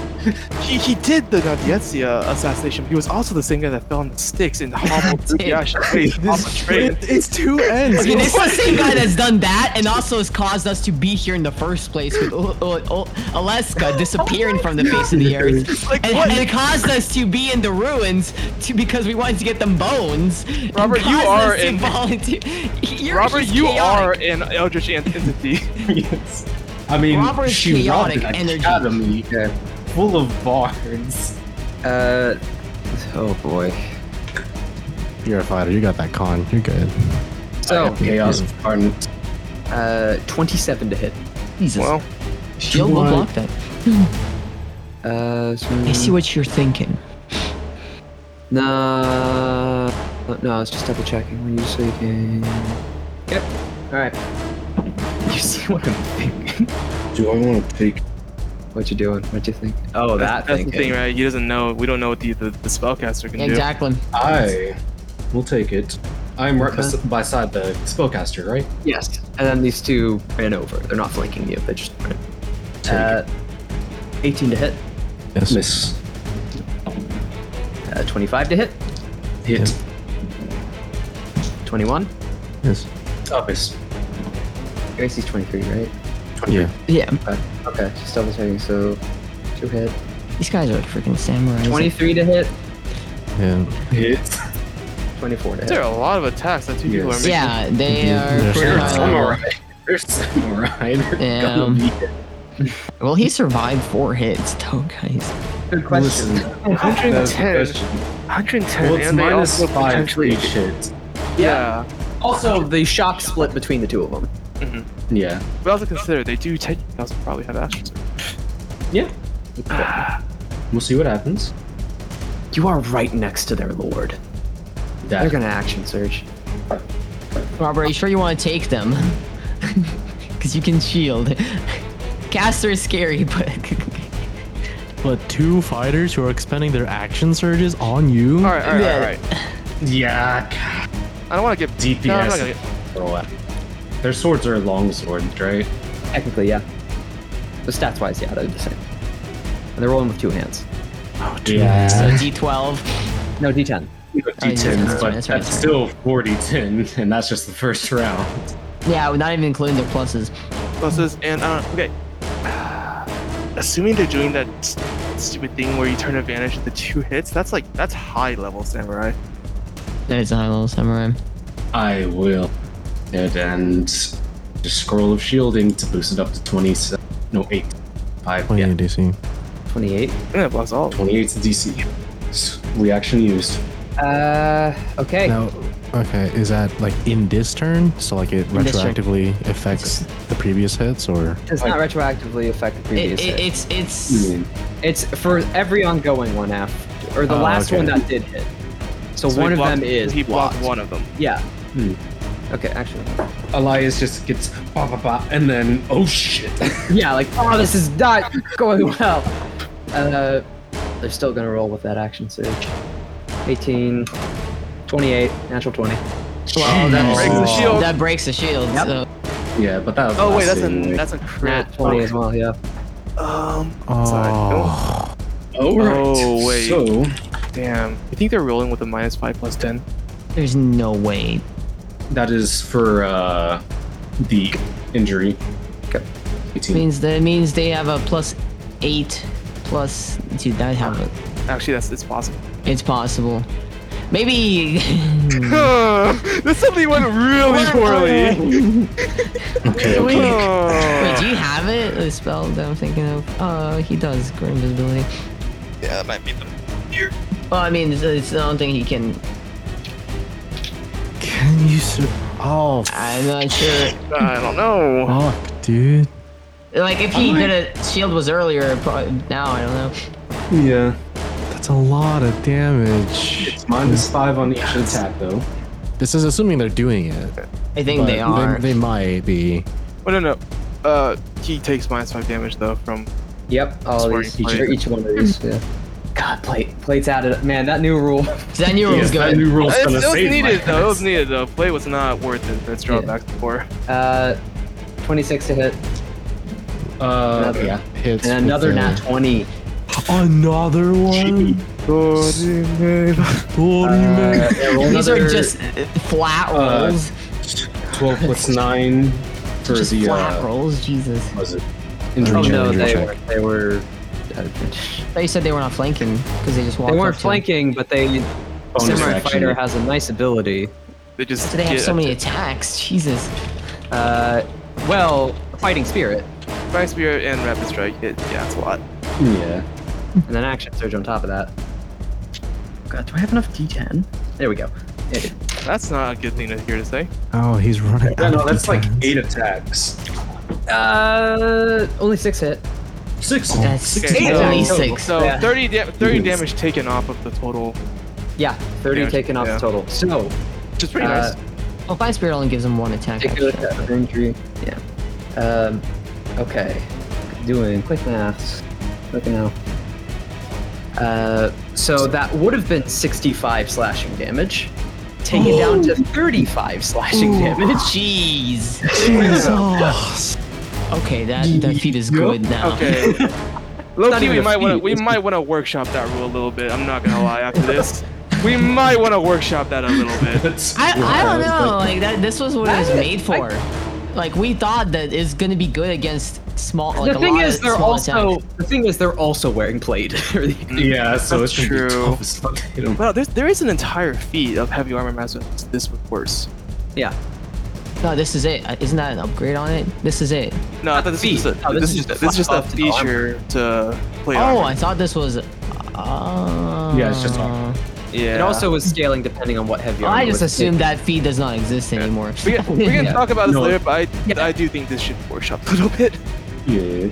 he, he did the Nadiezia assassination. But he was also the same guy that fell on the sticks in the hobble through the
Dude.
ash face off the train.
It's two ends.
Okay, this is the same guy that's done that and also has caused us to be here in the first place with o- o- o- Alaska disappearing from the face of the earth.
Oh Like,
and,
what?
and it caused us to be in the ruins to, because we wanted to get them bones. and
Robert, you
caused us
are
to
an-
volunteer. You're
Robert,
just
you are
chaotic.
an eldritch ant- entity.
yes. I mean,
Robert's
she robbed an
chaotic energy.
academy uh, full of bards.
Uh, oh boy.
You're a fighter. You got that con. You're good.
So,
Chaos of Carnage.
uh, 27 to hit.
Jesus.
Well,
Shield will block that.
Uh, so,
I see what you're thinking.
nah, no, I was just double checking when you say game. Yep. All right. You see what I'm thinking?
Do I want to take?
What you doing? What you think? Oh, that
that's
thing.
the thing, right? He doesn't know. We don't know what the, the, the spellcaster can
Exactly.
I will take it. I'm right
Okay.
bes- beside the spellcaster, right?
Yes. And then these two ran over. They're not flanking you. They just ran.
Take
Uh, 18 to hit.
Yes.
Miss.
Uh, 25 to hit.
Hit.
21.
Yes.
Oh, miss.
Your AC's 23, right?
Yeah.
Yeah.
Okay, just double checking. So, two hit.
These guys are like freaking samurais.
23 to hit,
Yeah.
Hits.
24 to hit.
There are a lot of attacks that two people are
Yes.
making.
Yeah, they are.
They're
pretty
They're
Uh,
high level.
samurai. They're samurai. They're gonna
Yeah.
be
Well, he survived four hits, though, guys.
Good question.
That's the
110.
question.
110.
Well, it's
and they
minus
also
five for
potentially.
each hit.
Yeah.
Also, the shock split between the two of them.
Yeah.
But also consider they do take. They also probably have actions.
We'll see what happens.
You are right next to their lord. They're
That
gonna action surge.
Robert, are you sure you want to take them? Because you can shield. Caster is scary, but
But two fighters who are expending their action surges on you?
All right, all right,
Yeah.
all right.
yeah.
I don't want to get
DPS.
No, I'm not gonna get-
Roll it. Their swords are long swords, right?
Technically, yeah. The stats wise, yeah, they're the same. And they're rolling with two hands.
Oh, yeah.
so D12.
No, D10.
Oh, yeah, that's
D10s,
right,
but
that's
that's,
right, that's right.
still 4d10, and that's just the first round.
Yeah, we're not even including their pluses.
pluses and uh, okay. Assuming they're doing that s- stupid thing where you turn advantage of the two hits, that's like that's high level samurai.
That is a high level samurai.
I will head and just scroll of shielding to boost it up to 27. No, 8. 5.
Plenty
Yeah,
of DC.
28.
Yeah, plus all.
28 to DC. S- Reaction used.
Uh, okay.
Now, okay, is that like in this turn? So like it
this turn.
retroactively affects the previous hits or?
Does not retroactively affect the
It,
previous
it,
hit.
it's it's
Mm.
It's for every ongoing one after, or the
Oh,
last
okay.
one that did hit. So,
So he
one of
blocked-
them is
he blocked
blocked.
one of them.
Yeah.
Hmm.
Okay, actually.
Elias just gets ba ba ba, and then oh shit.
Yeah, like, oh, this is not going well. Uh, they're still gonna roll with that action surge. 18, 28, natural 20.
Wow, that breaks the
Jeez.
shield.
that breaks the shield. So
yeah, but that was
Oh wait,
last
that's a
anyway.
that's a crit.
Nat 20 as well, yeah.
Um, Sorry.
Oh,
oh, right.
Oh, wait.
So
damn. You think they're rolling with a minus five plus ten?
there's no way.
that is for uh the injury.
Okay.
18.
Means that it means they have a plus eight plus. Dude, that have a.
Actually, that's it's possible.
It's possible. Maybe.
this suddenly went really poorly.
okay,
Wait,
okay.
wait, do you have it? The spell that I'm thinking of. Uh, he does great invisibility.
Yeah, that might be them.
Well, I mean, it's, it's the only thing he can.
can you? Sur- oh,
I'm not sure.
Oh, I don't know.
fuck, dude.
Like if he did a shield E was earlier, probably now I don't know.
Yeah.
That's a lot of damage.
It's minus five on each attack though.
This is assuming they're doing it.
I think
but
they are.
They, might be.
Oh no no. Uh, he takes minus five damage though from
Yep, all
Sorry,
these.
each-
Each, each one of these, yeah. God, plate, plates added. Man, that new rule.
That new
Yes,
was
that
good.
new rule's
It
gonna
was
save my
needed though. It was
ass.
needed though. Play was not worth it. That's drawbacks before.
Uh, 26 to hit,
Uh,
Another.
yeah.
Hits
and another
with a-
nat 20.
Another one. Holy
Uh,
man.
yeah, roll
These are
another-
just uh, flat
Uh,
rolls.
12 plus 9 for
just
the
flat
uh,
rolls. Jesus.
was it
Oh
injury check,
no,
injury
they
check.
were, they were. at advantage.
They said they were not flanking because they just walked.
They
up
weren't
to him.
flanking, but they.
Bonus
Samurai
action.
Fighter has a nice ability.
They just
So they have
get
so many attacks. Jesus.
Uh, well, Fighting Spirit,
Fire Spear and Rapid Strike. It, yeah, it's a lot.
Yeah.
and then Action Surge on top of that. God, do I have enough D10? There we go. Yeah, I do.
That's not a good thing to hear to say.
Oh, he's running.
Yeah,
out
no,
of
that's like
defense.
8 attacks.
Uh, only six hit.
6
That's
Okay,
Eight
only
total.
six.
So
Yeah.
30, da- 30
Yes.
damage taken off of the total,
Yeah, 30
Yeah,
taken off
yeah.
the total. So,
which is pretty
Uh,
nice.
Oh, Fire Spirit only gives him one attack.
take a
Actually.
look at the injury. Yeah. Um, okay. Doing quick maths. Look now. Uh, so that would have been 65 slashing damage. Taken down to 35 slashing damage.
Jeez.
Oh,
okay, that that feat is good now.
Okay.
not
Loki,
even
we
a
might want to
feat,
we
it's-
might want to workshop that rule a little bit. I'm not gonna lie. After this, we might want to workshop that a little bit.
That's
I, I don't
wild,
know. Like that, this was what it was made for. like we thought that it's gonna be good against small. Like
The
a
thing
lot
is,
of
they're
small
also
attacks.
the thing is they're also wearing plate.
Yeah, so
That's
it's gonna be
true.
tough as fuck to hit him.
Wow, there's, there is an entire feat of heavy armor mass with this worse.
yeah,
No, this is it. Uh, Isn't that an upgrade on it? This is it.
No, I thought this
feat.
was just a,
Oh,
this,
this
is
is
just, this is just a
fluff to the armor.
feature to play
Oh,
armor.
I thought this was. Uh,
Yeah, it's just armor.
yeah.
it also is scaling depending on what heavy.
Well, I
armor
just
was.
assumed that feed does not exist anymore.
we can, we can
Yeah.
talk about this
No.
later, but I,
Yeah.
I do think this should be workshopped a little bit.
Yeah.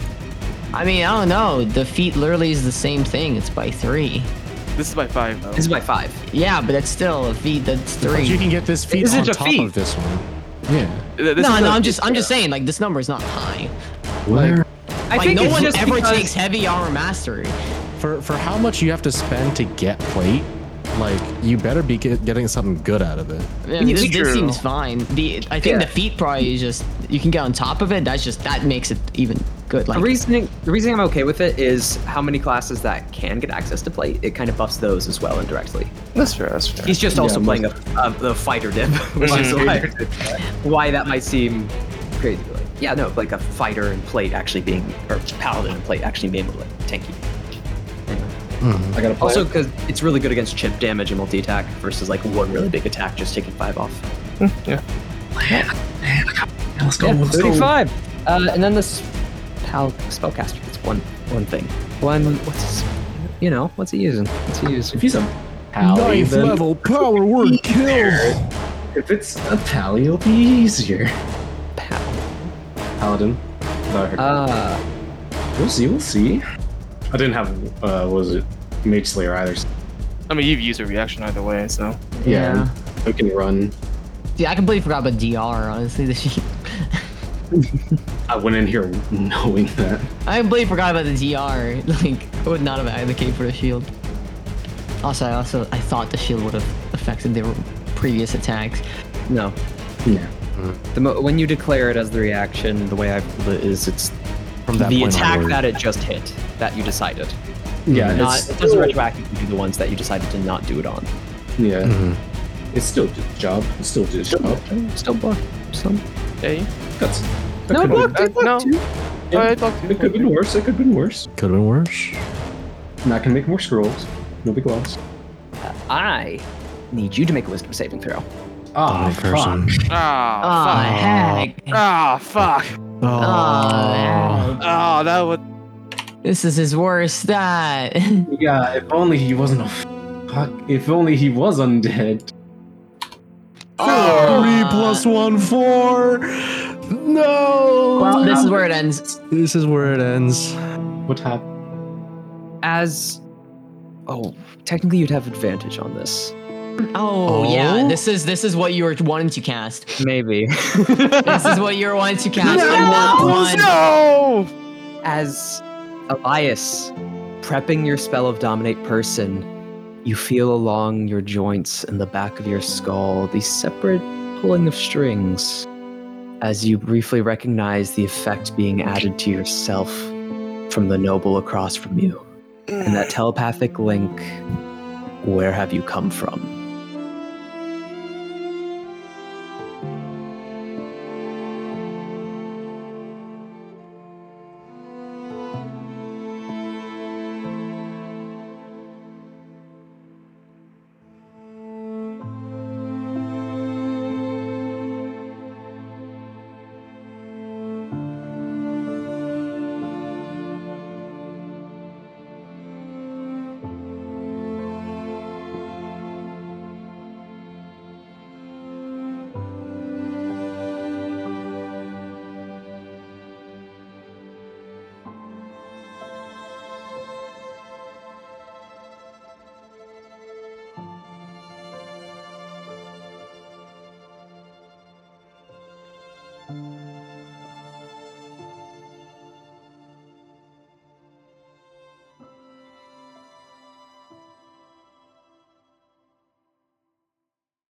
I mean, I don't know. The feat literally is the same thing. It's by three.
This is my five, though.
This is my five.
Yeah, but that's still a feat. That's
But
three.
you can get this feat
Is it
on
a
top
feat?
of this one. Yeah.
Th- this
no,
is
no,
a-
I'm just, I'm just saying. Like this number is not high.
Where?
I
Like no
it's
one
just
ever
because-
takes heavy armor mastery.
for for how much you have to spend to get plate, like you better be get, getting something good out of it.
Yeah, this, this
True.
seems fine. The I think
Yeah.
the feet probably is just you can get on top of it. That's just that makes it even good. Like
The reasoning, the reasoning I'm okay with it is how many classes that can get access to plate. It kind of buffs those as well indirectly.
That's fair. That's fair.
He's just also playing a, a, the fighter dip, which is why, why that might seem crazy. Like, yeah, no, like a fighter and plate actually being, or paladin and plate actually being able to tanky.
I gotta play.
Also, because it's really good against chip damage and multi attack versus like one really big attack just taking five off.
yeah.
let's go.
Yeah,
let's go.
35. Uh, and then this pal spellcaster. It's one one thing. One what's his, you know what's he using? What's he using?
If he's a pally, then
power word kill.
if it's a pally, it'll be easier.
Pal.
Paladin. Not her.
Uh,
we'll see. We'll see. I didn't have uh, what was it mage slayer either. so-
I mean, you've used a reaction either way, so.
Yeah, I can run.
yeah, I completely forgot about DR. Honestly, this shit-
I went in here knowing that.
I completely forgot about the DR. Like I would not have advocated for the shield. Also, I also I thought the shield would have affected their previous attacks.
no.
Yeah.
The mo- when you declare it as the reaction, the way I it is it's
From that
the
point
attack
onward.
that it just hit that you decided.
Yeah.
Not
it's
it doesn't
still-
retroactively do the ones that you decided to not do it on.
Yeah. It's still just a job. It's still just a job.
Still blocked. Some.
Hey.
That's, that
No,
could've
blocked.
Uh,
It blocked too.
no.
been-
I talked to
It could have been worse. It could have been worse.
Could have been worse.
And I can make more scrolls. No big loss.
I need you to make a wisdom saving throw.
Ah,
Bad person.
Oh,
Ah,
heck.
fuck. Ah, fuck.
Oh,
Ah, that would.
this is his worst. That
Yeah, if only he wasn't a fuck. If only he was undead.
Oh.
Three plus one, four. No.
well, this is where it ends.
this is where it ends.
What happened?
As oh, technically you'd have advantage on this.
Oh, yeah,
Oh?
this is this is what you were wanting to cast.
Maybe.
this is what you were wanting to cast.
No,
and that one.
No!
As Elias, prepping your spell of Dominate Person, you feel along your joints and the back of your skull the separate pulling of strings as you briefly recognize the effect being added to yourself from the noble across from you. And that telepathic link, where have you come from?